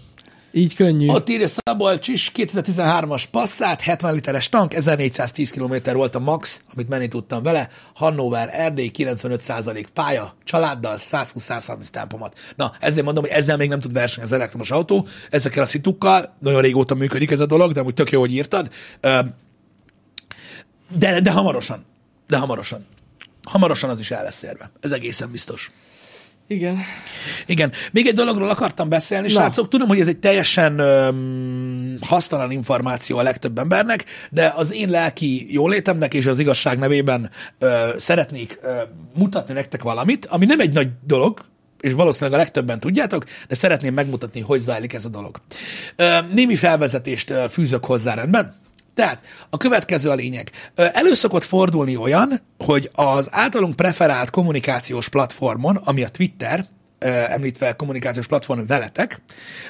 Speaker 2: Így könnyű.
Speaker 1: Ott írja Szabolcs is, 2013-as passzát, 70 literes tank, 1410 km volt a max, amit menni tudtam vele. Hannover, Erdély, 95% pálya, családdal 120-130 támpomat. Na, ezért mondom, hogy ezzel még nem tud versenyezni az elektromos autó, ezekkel a szitukkal, nagyon régóta működik ez a dolog, de amúgy tök jó, hogy írtad. Ö, De, de hamarosan, de hamarosan. Hamarosan az is el lesz érve. Ez egészen biztos.
Speaker 2: Igen.
Speaker 1: Igen. Még egy dologról akartam beszélni, srácok. Tudom, hogy ez egy teljesen öm, hasztalan információ a legtöbb embernek, de az én lelki jólétemnek és az igazság nevében ö, szeretnék ö, mutatni nektek valamit, ami nem egy nagy dolog, és valószínűleg a legtöbben tudjátok, de szeretném megmutatni, hogy zajlik ez a dolog. Ö, némi felvezetést ö, fűzök hozzá, rendben? Tehát a következő a lényeg. Ö, Elő szokott fordulni olyan, hogy az általunk preferált kommunikációs platformon, ami a Twitter, ö, említve kommunikációs platform veletek,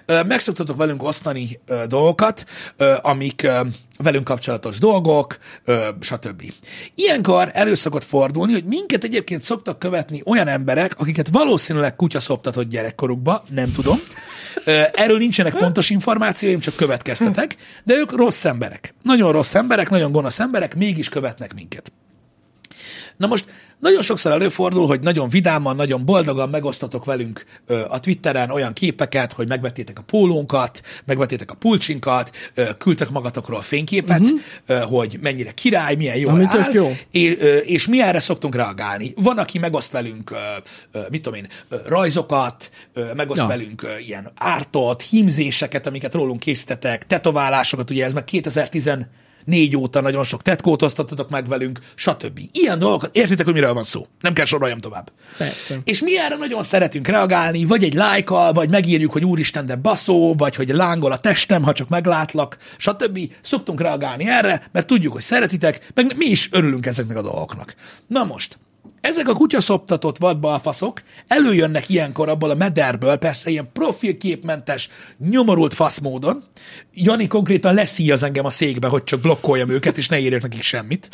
Speaker 1: ö, meg szoktatok velünk osztani ö, dolgokat, ö, amik ö, velünk kapcsolatos dolgok, ö, stb. Ilyenkor elő szokott fordulni, hogy minket egyébként szoktak követni olyan emberek, akiket valószínűleg kutya szoptatott gyerekkorukba, nem tudom. Ö, Erről nincsenek pontos információim, csak következtetek, de ők rossz emberek. Nagyon rossz emberek, nagyon gonosz emberek, mégis követnek minket. Na most nagyon sokszor előfordul, hogy nagyon vidáman, nagyon boldogan megosztatok velünk ö, a Twitteren olyan képeket, hogy megvettétek a pólónkat, megvettétek a pulcsinkat, ö, küldtek magatokról fényképet, uh-huh. ö, hogy mennyire király, milyen jól
Speaker 2: Mhm. Ami
Speaker 1: áll,
Speaker 2: tök jó.
Speaker 1: És, ö, és mi erre szoktunk reagálni. Van, aki megoszt velünk, ö, ö, mit tudom én, ö, rajzokat, ö, megoszt
Speaker 2: Ja.
Speaker 1: velünk velünk ö, ilyen ártott hímzéseket, amiket rólunk készítettek, tetoválásokat, ugye ez meg 2014 óta nagyon sok tetkót osztottatok meg velünk, stb. Ilyen dolgokat, értitek, hogy miről van szó. Nem kell soroljam tovább.
Speaker 2: Persze.
Speaker 1: És mi erre nagyon szeretünk reagálni, vagy egy lájkkal, vagy megírjuk, hogy úristen, de baszó, vagy hogy lángol a testem, ha csak meglátlak, stb. Szoktunk reagálni erre, mert tudjuk, hogy szeretitek, meg mi is örülünk ezeknek a dolgoknak. Na most, ezek a kutyaszoptatott vadbalfaszok előjönnek ilyenkor abból a mederből, persze ilyen profilképmentes, nyomorult fasz módon. Jani konkrétan leszíjaz engem a székbe, hogy csak blokkoljam őket, és ne írjak nekik semmit.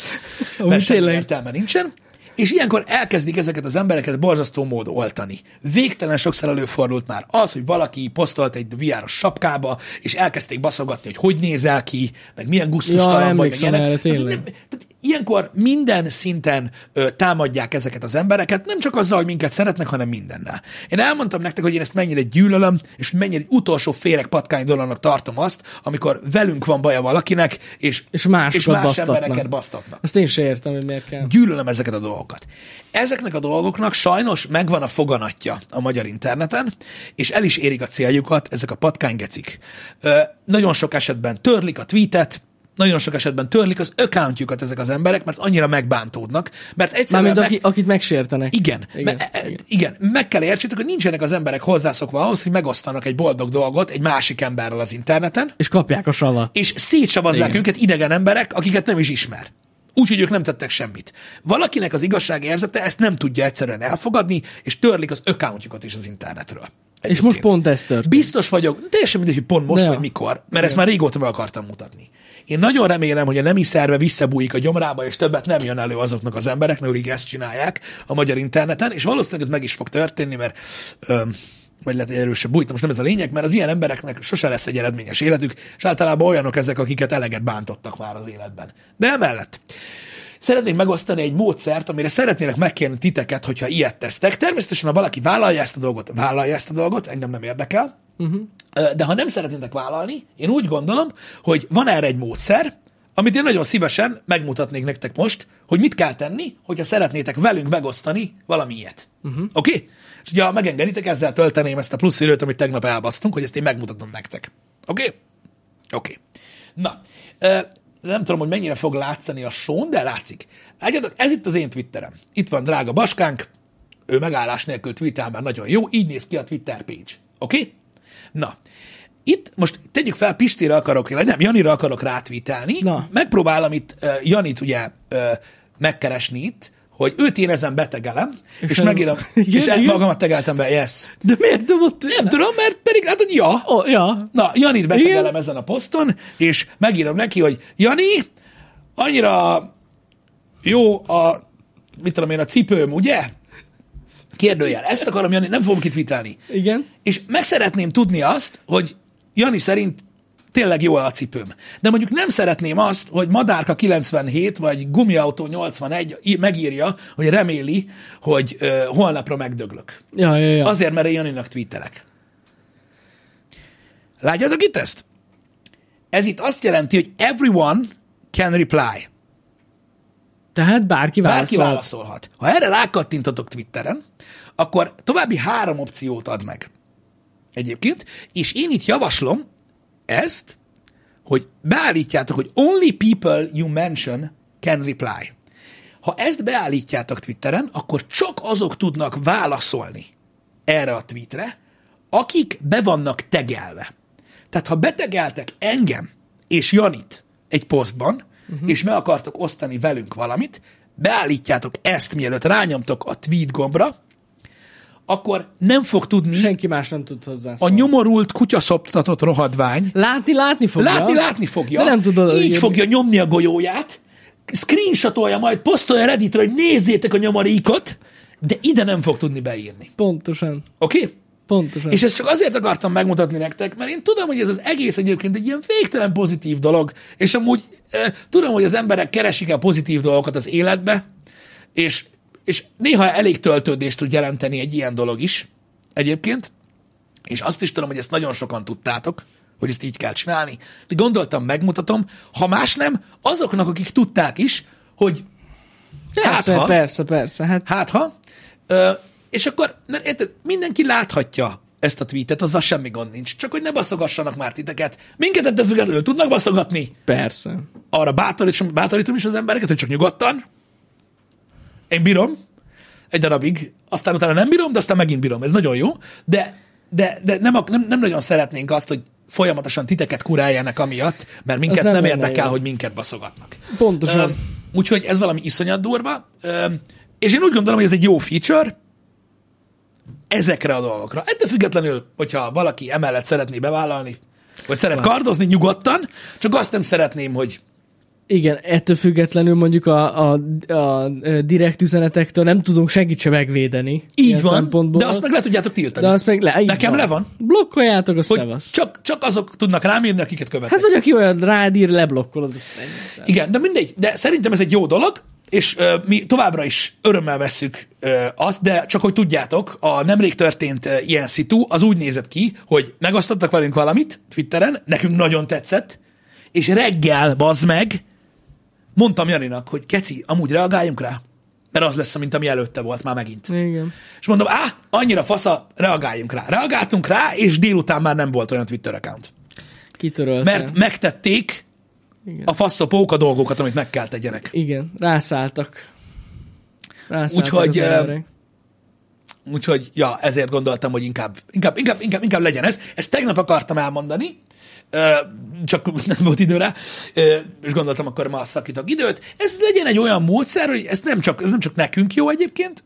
Speaker 2: Amúgy
Speaker 1: Mert semmi
Speaker 2: tényleg.
Speaker 1: értelme nincsen. És ilyenkor elkezdik ezeket az embereket borzasztó mód oltani. Végtelen sokszor előfordult már az, hogy valaki posztolt egy viáros sapkába, és elkezdték baszogatni, hogy hogy nézel ki, meg milyen gusztustalan vagy, meg
Speaker 2: emlékszem
Speaker 1: ilyenek.
Speaker 2: erre,
Speaker 1: Tehát
Speaker 2: tényleg.
Speaker 1: nem- tehát ilyenkor minden szinten ö, támadják ezeket az embereket, nem csak azzal, hogy minket szeretnek, hanem mindennel. Én elmondtam nektek, hogy én ezt mennyire gyűlölöm, és hogy mennyire utolsó féreg patkány dolognak tartom azt, amikor velünk van baja valakinek, és,
Speaker 2: És másokat
Speaker 1: és más
Speaker 2: basztatnak.
Speaker 1: embereket basztatnak.
Speaker 2: Azt én sem értem, hogy miért kell.
Speaker 1: Gyűlölöm ezeket a dolgokat. Ezeknek a dolgoknak sajnos megvan a foganatja a magyar interneten, és el is érik a céljukat ezek a patkánygecik. Ö, nagyon sok esetben törlik a tweetet, nagyon sok esetben törlik az accountjukat ezek az emberek, mert annyira megbántódnak, mert egyszerűen
Speaker 2: Mármint aki, akit megsértenek.
Speaker 1: igen, igen,
Speaker 2: Igen.
Speaker 1: me-
Speaker 2: igen.
Speaker 1: igen. igen, meg kell értsétek, hogy nincsenek az emberek hozzászokva ahhoz, hogy megosztanak egy boldog dolgot egy másik emberrel az interneten,
Speaker 2: És kapják a savat.
Speaker 1: és szétsavazzák Igen. őket idegen emberek, akiket nem is ismer. Úgyhogy ők nem tettek semmit. Valakinek az igazság érzete ezt nem tudja egyszerűen elfogadni, és törlik az accountjukat is az internetről.
Speaker 2: És most pont ez történt.
Speaker 1: Biztos vagyok, teljesen mindegy, hogy pont most
Speaker 2: De.
Speaker 1: vagy mikor, mert ezt már régóta be akartam mutatni. Én nagyon remélem, hogy a nemi szerve visszabújik a gyomrába, és többet nem jön elő azoknak az embereknek, akik ezt csinálják a magyar interneten, és valószínűleg ez meg is fog történni, mert öm, vagy lehet, hogy erősebb bújt. Most nem ez a lényeg, mert az ilyen embereknek sose lesz egy eredményes életük, és általában olyanok ezek, akiket eleget bántottak már az életben. De emellett szeretnék megosztani egy módszert, amire szeretnélek megkérni titeket, hogyha ilyet tesztek. Természetesen, ha valaki vállalja ezt a dolgot, vállalja ezt a dolgot, engem nem érdekel. Uh-huh. De ha nem szeretnétek vállalni, én úgy gondolom, hogy van erre egy módszer, amit én nagyon szívesen megmutatnék nektek most, hogy mit kell tenni, hogyha szeretnétek velünk megosztani valamilyet. Uh-huh. Oké? Okay? És ugye, ha megengeditek, ezzel tölteném ezt a plusz időt, amit tegnap elbasztunk, hogy ezt én megmutatom nektek. Oké? Okay? Oké. Okay. Na, ö, nem tudom, hogy mennyire fog látszani a són, de látszik. Látjátok, ez itt az én Twitterem. Itt van drága baskánk, ő megállás nélkül tweetel már nagyon jó, így néz ki a Twitter page. Oké? Okay? Na, itt most tegyük fel, Pistire akarok, vagy nem, Janira akarok rátvítelni.
Speaker 2: Na.
Speaker 1: Megpróbálom itt uh, Janit ugye uh, megkeresni itt, hogy őt én ezen betegelem, és, és
Speaker 2: nem-
Speaker 1: megírom,
Speaker 2: [laughs] Igen,
Speaker 1: és el-
Speaker 2: igen.
Speaker 1: magamat tegeltem be, yes.
Speaker 2: De miért dobott?
Speaker 1: Nem tudom, mert pedig, hát, hogy ja.
Speaker 2: Oh, ja.
Speaker 1: Na, Janit betegelem
Speaker 2: Igen?
Speaker 1: ezen a poszton, és megírom neki, hogy Jani, annyira jó a, mit tudom én, a cipőm, ugye? Kérdőjel. Ezt akarom, Jani, nem fogom kitvitelni.
Speaker 2: Igen.
Speaker 1: És meg szeretném tudni azt, hogy Jani szerint tényleg jó a cipőm. De mondjuk nem szeretném azt, hogy Madárka 97 vagy Gumiautó 81 í- megírja, hogy reméli, hogy ö, holnapra megdöglök.
Speaker 2: Ja, ja, ja.
Speaker 1: Azért, mert én Janinak tweetelek. Látjátok itt ezt? Ez itt azt jelenti, hogy everyone can reply.
Speaker 2: Tehát
Speaker 1: Bárki
Speaker 2: bárki válaszol.
Speaker 1: válaszolhat. Ha erre rákattintotok Twitteren, akkor további három opciót ad meg. Egyébként, és én itt javaslom ezt, hogy beállítjátok, hogy only people you mention can reply. Ha ezt beállítjátok Twitteren, akkor csak azok tudnak válaszolni erre a tweetre, akik be vannak tegelve. Tehát ha betegeltek engem és Janit egy posztban, uh-huh. és meg akartok osztani velünk valamit, beállítjátok ezt, mielőtt rányomtok a tweet gombra, akkor nem fog tudni
Speaker 2: Senki más nem tud
Speaker 1: a
Speaker 2: hozzászólni.
Speaker 1: nyomorult kutyaszoptatott rohadvány
Speaker 2: Látni, látni fogja.
Speaker 1: látni, látni fogja.
Speaker 2: De nem tudod,
Speaker 1: Így
Speaker 2: hogy-
Speaker 1: fogja nyomni a golyóját, screenshotolja, majd posztolja Redditre, hogy nézzétek a nyomarékot, de ide nem fog tudni beírni.
Speaker 2: Pontosan.
Speaker 1: Oké? Okay?
Speaker 2: Pontosan.
Speaker 1: És ezt csak azért akartam megmutatni nektek, mert én tudom, hogy ez az egész egyébként egy ilyen végtelen pozitív dolog, és amúgy e, tudom, hogy az emberek keresik a pozitív dolgokat az életbe, és, és néha elég töltődést tud jelenteni egy ilyen dolog is egyébként, és azt is tudom, hogy ezt nagyon sokan tudtátok, hogy ezt így kell csinálni, de gondoltam, megmutatom, ha más nem, azoknak, akik tudták is, hogy
Speaker 2: persze,
Speaker 1: hát ha-
Speaker 2: persze, persze. Hát
Speaker 1: Hát ha. Ö, és akkor, mert érted, mindenki láthatja ezt a tweetet, azzal semmi gond nincs. Csak hogy ne baszogassanak már titeket. Minket ettől függetlenül tudnak baszogatni.
Speaker 2: persze.
Speaker 1: Arra bátorítom, bátorítom is az embereket, hogy csak nyugodtan. Én bírom. Egy darabig. Aztán utána nem bírom, de aztán megint bírom. Ez nagyon jó. De, de, de nem, ak- nem, nem nagyon szeretnénk azt, hogy folyamatosan titeket kuráljanak amiatt, mert minket
Speaker 2: nem
Speaker 1: nem, nem
Speaker 2: lenne
Speaker 1: érdekel,
Speaker 2: jó.
Speaker 1: hogy minket baszogatnak.
Speaker 2: Pontosan.
Speaker 1: Öm, úgyhogy ez valami iszonyat durva. Öm, és én úgy gondolom, hogy ez egy jó feature ezekre a dolgokra. Ettől függetlenül, hogyha valaki emellett szeretné bevállalni, vagy szeret kardozni nyugodtan, csak azt nem szeretném, hogy
Speaker 2: Igen, ettől függetlenül mondjuk a, a, a, ö, direkt üzenetektől nem tudunk senkit se megvédeni.
Speaker 1: így
Speaker 2: ilyen
Speaker 1: van,
Speaker 2: szempontból.
Speaker 1: de azt meg le tudjátok tiltani.
Speaker 2: de azt meg le, így
Speaker 1: Nekem
Speaker 2: van.
Speaker 1: le van.
Speaker 2: Blokkoljátok a
Speaker 1: Hogy
Speaker 2: szevasz.
Speaker 1: csak, csak azok tudnak rám írni, akiket
Speaker 2: Hát
Speaker 1: követek.
Speaker 2: vagy aki olyan rád ír, leblokkolod, azt ennyi.
Speaker 1: Igen, de mindegy, de szerintem ez egy jó dolog, és ö, mi továbbra is örömmel vesszük ö, azt, de csak hogy tudjátok, a nemrég történt ö, ilyen szitu, az úgy nézett ki, hogy megosztottak velünk valamit Twitteren, nekünk nagyon tetszett, és reggel, bazd meg, mondtam Janinak, hogy keci, amúgy reagáljunk rá, mert az lesz, mint ami előtte volt már megint.
Speaker 2: Igen.
Speaker 1: És mondom, á, annyira fasza, reagáljunk rá. Reagáltunk rá, és délután már nem volt olyan Twitter account.
Speaker 2: Kitörölte.
Speaker 1: Mert megtették
Speaker 2: Igen.
Speaker 1: a faszopók a dolgokat, amit meg kell tegyenek.
Speaker 2: Igen, rászálltak. Rászálltak
Speaker 1: Úgyhogy,
Speaker 2: az
Speaker 1: ö,
Speaker 2: emberek.
Speaker 1: Úgyhogy, ja, ezért gondoltam, hogy inkább, inkább, inkább, inkább, inkább legyen ez. Ezt tegnap akartam elmondani, ö, csak nem volt időre, ö, és gondoltam, akkor ma szakítok időt. Ez legyen egy olyan módszer, hogy ez nem csak, ez nem csak nekünk jó egyébként,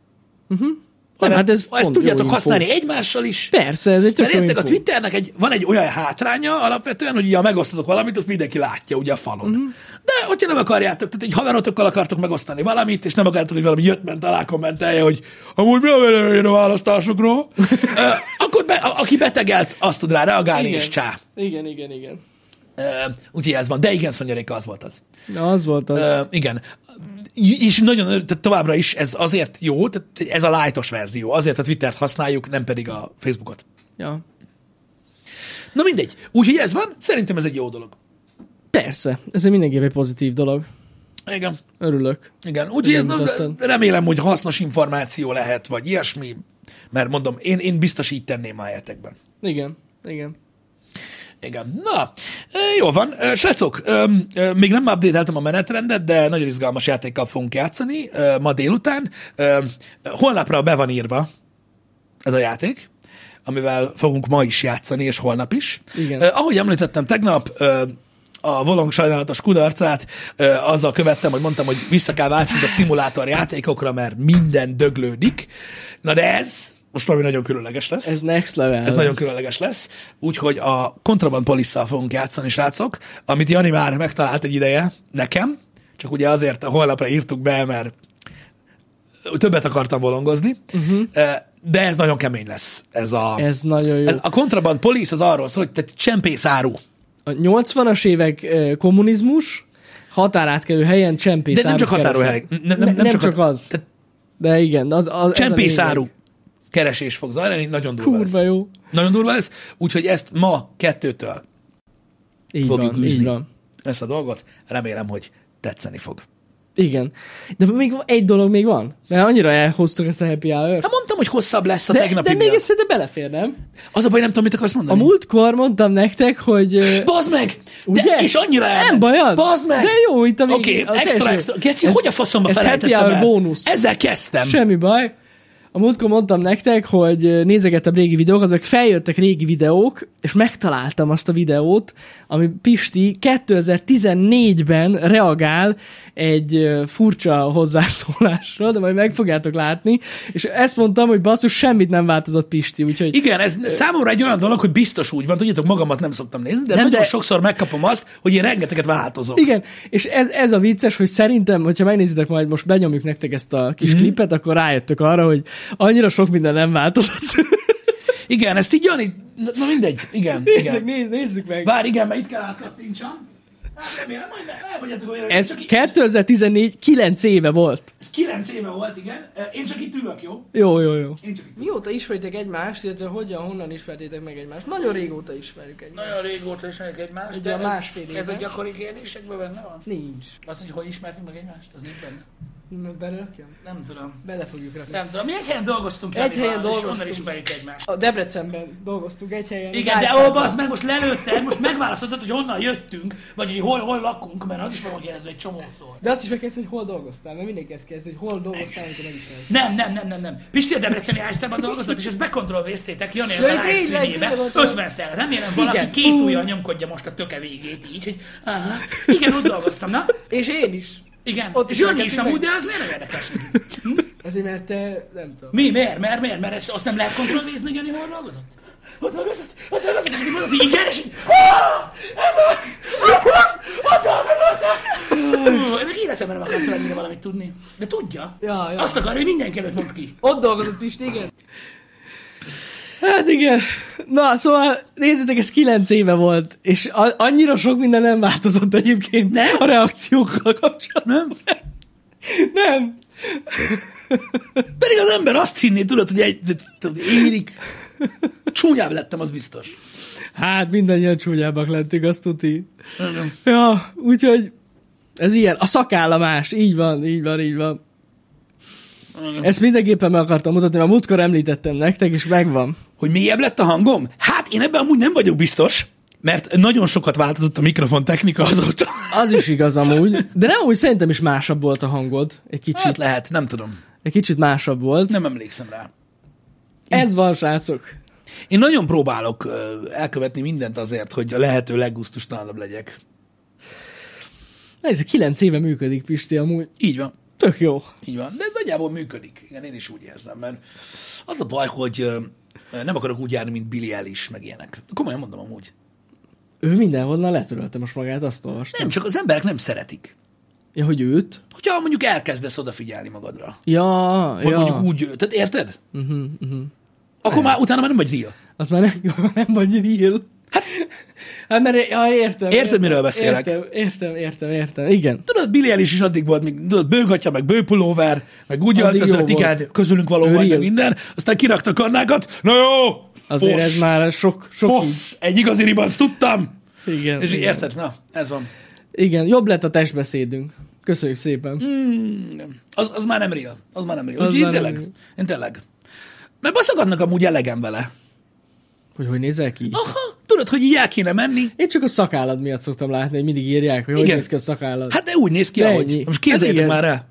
Speaker 1: hanem
Speaker 2: hát ez pont
Speaker 1: ezt
Speaker 2: jó
Speaker 1: tudjátok
Speaker 2: info.
Speaker 1: használni egymással is.
Speaker 2: Persze, ez egy tök
Speaker 1: Mert
Speaker 2: jó
Speaker 1: értek, a
Speaker 2: info.
Speaker 1: Twitternek egy, van egy olyan hátránya alapvetően, hogy ugye, ha megosztatok valamit, azt mindenki látja ugye a falon.
Speaker 2: Mhm.
Speaker 1: Uh-huh. De hogyha nem akarjátok, tehát egy haverotokkal akartok megosztani valamit, és nem akartok, hogy valami jöttment alá kommentelje, hogy amúgy mi a véleményed a választásokról,
Speaker 2: [laughs]
Speaker 1: Ö, akkor be, a, aki betegelt, azt tud rá reagálni,
Speaker 2: Igen.
Speaker 1: és csá.
Speaker 2: Igen, igen, igen.
Speaker 1: Ö, Úgyhogy ez van. De igen, Szonya Réka, az volt az.
Speaker 2: Na, az volt az.
Speaker 1: Ö, igen. És nagyon, tehát továbbra is ez azért jó, tehát ez a lightos verzió. Azért a Twittert használjuk, nem pedig a Facebookot.
Speaker 2: Ja.
Speaker 1: Na mindegy. Úgyhogy ez van, szerintem ez egy jó dolog.
Speaker 2: Persze, ez egy mindenképp egy pozitív dolog.
Speaker 1: Igen.
Speaker 2: Örülök.
Speaker 1: Igen, úgyhogy ez
Speaker 2: Igen,
Speaker 1: nem, de-
Speaker 2: mutattad.
Speaker 1: de remélem, hogy hasznos információ lehet, vagy ilyesmi, mert mondom, én, én biztos így tenném a helyetekben.
Speaker 2: Igen, igen.
Speaker 1: Igen. Na, e, jól van. E, Srácok, e, e, még nem updateltem a menetrendet, de nagyon izgalmas játékkal fogunk játszani e, ma délután. E, Holnapra be van írva ez a játék, amivel fogunk ma is játszani, és holnap is.
Speaker 2: Igen.
Speaker 1: E, Ahogy említettem tegnap, e, a Volong sajnálatos kudarcát e, azzal követtem, hogy mondtam, hogy vissza kell váltsunk a szimulátor játékokra, mert minden döglődik. Na de ez most valami nagyon különleges lesz.
Speaker 2: Ez next level.
Speaker 1: Ez nagyon különleges lesz. Úgyhogy a Contraband police fogunk játszani, srácok, amit Jani már megtalált egy ideje nekem, csak ugye azért a holnapra írtuk be, mert többet akartam bolongozni, uh-huh. de ez nagyon kemény lesz. Ez a,
Speaker 2: Mhm. Ez nagyon jó.
Speaker 1: ez, a Contraband Police az arról szól, hogy te csempész áru.
Speaker 2: A 80-as évek ö, kommunizmus, határátkelő helyen csempész
Speaker 1: De nem
Speaker 2: árut
Speaker 1: csak határó
Speaker 2: keresnek.
Speaker 1: hely.
Speaker 2: Ne, nem, nem csak az.
Speaker 1: tehát
Speaker 2: De igen, az, az ez a
Speaker 1: Csempész
Speaker 2: lényeg.
Speaker 1: áru keresés fog zajlani, nagyon durva
Speaker 2: Kurva
Speaker 1: lesz.
Speaker 2: jó.
Speaker 1: Nagyon durva lesz, úgyhogy ezt ma kettőtől
Speaker 2: Így
Speaker 1: fogjuk
Speaker 2: van, így
Speaker 1: űzni
Speaker 2: van.
Speaker 1: ezt a dolgot. Remélem, hogy tetszeni fog.
Speaker 2: Igen. De még van- egy dolog még van. Mert annyira elhoztuk ezt a happy hour
Speaker 1: Hát mondtam, hogy hosszabb lesz a
Speaker 2: de,
Speaker 1: tegnapi
Speaker 2: de még ez szerintem belefér, nem?
Speaker 1: Az a baj, nem tudom, mit akarsz
Speaker 2: A
Speaker 1: mondani.
Speaker 2: múltkor mondtam nektek, hogy...
Speaker 1: [laughs]
Speaker 2: ö,
Speaker 1: Bazd meg! De,
Speaker 2: Ugye?
Speaker 1: és annyira elment.
Speaker 2: Nem baj az.
Speaker 1: Bazd meg!
Speaker 2: De jó, itt a végén.
Speaker 1: Oké,
Speaker 2: Az
Speaker 1: okay, extra,
Speaker 2: teljesen jó.
Speaker 1: extra. Geci,
Speaker 2: Ez-
Speaker 1: hogy a faszomba
Speaker 2: ez
Speaker 1: felejtettem
Speaker 2: happy hour
Speaker 1: el?
Speaker 2: bónusz.
Speaker 1: Ezzel kezdtem.
Speaker 2: Semmi baj. A múltkor mondtam nektek, hogy ö, nézegettem régi videókat, meg feljöttek régi videók, és megtaláltam azt a videót, ami Pisti 2014-ben reagál egy ö, furcsa hozzászólásra, de majd meg fogjátok látni, és ezt mondtam, hogy basszus, semmit nem változott Pisti, úgyhogy
Speaker 1: Igen, ez számomra egy olyan dolog, hogy biztos úgy van, tudjátok, magamat nem szoktam nézni, de
Speaker 2: Nem,
Speaker 1: nem, nagyon
Speaker 2: de-
Speaker 1: de... sokszor megkapom azt, hogy én rengeteget változom.
Speaker 2: Igen, és ez, ez a vicces, hogy szerintem, hogyha megnézitek majd, most benyomjuk nektek ezt a kis mm-hmm. klipet, akkor rájöttök arra, hogy annyira sok minden nem változott.
Speaker 1: Igen, ezt így Jani, na na mindegy, igen,
Speaker 2: [laughs] nézzük,
Speaker 1: igen.
Speaker 2: néz, nézzük meg.
Speaker 1: Vár, igen, mert itt kell átkattintsam. Hát remélem, majd elmondjátok, hogy
Speaker 2: ez
Speaker 1: csak-
Speaker 2: 2014 9 éve volt.
Speaker 1: ez 9 éve volt, igen. Én csak itt ülök, jó?
Speaker 2: Jó, jó, jó.
Speaker 1: Én csak itt
Speaker 2: Mióta ismeritek egymást, illetve hogyan, honnan ismertétek meg egymást? Nagyon régóta ismerjük egymást.
Speaker 3: Nagyon régóta ismerjük egymást,
Speaker 2: Ugye
Speaker 3: de
Speaker 2: a másfél
Speaker 3: ez,
Speaker 2: éve.
Speaker 3: ez a gyakori kérdésekben benne van?
Speaker 2: Nincs.
Speaker 3: Azt, hogy hogy ismertünk meg egymást, az nincs benne?
Speaker 2: Belőkjem?
Speaker 3: Nem tudom.
Speaker 2: Bele fogjuk rakni.
Speaker 3: Nem tudom, mi egy helyen dolgoztunk
Speaker 2: Egy helyen
Speaker 3: Janival, és
Speaker 2: dolgoztunk.
Speaker 3: onnan ismerjük egymást.
Speaker 2: A Debrecenben dolgoztunk egy helyen.
Speaker 3: Igen, de ó, az meg most lelőtted, most megválaszoltad, hogy honnan jöttünk, vagy hogy hol, hol lakunk, mert az is meg van kérdezve egy csomószor.
Speaker 2: De azt is megkérdezte, hogy hol dolgoztál, mert mindenki ezt kérdezi, hogy hol dolgoztál, amikor megismerted.
Speaker 3: Nem, nem, nem, nem, nem. Pisti a Debreceni Einsteinban dolgozott, és ezt bekontrollvéztétek Jani az
Speaker 2: Jaj,
Speaker 3: a
Speaker 2: tényleg,
Speaker 3: livestreamjébe.
Speaker 2: tényleg ott van.
Speaker 3: 50 szer. Remélem valaki
Speaker 2: Igen.
Speaker 3: két ujjal nyomkodja most a töke végét így, hogy aha, igen, ott dolgoztam, na?
Speaker 2: És én is.
Speaker 3: Igen.
Speaker 2: Ott
Speaker 3: Ott
Speaker 2: is
Speaker 3: és Jani is
Speaker 2: elkezdtünk
Speaker 3: amúgy, de az miért nem érdekes?
Speaker 2: Azért, mert te, nem tudom.
Speaker 3: Mi? Miért? Miért? Miért? Mert ezt- azt nem lehet kontrollvézni, Jani hol dolgozott? Ott dolgozott? Ott dolgozott? És akkor mondod, hogy igen, és így "Ah, Ez az! Ez az! Ott dolgozott! Hú, Én még életemben nem akartam ennyire valamit tudni. De tudja.
Speaker 2: Ja, ja.
Speaker 3: Azt akarja, hogy mindenki előtt mond ki.
Speaker 2: Ott dolgozott Pisti, igen? Hát igen. Na, szóval nézzétek, ez kilenc éve volt, és a- annyira sok minden nem változott egyébként nem? a reakciókkal kapcsolatban. Nem? Nem.
Speaker 1: Pedig az ember azt hinné, tudod, hogy egy, tudod, érik. Csúnyább lettem, az biztos.
Speaker 2: Hát mindannyian csúnyábbak lettünk, azt tuti. Ja, úgyhogy ez ilyen. A szakállamás, így van, így van, így van. Ezt mindenképpen meg akartam mutatni, mert múltkor említettem nektek, és megvan.
Speaker 1: Hogy mélyebb lett a hangom? Hát én ebben amúgy nem vagyok biztos, mert nagyon sokat változott a mikrofon technika azóta.
Speaker 2: Az is igaz amúgy. De nem úgy, szerintem is másabb volt a hangod. Egy kicsit.
Speaker 1: Hát lehet, nem tudom.
Speaker 2: Egy kicsit másabb volt.
Speaker 1: Nem emlékszem rá.
Speaker 2: Ez van, srácok.
Speaker 1: Én nagyon próbálok ö, elkövetni mindent azért, hogy a lehető leggusztustalanabb legyek.
Speaker 2: Na, ez kilenc éve működik, Pisti, amúgy.
Speaker 1: Így van.
Speaker 2: Tök jó.
Speaker 4: Így van. De ez nagyjából működik. Igen, én is úgy érzem, mert az a baj, hogy ö, nem akarok úgy járni, mint Billy Ellis, meg ilyenek. Komolyan mondom amúgy.
Speaker 2: Ő mindenhonnan letörölte most magát, azt olvastam.
Speaker 4: Nem, csak az emberek nem szeretik.
Speaker 2: Ja, hogy őt?
Speaker 4: Hogyha mondjuk elkezdesz odafigyelni magadra,
Speaker 2: Ja,
Speaker 4: hogy
Speaker 2: ja.
Speaker 4: mondjuk úgy, tehát érted? Uh-huh, uh-huh. Akkor már utána már nem vagy real.
Speaker 2: Az már nem, [laughs] jó, nem vagy real. Hát, hát mert, ja, értem.
Speaker 4: miről beszélek.
Speaker 2: Értem, értem, értem, értem. Igen.
Speaker 4: Tudod, Billy Ellis is addig volt, még tudod, bőgatja, meg bőpulóver, meg úgy
Speaker 2: Addig
Speaker 4: öltözött,
Speaker 2: jó
Speaker 4: igen,
Speaker 2: volt.
Speaker 4: közülünk való volt, meg
Speaker 2: Real.
Speaker 4: minden, aztán kiraktak annákat, na jó,
Speaker 2: Azért
Speaker 4: fos,
Speaker 2: ez már sok, sok így.
Speaker 4: fos, egy igazi ribanc, tudtam.
Speaker 2: Igen,
Speaker 4: És így
Speaker 2: igen.
Speaker 4: érted, na, ez van.
Speaker 2: igen, jobb lett a testbeszédünk. Köszönjük szépen.
Speaker 4: Mm. Nem. Hmm, Az, az már nem real. Az már nem real.
Speaker 2: Az
Speaker 4: Úgyhogy én
Speaker 2: már nem
Speaker 4: tényleg,
Speaker 2: real.
Speaker 4: én tényleg. Mert baszogatnak amúgy elegem vele.
Speaker 2: Hogy hogy nézel ki?
Speaker 4: Aha, tudod, hogy így el kéne menni.
Speaker 2: Én csak a szakállad miatt szoktam látni, hogy mindig írják, hogy hogy
Speaker 4: Igen.
Speaker 2: néz ki a szakállad.
Speaker 4: Hát de úgy néz ki,
Speaker 2: De
Speaker 4: ahogy.
Speaker 2: ennyi.
Speaker 4: Most képzeljétek
Speaker 2: Hát
Speaker 4: már
Speaker 2: igen.
Speaker 4: rá.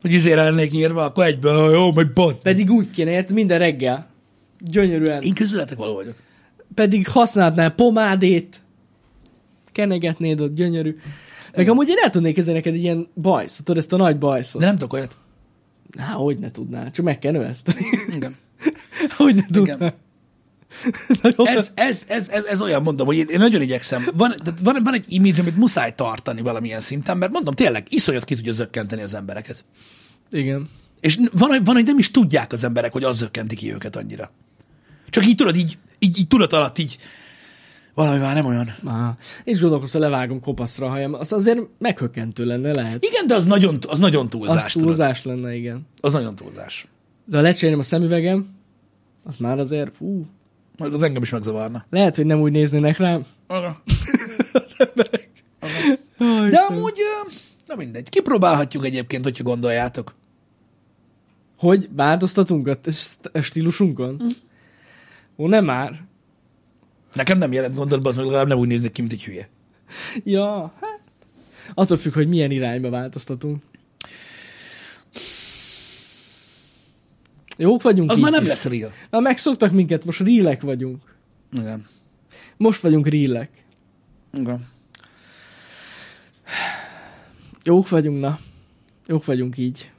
Speaker 4: Hogy izére lennék nyírva, akkor egyből, "Ah, jó, majd bazd. meg."
Speaker 2: Pedig úgy kéne, érted? Minden reggel. Gyönyörűen.
Speaker 4: Én közületek való vagyok.
Speaker 2: Pedig használnál pomádét, kenegetnéd ott, gyönyörű. Meg amúgy én el tudnék ezen neked egy ilyen bajszot, tudod, ezt a nagy bajszot.
Speaker 4: De nem tudok olyat.
Speaker 2: Há, hogy ne tudnál, csak meg kell növeszteni.
Speaker 4: Igen.
Speaker 2: [laughs] hogy ne tudnál. [laughs] Nagyon-
Speaker 4: Ez, ez, ez, ez, ez olyan, mondom, hogy én, én nagyon igyekszem. Van, tehát van, van egy image, amit muszáj tartani valamilyen szinten, mert mondom, tényleg iszonyat ki tudja zökkenteni az embereket.
Speaker 2: Igen.
Speaker 4: És n- van, hogy- van, hogy nem is tudják az emberek, hogy az zökkenti ki őket annyira. Csak így tudod, így, így, így tudat alatt így valami már nem olyan.
Speaker 2: Á, és gondolkozz, ha levágom kopaszra a hajam, az azért meghökkentő lenne, lehet.
Speaker 4: Igen, de az nagyon, az nagyon túlzás.
Speaker 2: Az
Speaker 4: Az, túlzás.
Speaker 2: túlzás lenne, igen.
Speaker 4: az nagyon túlzás.
Speaker 2: De ha lecserélem a szemüvegem, az már azért, fú,
Speaker 4: Meg az engem is megzavarna.
Speaker 2: lehet, hogy nem úgy néznének rám az emberek.
Speaker 4: De amúgy, ö, na mindegy, kipróbálhatjuk egyébként, hogyha gondoljátok.
Speaker 2: Hogy változtatunk a t- a stílusunkon?
Speaker 4: Mhm.
Speaker 2: Ó, nem már.
Speaker 4: Nekem nem jelent gondot, az meg legalább nem úgy néznek ki, mint egy hülye.
Speaker 2: Ja, hát. Attól függ, hogy milyen irányba változtatunk. Jók vagyunk
Speaker 4: Az
Speaker 2: így
Speaker 4: már nem
Speaker 2: is.
Speaker 4: lesz real.
Speaker 2: Na, megszoktak minket, most rílek vagyunk.
Speaker 4: Igen.
Speaker 2: Most vagyunk rílek.
Speaker 4: Igen.
Speaker 2: Jók vagyunk, na. Jók vagyunk így.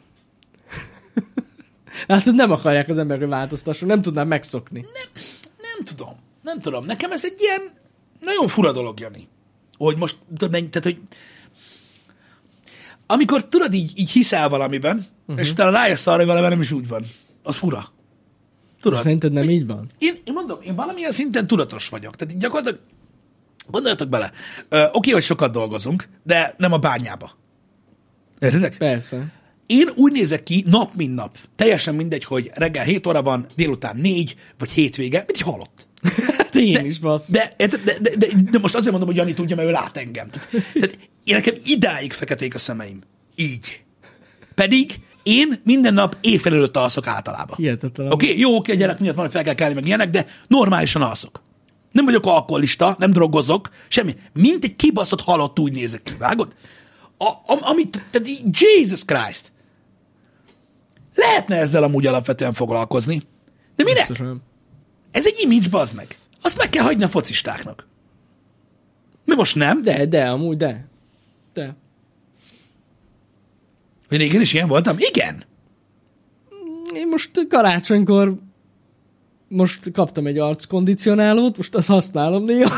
Speaker 2: [laughs] Látod, nem akarják az emberek, hogy változtassunk, nem tudnám megszokni.
Speaker 4: Nem tudom. Nem tudom. Nekem ez egy ilyen nagyon fura dolog, Jani. Hogy most, tudod, mennyi- tehát, hogy amikor tudod, így, így hiszel valamiben, uh-huh. és utána rájössz arra, hogy valami nem is úgy van. Az fura. Tudod?
Speaker 2: Szerinted nem így van?
Speaker 4: Én, én mondom, én valamilyen szinten tudatos vagyok. Tehát így gyakorlatilag, gondoljatok bele, ö, oké, hogy sokat dolgozunk, de nem a bányába. Értedek?
Speaker 2: Persze.
Speaker 4: Én úgy nézek ki nap, mint nap. Teljesen mindegy, hogy reggel 7 óra van, délután 4, vagy hétvége, mint egy halott.
Speaker 2: Hát én is, basz.
Speaker 4: De, de, de, de, de, de most azért mondom, hogy Jani tudja, mert ő lát engem. Tehát, tehát én nekem idáig feketék a szemeim. Így. Pedig én minden nap éjfél előtt alszok általában.
Speaker 2: Hihetetlen.
Speaker 4: Oké, okay, jó, oké, a gyerek miatt van, fel kell kelni, meg ilyenek, de normálisan alszok. Nem vagyok alkoholista, nem drogozok, semmi. Mint egy kibaszott halott úgy nézek ki, vágod? A, am, amit, tehát így, Jesus Christ! Lehetne ezzel amúgy alapvetően foglalkozni. De minek?
Speaker 2: Biztos nem.
Speaker 4: Ez egy image, bazd meg. Azt meg kell hagyni a focistáknak. Mi most nem?
Speaker 2: De, de, amúgy de. De.
Speaker 4: Hogy régen is ilyen voltam? Igen.
Speaker 2: Én most karácsonykor most kaptam egy arckondicionálót, most azt használom néha.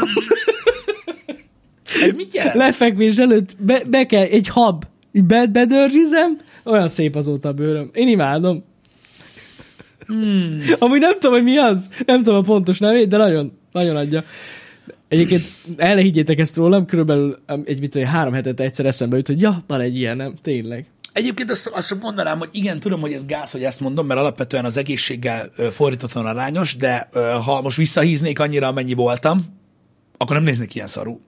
Speaker 4: Ez mit jelent?
Speaker 2: Lefekvés előtt be, be kell egy hab, így be, bedörzsizem, olyan szép azóta a bőröm. Én imádom. Hmm. Amúgy nem tudom, hogy mi az, nem tudom a pontos nevét, de nagyon, nagyon adja. Egyébként el ne higgyétek ezt rólam, körülbelül um, egy mit tudom, én, három hetete egyszer eszembe jut, hogy ja, van egy ilyen, nem? Tényleg.
Speaker 4: Egyébként azt, azt csak mondanám, hogy igen, tudom, hogy ez gáz, hogy ezt mondom, mert alapvetően az egészséggel ö, fordítottan arányos, de ö, ha most visszahíznék annyira, amennyi voltam, akkor nem néznék ilyen szarú.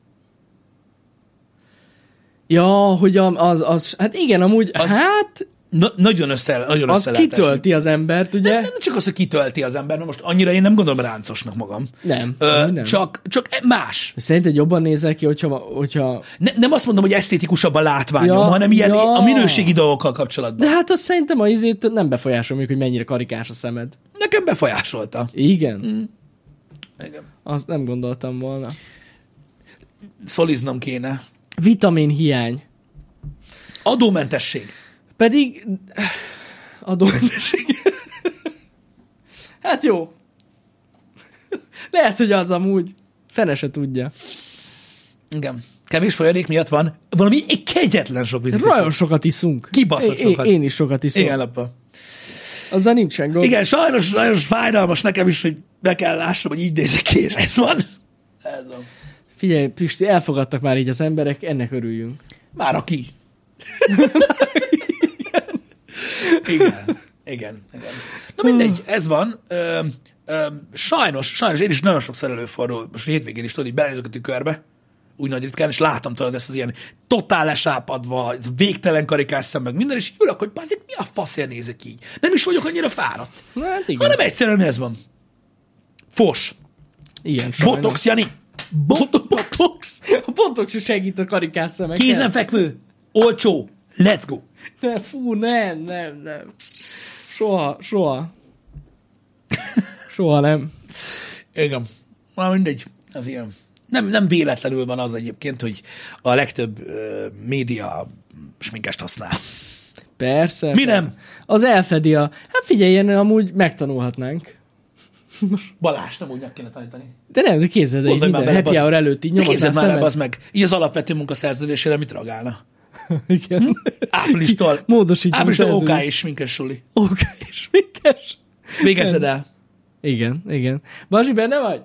Speaker 2: Ja, hogy a- az, az, hát igen, amúgy,
Speaker 4: Az-
Speaker 2: az, hát,
Speaker 4: Na, nagyon össze, nagyon
Speaker 2: az
Speaker 4: össze lehet esni.
Speaker 2: kitölti az embert, ugye?
Speaker 4: Nem, nem csak az, hogy kitölti az ember, mert most annyira én nem gondolom ráncosnak magam.
Speaker 2: Nem,
Speaker 4: Ö,
Speaker 2: nem.
Speaker 4: Csak, csak más.
Speaker 2: Szerinted jobban nézel ki, hogyha, hogyha...
Speaker 4: Ne, nem azt mondom, hogy esztétikusabb a látványom, ja,
Speaker 2: Ja,
Speaker 4: hanem ilyen
Speaker 2: ja.
Speaker 4: a minőségi dolgokkal kapcsolatban.
Speaker 2: De hát azt szerintem a izét nem befolyásol mondjuk, hogy mennyire karikás a szemed.
Speaker 4: Nekem befolyásolta.
Speaker 2: Igen? Mm.
Speaker 4: Igen.
Speaker 2: Azt nem gondoltam volna.
Speaker 4: Szoliznom kéne.
Speaker 2: Vitamin hiány.
Speaker 4: Adómentesség.
Speaker 2: Pedig eh, adómentesség. [laughs] hát jó. [laughs] Lehet, hogy az amúgy. Fene se tudja.
Speaker 4: Igen. Kevés folyadék miatt van valami kegyetlen sok vizet.
Speaker 2: Nagyon sokat iszunk.
Speaker 4: Kibaszott
Speaker 2: én,
Speaker 4: sokat.
Speaker 2: Én is sokat iszom.
Speaker 4: Igen,
Speaker 2: Igen.
Speaker 4: nappal.
Speaker 2: Azzal nincsen gond.
Speaker 4: Igen, sajnos, sajnos fájdalmas nekem is, hogy be kell lássam, hogy így nézek ki, és ez van. Ez van.
Speaker 2: Figyelj, Pisti, elfogadtak már így az emberek, ennek örüljünk.
Speaker 4: Már aki. Igen. Igen. Igen. Na mindegy, ez van. Öm, öm, sajnos, sajnos én is nagyon sokszor előfordul, most hétvégén is tudod, így belenézek a tükörbe, úgy nagy ritkán, és látom tudod ezt az ilyen totál lesápadva, ez végtelen karikás szem, meg minden, és így ülök, hogy baszik, mi a faszért nézek így? Nem is vagyok annyira fáradt.
Speaker 2: Na, hát igen.
Speaker 4: Hanem egyszerűen ez van. Fos.
Speaker 2: igen, sajnos.
Speaker 4: Botox, Jani. Botox.
Speaker 2: [laughs] A botox is segít a karikás szemekkel.
Speaker 4: Kézenfekvő. Olcsó. Let's go.
Speaker 2: Ne, fú, nem, nem, nem. Soha, soha. Soha nem.
Speaker 4: Igen. Már mindegy, az ilyen. Nem, nem véletlenül van az egyébként, hogy a legtöbb ö, média sminkest használ.
Speaker 2: Persze.
Speaker 4: Mi nem?
Speaker 2: Az elfedi a... Hát figyelj, ilyen amúgy megtanulhatnánk.
Speaker 4: Balázs, nem úgy meg kéne tanítani.
Speaker 2: De nem, de képzeld el, így
Speaker 4: Gondolj már
Speaker 2: minden
Speaker 4: bele,
Speaker 2: happy
Speaker 4: bazd-
Speaker 2: hour előtt így
Speaker 4: De
Speaker 2: nyomatnál
Speaker 4: képzeld már
Speaker 2: szemet.
Speaker 4: ebbe az meg, így az alapvető munkaszerződésére mit ragálna?
Speaker 2: [laughs] Igen.
Speaker 4: Áprilistól.
Speaker 2: [laughs] Módosítjuk
Speaker 4: Áprilistól
Speaker 2: szerződést.
Speaker 4: OK és sminkes suli.
Speaker 2: Oké, és mikes.
Speaker 4: Végezted el.
Speaker 2: Igen, igen. Bazsi, benne vagy?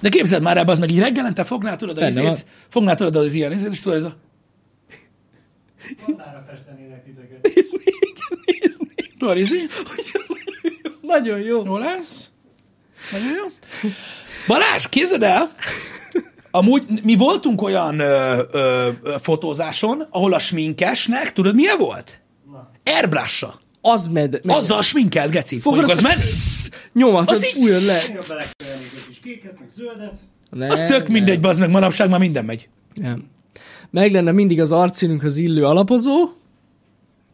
Speaker 4: De képzeld már ebbe az meg, így reggelente fognál tudod az
Speaker 2: Benne
Speaker 4: izét, fognál tudod az ilyen izét, és tudod ez a...
Speaker 5: Pannára festenének titeket.
Speaker 2: Nézni, igen, nézni.
Speaker 4: Tudod izé?
Speaker 2: Nagyon jó.
Speaker 4: Jó lesz. Nagyon jó. Balázs, képzeld el, amúgy mi voltunk olyan ö, ö, ö, fotózáson, ahol a sminkesnek, tudod milyen volt? Airbrush-a.
Speaker 2: Az med... med
Speaker 4: Azzal sminkelt, geci. Fogod az
Speaker 2: azt-
Speaker 4: menni?
Speaker 2: Nyomat,
Speaker 4: Azt
Speaker 2: az
Speaker 4: így-
Speaker 2: újjön le.
Speaker 5: Nagyon belekevernék egy kis kéket, meg zöldet.
Speaker 2: Ne,
Speaker 4: Az tök
Speaker 2: ne,
Speaker 4: mindegy, bazd meg, manapság már minden megy.
Speaker 2: Nem. Meg lenne mindig az arcszínünkhöz illő alapozó,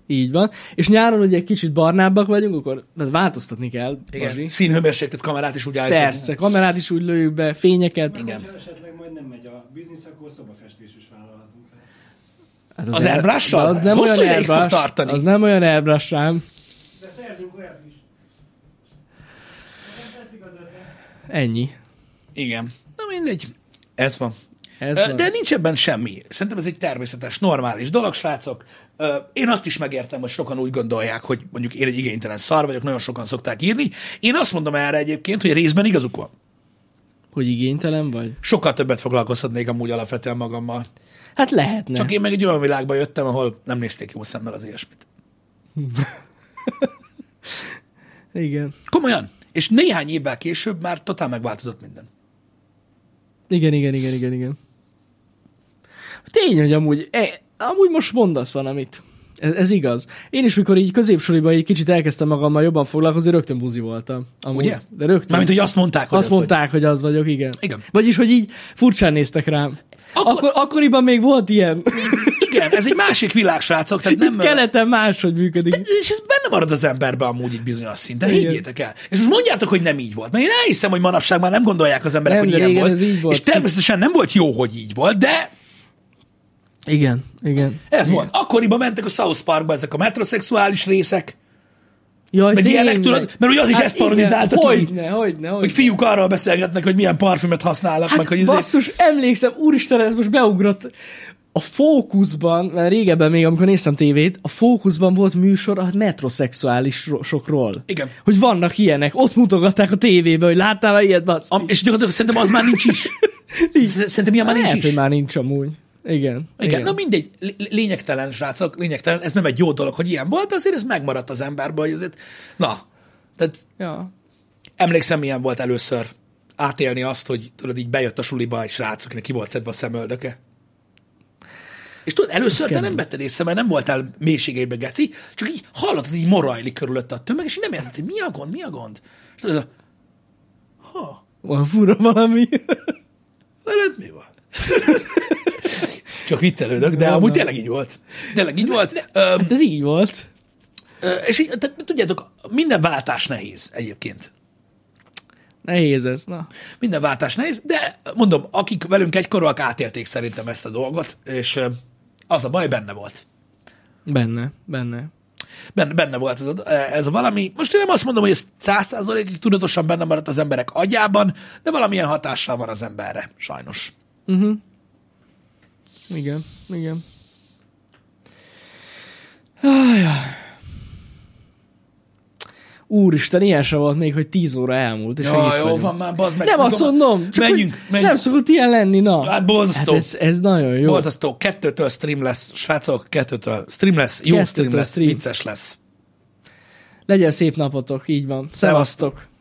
Speaker 2: így van, és nyáron ugye egy kicsit barnábbak vagyunk, akkor tehát változtatni kell, Bazsi.
Speaker 4: Színhőmérséklet kamerát is úgy állítani.
Speaker 2: Persze, kamerát is úgy lőjük be, fényeket.
Speaker 4: Igen.
Speaker 5: Ha esetleg majd nem megy a biznisz, akkor szobafestés is vállalhatunk. fel.
Speaker 2: Hát
Speaker 4: Az
Speaker 2: el-
Speaker 4: airbrush-sal?
Speaker 2: de Az
Speaker 4: Ez
Speaker 2: nem
Speaker 4: hosszú
Speaker 2: olyan
Speaker 4: ideig fog
Speaker 2: airbrush,
Speaker 4: tartani.
Speaker 2: Az nem olyan airbrush rám.
Speaker 5: De szerzünk olyat is. Ha nem tetszik az ötlet,
Speaker 2: Ennyi.
Speaker 4: Igen. Na mindegy. Ez van.
Speaker 2: Ez
Speaker 4: Ö,
Speaker 2: van.
Speaker 4: De nincs ebben semmi. Szerintem ez egy természetes, normális dolog, srácok. Ö, Én azt is megértem, hogy sokan úgy gondolják, hogy mondjuk én egy igénytelen szar vagyok, nagyon sokan szokták írni. Én azt mondom erre egyébként, hogy részben igazuk van.
Speaker 2: Hogy igénytelen vagy?
Speaker 4: Sokkal többet foglalkozhatnék amúgy alapvetően magammal.
Speaker 2: Hát lehetne.
Speaker 4: Csak én meg egy olyan világba jöttem, ahol nem nézték jó szemmel az ilyesmit.
Speaker 2: Igen.
Speaker 4: Komolyan. És néhány évvel később már totál megváltozott minden.
Speaker 2: Igen, igen, igen, igen, igen. Tény, hogy amúgy, e, amúgy most mondasz valamit. Ez, ez igaz. Én is, mikor így középsoriban egy kicsit elkezdtem magammal jobban foglalkozni, rögtön buzi voltam. Amúgy.
Speaker 4: Ugye?
Speaker 2: De rögtön.
Speaker 4: Mármint, hogy azt mondták, hogy
Speaker 2: azt
Speaker 4: az vagy.
Speaker 2: mondták, hogy... hogy az vagyok, igen.
Speaker 4: Igen.
Speaker 2: Vagyis, hogy így furcsán néztek rám.
Speaker 4: Akkor-
Speaker 2: Akkor... Akkor, akkoriban még volt ilyen.
Speaker 4: Igen, ez egy másik világ, srácok. Tehát nem,
Speaker 2: Nem, Keleten máshogy működik.
Speaker 4: De- És ez benne marad az emberbe amúgy egy bizonyos szinten,
Speaker 2: Igen.
Speaker 4: higgyétek el. És most mondjátok, hogy nem így volt. Mert én elhiszem, hogy manapság már nem gondolják az emberek,
Speaker 2: Nem,
Speaker 4: hogy
Speaker 2: de
Speaker 4: ilyen
Speaker 2: régen
Speaker 4: volt.
Speaker 2: ez így volt.
Speaker 4: És természetesen nem volt jó, hogy így volt, de
Speaker 2: Igen, igen.
Speaker 4: ez volt. Akkoriban mentek a South Parkba ezek a metroszexuális részek,
Speaker 2: Jaj,
Speaker 4: meg ilyenek,
Speaker 2: tényleg. Hát
Speaker 4: tudod, mert ugye az is ezt
Speaker 2: igen,
Speaker 4: parodizálta ki.
Speaker 2: Hogyne, hogyne,
Speaker 4: hogy
Speaker 2: hogyne.
Speaker 4: fiúk arról beszélgetnek, hogy milyen parfümöt használnak, meg hogy
Speaker 2: Hát,
Speaker 4: izé-
Speaker 2: basszus, emlékszem, úristen, ez most beugrott. A fókuszban, mert régebben még, amikor néztem tévét, a fókuszban volt műsor a metroszexuálisokról.
Speaker 4: Igen.
Speaker 2: Hogy vannak ilyenek, ott mutogatták a tévébe, hogy láttál már ilyet, bassz?
Speaker 4: Am- és gyakorlatilag szerintem az már nincs
Speaker 2: [laughs]
Speaker 4: is. Szerintem ilyen már nincs
Speaker 2: Lehet,
Speaker 4: is.
Speaker 2: hogy már nincs amúgy. Igen.
Speaker 4: Igen, na mindegy, lé- lényegtelen, srácok, lényegtelen, ez nem egy jó dolog, hogy ilyen volt, de azért ez megmaradt az emberben, hogy ezért, na, tehát
Speaker 2: ja.
Speaker 4: emlékszem, milyen volt először átélni azt, hogy tudod, így bejött a suliba egy srác, akinek ki volt szedve a szemöldöke. És tudod, először te nem
Speaker 2: kemény.
Speaker 4: vetted észre, mert nem voltál mélységeibe, geci, csak így hallottad, hogy így morajlik körülötte a tömeg, és így nem érted, hogy mi a gond, mi a gond. És tudod, ez a, ha,
Speaker 2: Van fura valami. [laughs]
Speaker 4: veled mi van? [laughs] csak viccelődök, de amúgy tényleg így volt. Tényleg így volt. Öm,
Speaker 2: Hát ez így volt.
Speaker 4: Ö, És így, tehát, tudjátok, minden váltás nehéz egyébként.
Speaker 2: Nehéz ez, na.
Speaker 4: Minden váltás nehéz, de mondom, akik velünk egykorúak átélték szerintem ezt a dolgot, és ö, az a baj benne volt.
Speaker 2: Benne, benne.
Speaker 4: Benne, benne volt ez a, ez a valami. Most én nem azt mondom, hogy ez száz százalékig tudatosan benne maradt az emberek agyában, de valamilyen hatással van az emberre, sajnos.
Speaker 2: Uh-huh. Igen, igen. Ajaj. Úristen, ilyen se volt még, hogy 10 óra elmúlt, és ja,
Speaker 4: Ja,
Speaker 2: itt
Speaker 4: jó,
Speaker 2: vagyunk.
Speaker 4: van már, bazd meg.
Speaker 2: Nem azt mondom, csak
Speaker 4: menjünk,
Speaker 2: hogy
Speaker 4: menjünk.
Speaker 2: nem szokott ilyen lenni, na.
Speaker 4: Hát borzasztó.
Speaker 2: ez, ez nagyon jó.
Speaker 4: Borzasztó, kettőtől stream lesz, srácok, kettőtől stream lesz, jó
Speaker 2: Kettőtől
Speaker 4: stream lesz,
Speaker 2: stream.
Speaker 4: vicces lesz.
Speaker 2: Legyen szép napotok, így van. Szevasztok.